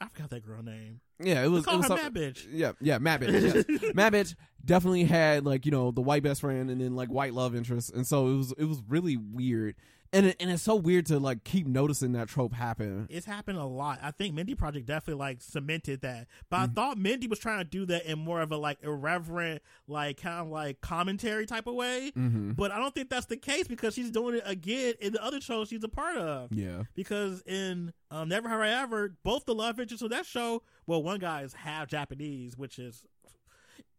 I forgot that girl name.
Yeah, it was.
Let's call
it was
her
some-
Mad Bitch.
Yeah, yeah, Mad Bitch. Yes. Mad Bitch definitely had like you know the white best friend and then like white love interest, and so it was it was really weird, and it, and it's so weird to like keep noticing that trope happen.
It's happened a lot. I think Mindy Project definitely like cemented that. But I thought Mindy was trying to do that in more of a like irreverent, like kind of like commentary type of way.
Mm-hmm.
But I don't think that's the case because she's doing it again in the other show she's a part of.
Yeah,
Because in um, Never Have I Ever, both the love interests of that show, well, one guy is half Japanese, which is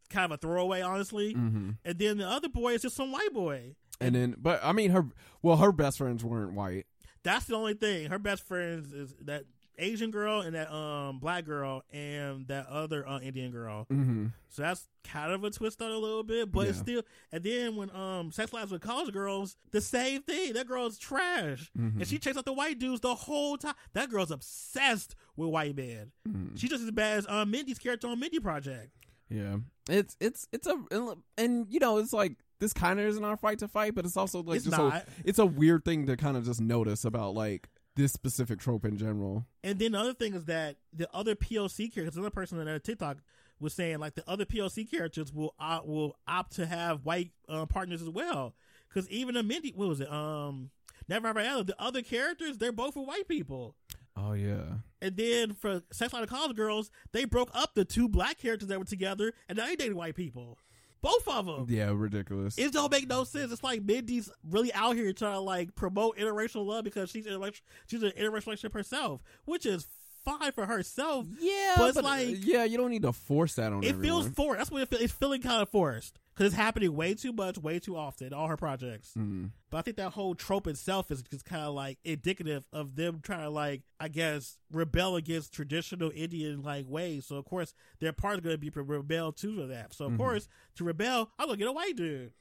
kind of a throwaway, honestly.
hmm
And then the other boy is just some white boy.
and then but I mean her. Well, her best friends weren't white.
That's the only thing. Her best friends is that Asian girl and that um black girl and that other uh, Indian girl.
Mm-hmm.
So that's kind of a twist on it a little bit, but it's
Yeah.
still. And then when um Sex Lives with College Girls, the same thing. That girl's trash,
Mhm.
and she chased out the white dudes the whole time. That girl's obsessed with white men.
Mm.
She's just as bad as um Mindy's character on Mindy Project.
Yeah, it's it's it's a and- and you know it's like this kind of isn't our fight to fight, but it's also like
it's
just
not.
A, it's a weird thing to kind of just notice about like this specific trope in general.
And then the other thing is that the other POC characters, another person on that TikTok was saying, like the other POC characters will opt, will opt to have white uh, partners as well. Because even a Mindy, what was it? Um, Never Ever Ever, the other characters, they're both for white people.
Oh yeah,
And then for Sex Lives of College Girls, they broke up the two black characters that were together, and now they dated white people. Both of them.
Yeah, ridiculous.
It don't make no sense. It's like Mindy's really out here trying to like promote interracial love because she's interracial, she's an interracial relationship herself, which is fine for herself.
yeah, uh,
but it's like-
yeah, you don't need to force that on
It
everyone.
feels forced. That's what it feels. It's feeling kind of forced because it's happening way too much, way too often. in All her projects.
Mm.
But I think that whole trope itself is just kind of like indicative of them trying to like, I guess, rebel against traditional Indian like ways. So of course their part is going to be to rebel to for that. So of
Mhm.
course to rebel, I'm gonna get a white dude.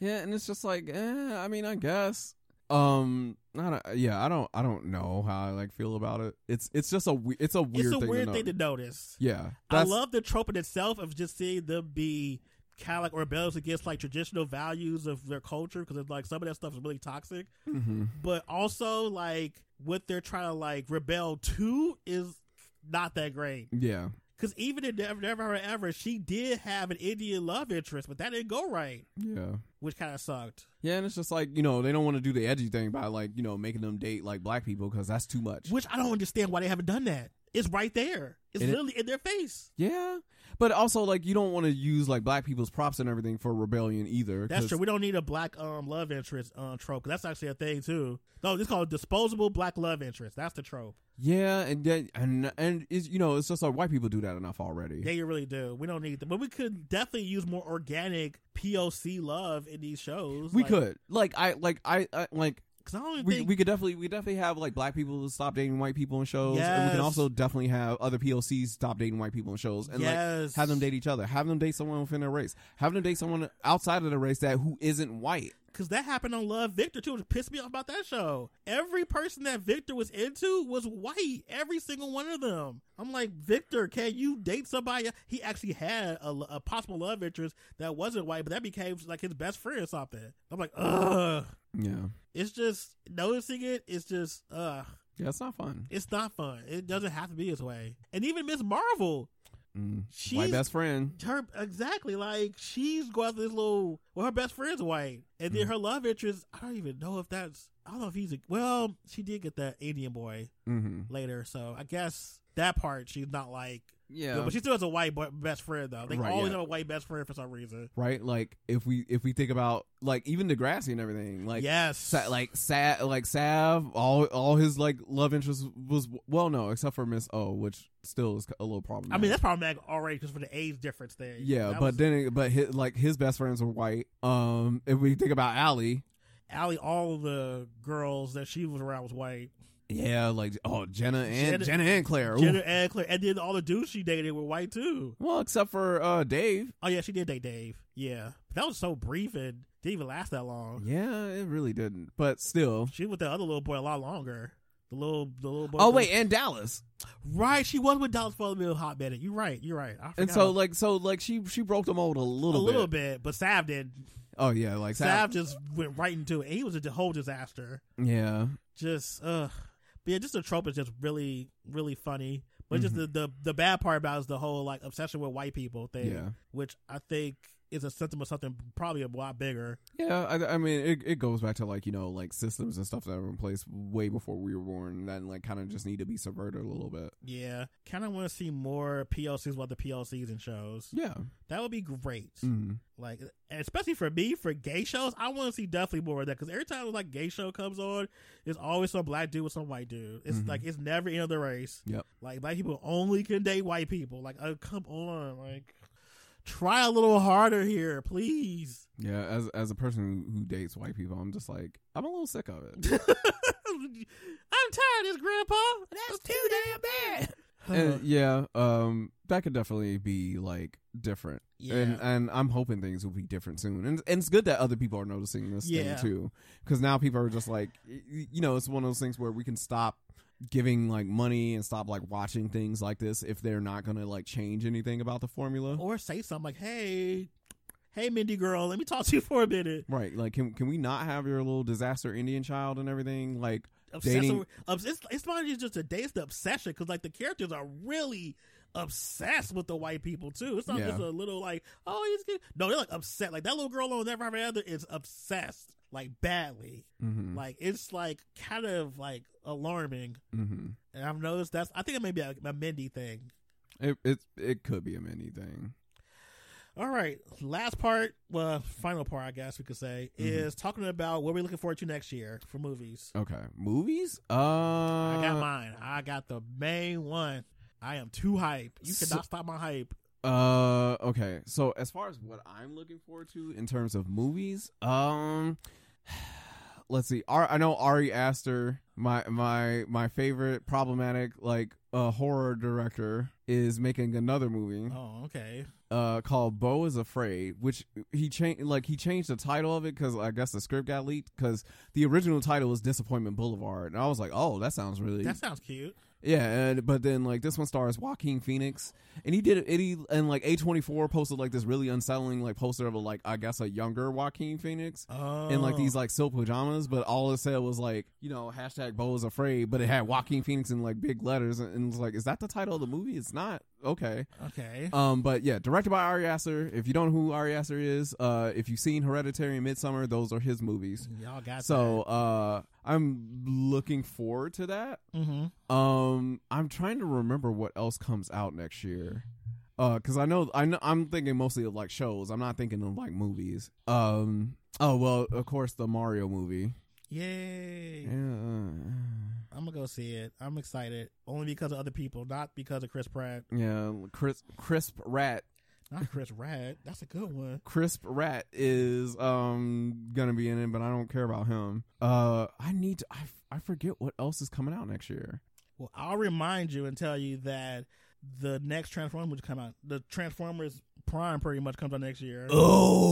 Yeah, and it's just like, eh, I mean, I guess. Um, not a, yeah, I don't, I don't know how I like feel about it. It's, it's just a, we- it's a weird,
it's a
thing,
weird
to
thing to
know.
notice.
Yeah,
I
that's-
love the trope in itself of just seeing them be kind of like rebels against like traditional values of their culture because it's like some of that stuff is really toxic.
mhm.
but also like what they're trying to like rebel to is not that great
Yeah,
because even in never never Ever ever she did have an indian love interest but that didn't go right
yeah.
which kind of sucked
Yeah, and it's just like you know they don't want to do the edgy thing by like you know making them date like black people because that's too much.
which i don't understand why they haven't done that it's right there it's
And it-
literally in their face
Yeah, but also like you don't want to use like black people's props and everything for rebellion either.
that's
'cause-
true. We don't need a black um love interest um trope. 'cause That's actually a thing too. No, it's called disposable black love interest. That's the trope.
Yeah, and then and and it's, you know it's just like white people do that enough already.
Yeah, you really do. We don't need them, but we could definitely use more organic POC love in these shows.
we
Like,
could like I like I, I like
Cause I don't even
we,
think
we could definitely we definitely have like black people stop dating white people in shows, and we
Yes.
can also definitely have other POCs stop dating white people in shows, and like
yes.
have them date each other, have them date someone within their race, have them date someone outside of the race that who isn't white.
because that happened on Love Victor too. It pissed me off about that show. Every person that Victor was into was white. Every single one of them. I'm like, Victor, can you date somebody? He actually had a, a possible love interest that wasn't white, but that became like his best friend or something. I'm like, ugh.
Yeah,
It's just noticing it. It's just ugh.
yeah, it's not fun.
It's not fun. It doesn't have to be this way. And even Miss Marvel,
Mm.
she's
White best friend.
her exactly like she's going after this little well her best friend's white and then
Mhm.
her love interest i don't even know if that's i don't know if he's a well she did get that indian boy
hmm
later so i guess that part she's not like
Yeah,
but she still has a white boy, best friend though they
Right,
always
yeah.
have a white best friend for some reason
right. Like if we if we think about like even Degrassi and everything, like
yes
Sa- like Sav, like Sav, all all his like love interest was well, no, except for Miss O, which still is a little problematic.
i mean that's problematic already because for the age difference there
yeah,
That
but
was-
then it, but his, like his best friends were white. Um, if we think about Allie,
Allie, all of the girls that she was around was white
yeah, like oh Jenna and
Jenna-
Jenna, and Claire, Ooh.
Jenna and Claire, and then all the dudes she dated were white too
well, except for uh Dave.
Oh yeah, she did date Dave. Yeah, but that was so brief and didn't even last that long.
Yeah, it really didn't, but still.
She was with the other little boy a lot longer. The little, the little boy.
Oh wait, and Dallas.
right? She was with Dallas for a little hot minute. You're right. You're right. I
And
forgot.
so like so like she she broke the mold a
a
little,
little,
bit.
bit. but Sav did.
Oh yeah, like
Sav,
Sav.
just went right into it. And he was a whole disaster.
Yeah.
Just uh, but yeah, just the trope is just really, really funny. But just
Mm-hmm.
the, the the bad part about it is the whole like obsession with white people thing,
Yeah.
which I think is a symptom of something probably a lot bigger.
Yeah, I, I mean, it, it goes back to like you know like systems and stuff that were in place way before we were born, that like kind of just need to be subverted a little bit.
Yeah, kind of want to see more PLCs about the PLCs and shows.
Yeah,
That would be great.
mm.
Like, and especially for me, for gay shows, I want to see definitely more of that because every time like gay show comes on, it's always some black dude with some white dude. It's
Mhm.
like it's never any other race.
Yep.
Like black people only can date white people. Like, oh come on, like try a little harder here, please.
yeah. As as a person who dates white people, I'm just like I'm a little sick of it.
I'm tired of this, Grandpa. That's too damn bad.
and, yeah, um, that could definitely be like different,
yeah.
and and I'm hoping things will be different soon. And and it's good that other people are noticing this
Yeah.
thing too, because now people are just like, y- y- you know, it's one of those things where we can stop giving like money and stop like watching things like this if they're not gonna like change anything about the formula.
or say something like, "Hey, hey, Mindy girl, let me talk to you for a minute."
Right, like can can we not have your little disaster Indian child and everything? Like,
Obsessing,
Dating-
obs- it's, it's not even just a day; it's the obsession because like the characters are really obsessed with the white people too. It's not
Yeah.
just a little like, "Oh, he's good." No, they're like upset. Like that little girl on Never Have I Ever is obsessed like badly.
mm-hmm,
Like it's like kind of like alarming.
mm-hmm.
And I've noticed that's I think it may be a, a Mindy thing.
It, it it could be a mini thing.
All right, last part, well, final part, I guess we could say,
Mm-hmm.
is talking about what we're looking forward to next year for movies.
Okay, movies. Uh,
I got mine. I got the main one. I am too hype. You
So-
cannot stop my hype.
Uh, okay. So as far as what I'm looking forward to in terms of movies, um, let's see. Ar- I know Ari Aster, my my my favorite problematic like uh, horror director, is making another movie
Oh, okay.
uh called Bo is Afraid, which he changed like he changed the title of it because I guess the script got leaked because the original title was Disappointment Boulevard, and I was like, oh, that sounds really
That sounds cute.
yeah, and, but then like this one stars Joaquin Phoenix, and he did it. He, and like A twenty four posted like this really unsettling like poster of a, like I guess a younger Joaquin Phoenix
Oh.
in like these like silk pajamas, but all it said was like you know hashtag Bo is afraid, but it had Joaquin Phoenix in like big letters, and, and it was like, is that the title of the movie? It's not okay.
Oh, Okay.
Um, but yeah, directed by Ari Aster. If you don't know who Ari Aster is, uh, if you've seen Hereditary and Midsummer, those are his movies.
Y'all got
So uh, I'm looking forward to that.
that. Mm-hmm.
Um, I'm trying to remember what else comes out next year. Uh, cause I know I know I'm thinking mostly of like shows. I'm not thinking of like movies. Um, oh well, of course the Mario movie.
Yay.
Yeah. uh,
I'm gonna go see it. I'm excited only because of other people, not because of Chris Pratt.
Yeah, crisp crisp rat.
Not Chris Pratt. That's a good one.
Crisp rat is um gonna be in it, but I don't care about him. Uh, I need to. I, f- I forget what else is coming out next year.
Well, I'll remind you and tell you that the next Transformers come out. The Transformers Prime pretty much comes out next year.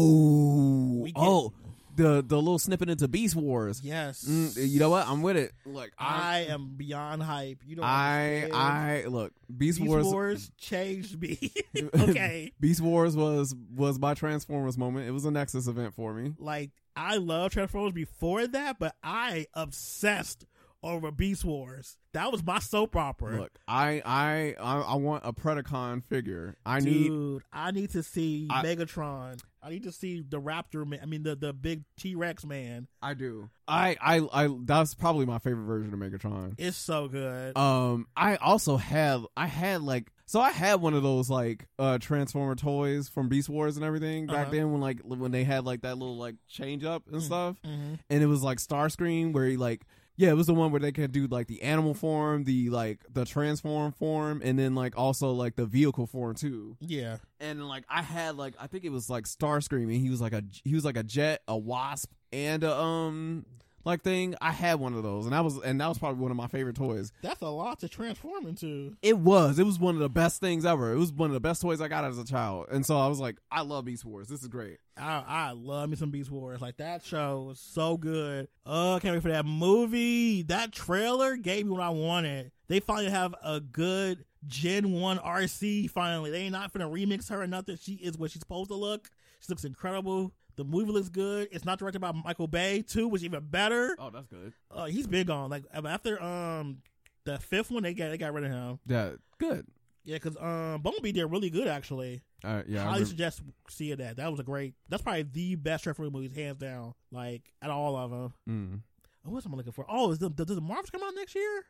Oh,
We get-
oh, the the little snippet into Beast Wars.
Yes,
Mm, you know what? I'm with it. Like I,
I am beyond hype. You don't. understand.
I, I look. Beast,
These
Wars.
wars, changed me. okay,
Beast Wars was was my Transformers moment. It was a Nexus event for me.
like I love Transformers before that, but I obsessed over Beast Wars. That was my soap opera.
Look, I I I, I want a Predacon figure. I need.
Dude, I need to see
I-
Megatron. I need to see the Raptor man. I mean, the, the big T Rex man.
I do. I I I. That's probably my favorite version of Megatron.
It's so good.
Um, I also have. I had like. So I had one of those like uh Transformer toys from Beast Wars and everything back
Uh-huh.
then when like when they had like that little like change up and
Mm.
stuff.
Mhm.
and it was like Starscream where he like yeah, it was the one where they could do like the animal form, the like the transform form, and then like also like the vehicle form too.
Yeah.
And like I had like I think it was like Starscream, and he was like a he was like a jet, a wasp, and a um like thing. I had one of those, and that was and that was probably one of my favorite toys.
That's a lot to transform into.
It was it was one of the best things ever. It was one of the best toys I got as a child, and so I was like, I love Beast Wars. This is great.
I, I love me some Beast Wars. Like that show was so good. Oh, can't wait for that movie. That trailer gave me what I wanted. They finally have a good Gen One RC. Finally, they ain't not finna remix her or nothing. She is what she's supposed to look. She looks incredible. The movie looks good. It's not directed by Michael Bay too, which is even better.
Oh, that's good.
Uh, he's big on like after um the fifth one they got they got rid of him.
Yeah, good.
Yeah, because um Bumblebee did really good actually.
Uh, yeah, I
highly
remember-
suggest seeing that. That was a great. That's probably the best Transformers movies, hands down. Like out of all of them.
Mm.
What else am I looking for? Oh, is the, does the Marvels come out next year?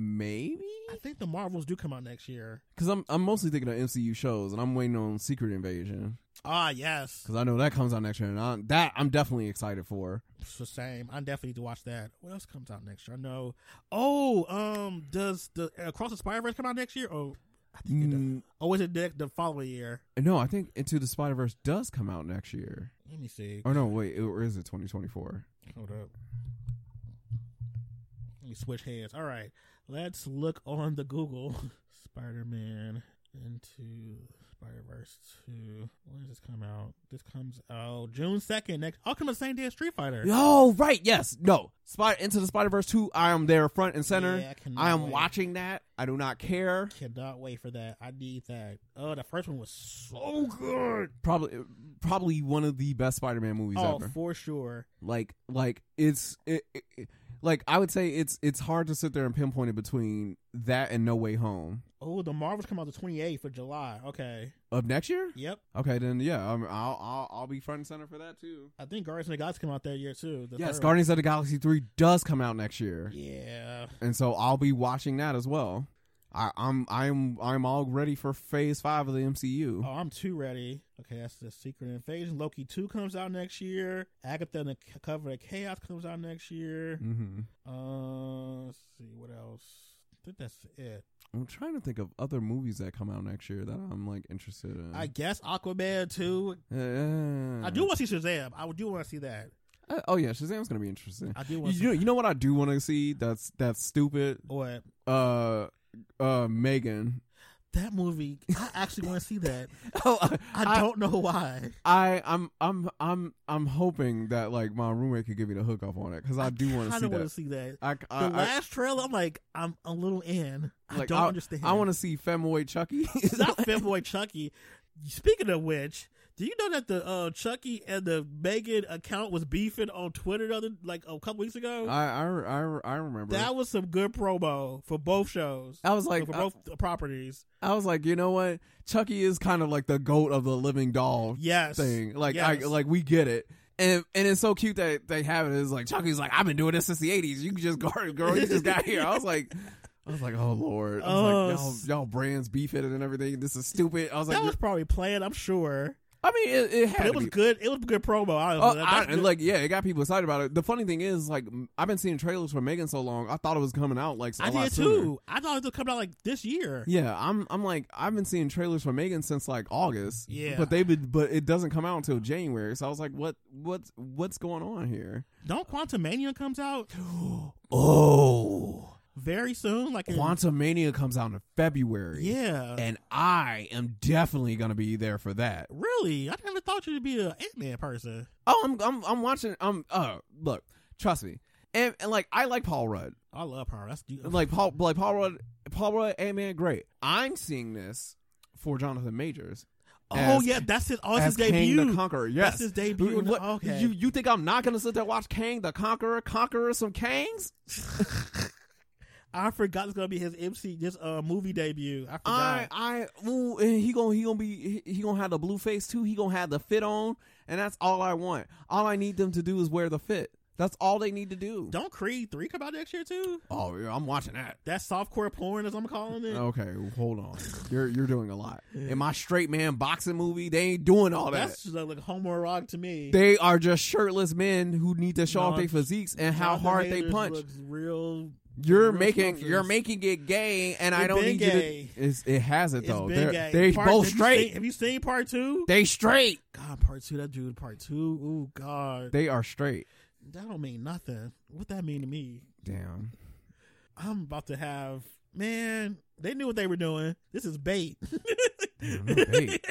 maybe
I think the Marvels do come out next year.
Because I'm I'm mostly thinking of MCU shows, and I'm waiting on Secret Invasion
Ah, yes,
because I know that comes out next year, and I, that I'm definitely excited for.
it's the same. I definitely need to watch that. What else comes out next year? I know. Oh, um, does the Across the Spider Verse come out next year? Oh, I think it does.
Mm,
Oh, is it the, the following year?
no, I think Into the Spider Verse does come out next year.
Let me see.
Or no, wait, it- or is it 2024?
Hold up. Let me switch hands. All right. Let's look on the Google. Spider Man into Spider Verse 2. When does this come out? This comes out June 2nd. Next. I'll come the same day as Street Fighter.
Oh, right, yes, no, Spider Into the Spider Verse two. I am there, front and center.
Yeah, I, cannot
I am
wait.
watching that. I do not care.
Cannot wait for that. I need that. Oh, the first one was so Oh, good.
Probably, probably one of the best Spider Man movies
Oh,
ever.
for sure.
like like it's it, it, it- like I would say it's it's hard to sit there and pinpoint it between that and No Way Home
Oh, the Marvels come out the 28th of July. Okay.
of next year.
Yep.
Okay, then yeah, um, I'll, I'll I'll be front and center for that too.
I think Guardians of the Galaxy come out that year, too. The
yes,
third.
Guardians of the Galaxy three does come out next year,
Yeah.
and so I'll be watching that as well. I, I'm I'm I'm all ready for Phase Five of the MCU.
Oh, I'm too ready. Okay, that's the Secret Invasion. Loki two comes out next year. Agatha and the C- Cover of Chaos comes out next year.
hmm
Uh, let's see what else. I think that's it.
I'm trying to think of other movies that come out next year that I'm like interested in.
I guess Aquaman two.
Uh,
I do want to see Shazam. I do want to see that.
Uh, oh yeah, Shazam's gonna be interesting.
I do want to.
You know, you know what I do want to see? That's that's stupid.
What
Uh, uh, Megan.
that movie? I actually want to see that.
Oh, I,
I don't know why.
I, I'm, I'm, I'm, I'm hooking that like my roommate could give me the hook up on it because I, do want to see
kinda wanna
that.
see that.
I,
The
I, I,
last trailer, I'm like, I'm a little in. I
Like,
don't
I-
understand.
I want to see Femoid Chucky.
It's not fanboy Chucky. Speaking of which, do you know that the uh, Chucky and the Megan account was beefing on Twitter the other like a couple weeks ago?
I, I, I, I remember.
that was some good promo for both shows,
I was like,
for
I,
both properties.
I was like, you know what? Chucky is kind of like the goat of the living doll
Yes,
thing. Like,
yes.
I, like we get it. And, and it's so cute that they have it. It's like Chucky's like I've been doing this since the '80s. You can just guard, girl. You just got here. I was like, I was like, oh lord. I was like,
Oh,
y'all,
s-
y'all brands beef it and everything. This is stupid. I was like,
that was probably planned, I'm sure,
I mean, it, it
but
had
it
to
was
be.
good. It was good promo. I,
Oh,
that-
I,
that's
and
good.
like yeah, it got people excited about it. The funny thing is, like m- I've been seeing trailers for Megan so long, I thought it was coming out like a
I
lot
did
sooner.
too. I thought it was coming out like this year.
Yeah, I'm I'm like I've been seeing trailers for Megan since like August.
Yeah.
but they've been but it doesn't come out until January. So I was like, what what's what's going on here?
Don't Quantum Mania comes out
Oh,
very soon? Like in-
Quantum Mania comes out in February.
Yeah.
and I am definitely gonna be there for that.
Really? I never thought you'd be an Ant Man person.
Oh, I'm I'm I'm watching. I'm uh look, trust me, and, and like I like Paul Rudd.
I love her. That's like
like Paul, like Paul Rudd, Paul Rudd, Ant Man, great. I'm seeing this for Jonathan Majors.
oh
as-
yeah, that's his. Oh, it's his
as Kang the
debut.
Conqueror, yes,
That's his debut.
What-
okay.
You you think I'm not gonna sit there and watch Kang the Conqueror conquer some Kangs?
I forgot it's gonna be his MC this uh movie debut. I forgot.
I I ooh, and he gonna he gonna be he, he gonna have the blue face too. He gonna have the fit on, and that's all I want. All I need them to do is wear the fit. That's all they need to do.
Don't Creed three come out next year too?
Oh, yeah, I'm watching that.
That's softcore porn as I'm calling it.
Okay, hold on. You're you're doing a lot. In my straight man boxing movie, they ain't doing all that.
that's just like, like homoerotic to me.
They are just shirtless men who need to show off
No,
their physiques and how
Jonathan
hard they
Majors
punch.
looks real.
you're
real
making
sculptures.
you're making it gay, and I
It
don't
been
need you
gay.
to. It's, it has it
It's
though.
been
They're,
gay.
they
Part-
both
have you seen-
straight.
have you seen part two?
They straight.
God, part two. That dude, part two. Ooh, God,
They are straight.
that don't mean nothing. What that mean to me?
Damn.
I'm about to have man. They knew what they were doing. This is bait.
Damn, no Mm, bait.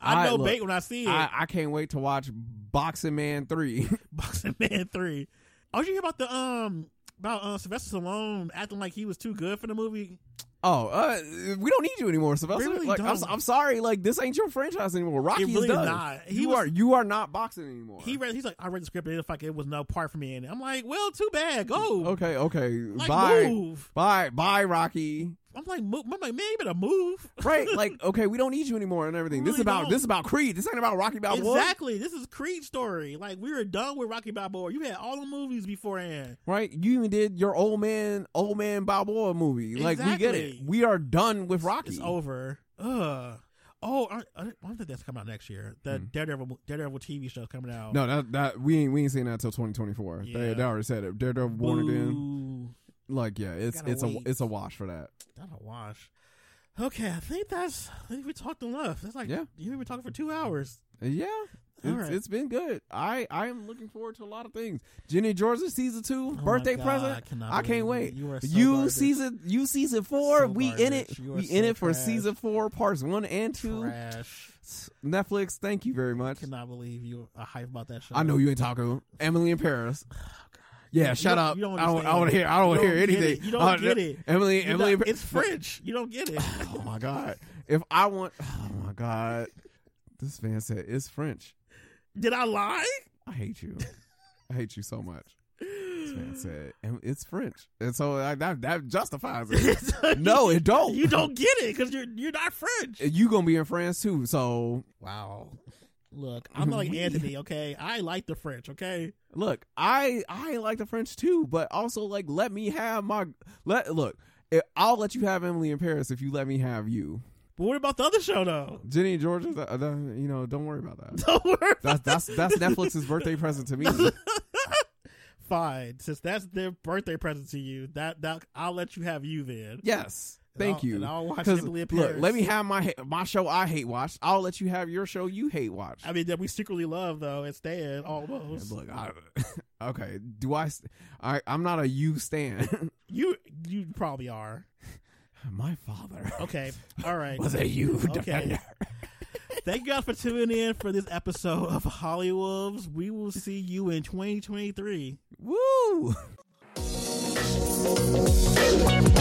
I
I-
know
look,
bait when I see it.
I, I can't wait to watch Boxing Man Three.
Boxing Man Three. Oh, did you hear about the um about uh, Sylvester Stallone acting like he was too good for the movie?
oh, uh, we don't need you anymore, Sylvester.
really
like, I'm,
don't.
I'm sorry. Like this ain't your franchise anymore. Rocky
It really
is done.
not. He
you
was-
are you are not boxing anymore.
He read. He's like, I read the script and it's like it was no part for me in it. I'm like, well, too bad. Go.
okay, okay.
Like
bye,
move.
bye, bye, Rocky.
I'm like, move. I'm like, man, you better move.
right like okay we don't need you anymore and everything this
Really
is about
don't.
this is about creed this ain't about rocky balboa
Exactly. This is Creed story. Like we were done with Rocky Balboa. You had all the movies beforehand.
right you even did your old man old man balboa movie like we get it
Exactly.
we are done with rocky
It's over. Ugh. Oh, I, I don't think that's coming out next year. The Daredevil Daredevil TV show coming out.
Hmm. no that that we ain't we ain't seen that until 2024
Yeah.
they, they already said it daredevil born again
Boo.
like yeah it's
Gotta
it's
wait.
a it's a wash for that
Not a wash. Okay, I think that's. I think we talked enough. That's like
Yeah.
You've been talking for two hours.
yeah
All
it's,
right.
it's been good. I I am looking forward to a lot of things. Jenny Georgia season two,
Oh my
birthday
God, I
present.
cannot
I, can't
believe
wait.
you. You are so
you
garbage.
season you season four.
So
we in it.
garbage. You are
We
so
in it for
trash.
season four, parts one and two.
Trash.
Netflix, thank you very
I
much.
cannot believe you are hype about that show.
I know you ain't talking. Emily in Paris. Yeah,
Oh, You
shut
don't-
up.
you don't
I don't. I
understand.
want to hear. I don't
You
want to hear
don't get
anything.
it. You don't
Uh,
get it.
Emily.
You're
Emily. in
not-
Pa-
it's French. You don't get it.
Oh my god. If I want. Oh my god. This man said it's French.
Did I lie?
I hate you. I hate you so much. This man said "Em- it's French, and so I, that that justifies it. no, it don't.
you don't get it because you're you're not French.
You gonna be in France too. So
Wow. Look, I'm not like
We-
Anthony, okay? I like the French, okay?
look, I I like the French too, but also like let me have my let look. I- I'll let you have Emily in Paris if you let me have you.
But what about the other show though?
Jenny and Georgia, th- th- you know, don't worry about that.
Don't worry.
That's that's that's Netflix's birthday present to me.
Fine, since that's their birthday present to you, that that I'll let you have you then.
Yes,
And
thank
I'll-
you.
And I'll watch
'Cause,
Emily in
look,
Paris.
let me have my ha- my show I hate watch. I'll let you have your show you hate watch.
I mean, that we secretly love though. It's dead almost.
Look, I, okay. Do I? st- I I'm not a you stan.
you you probably are.
my father
Okay. All right.
was a you
Okay.
defender.
Thank you guys for tuning in for this episode of Hollywoods. We will see you in 2023.
Woo.
Thank you.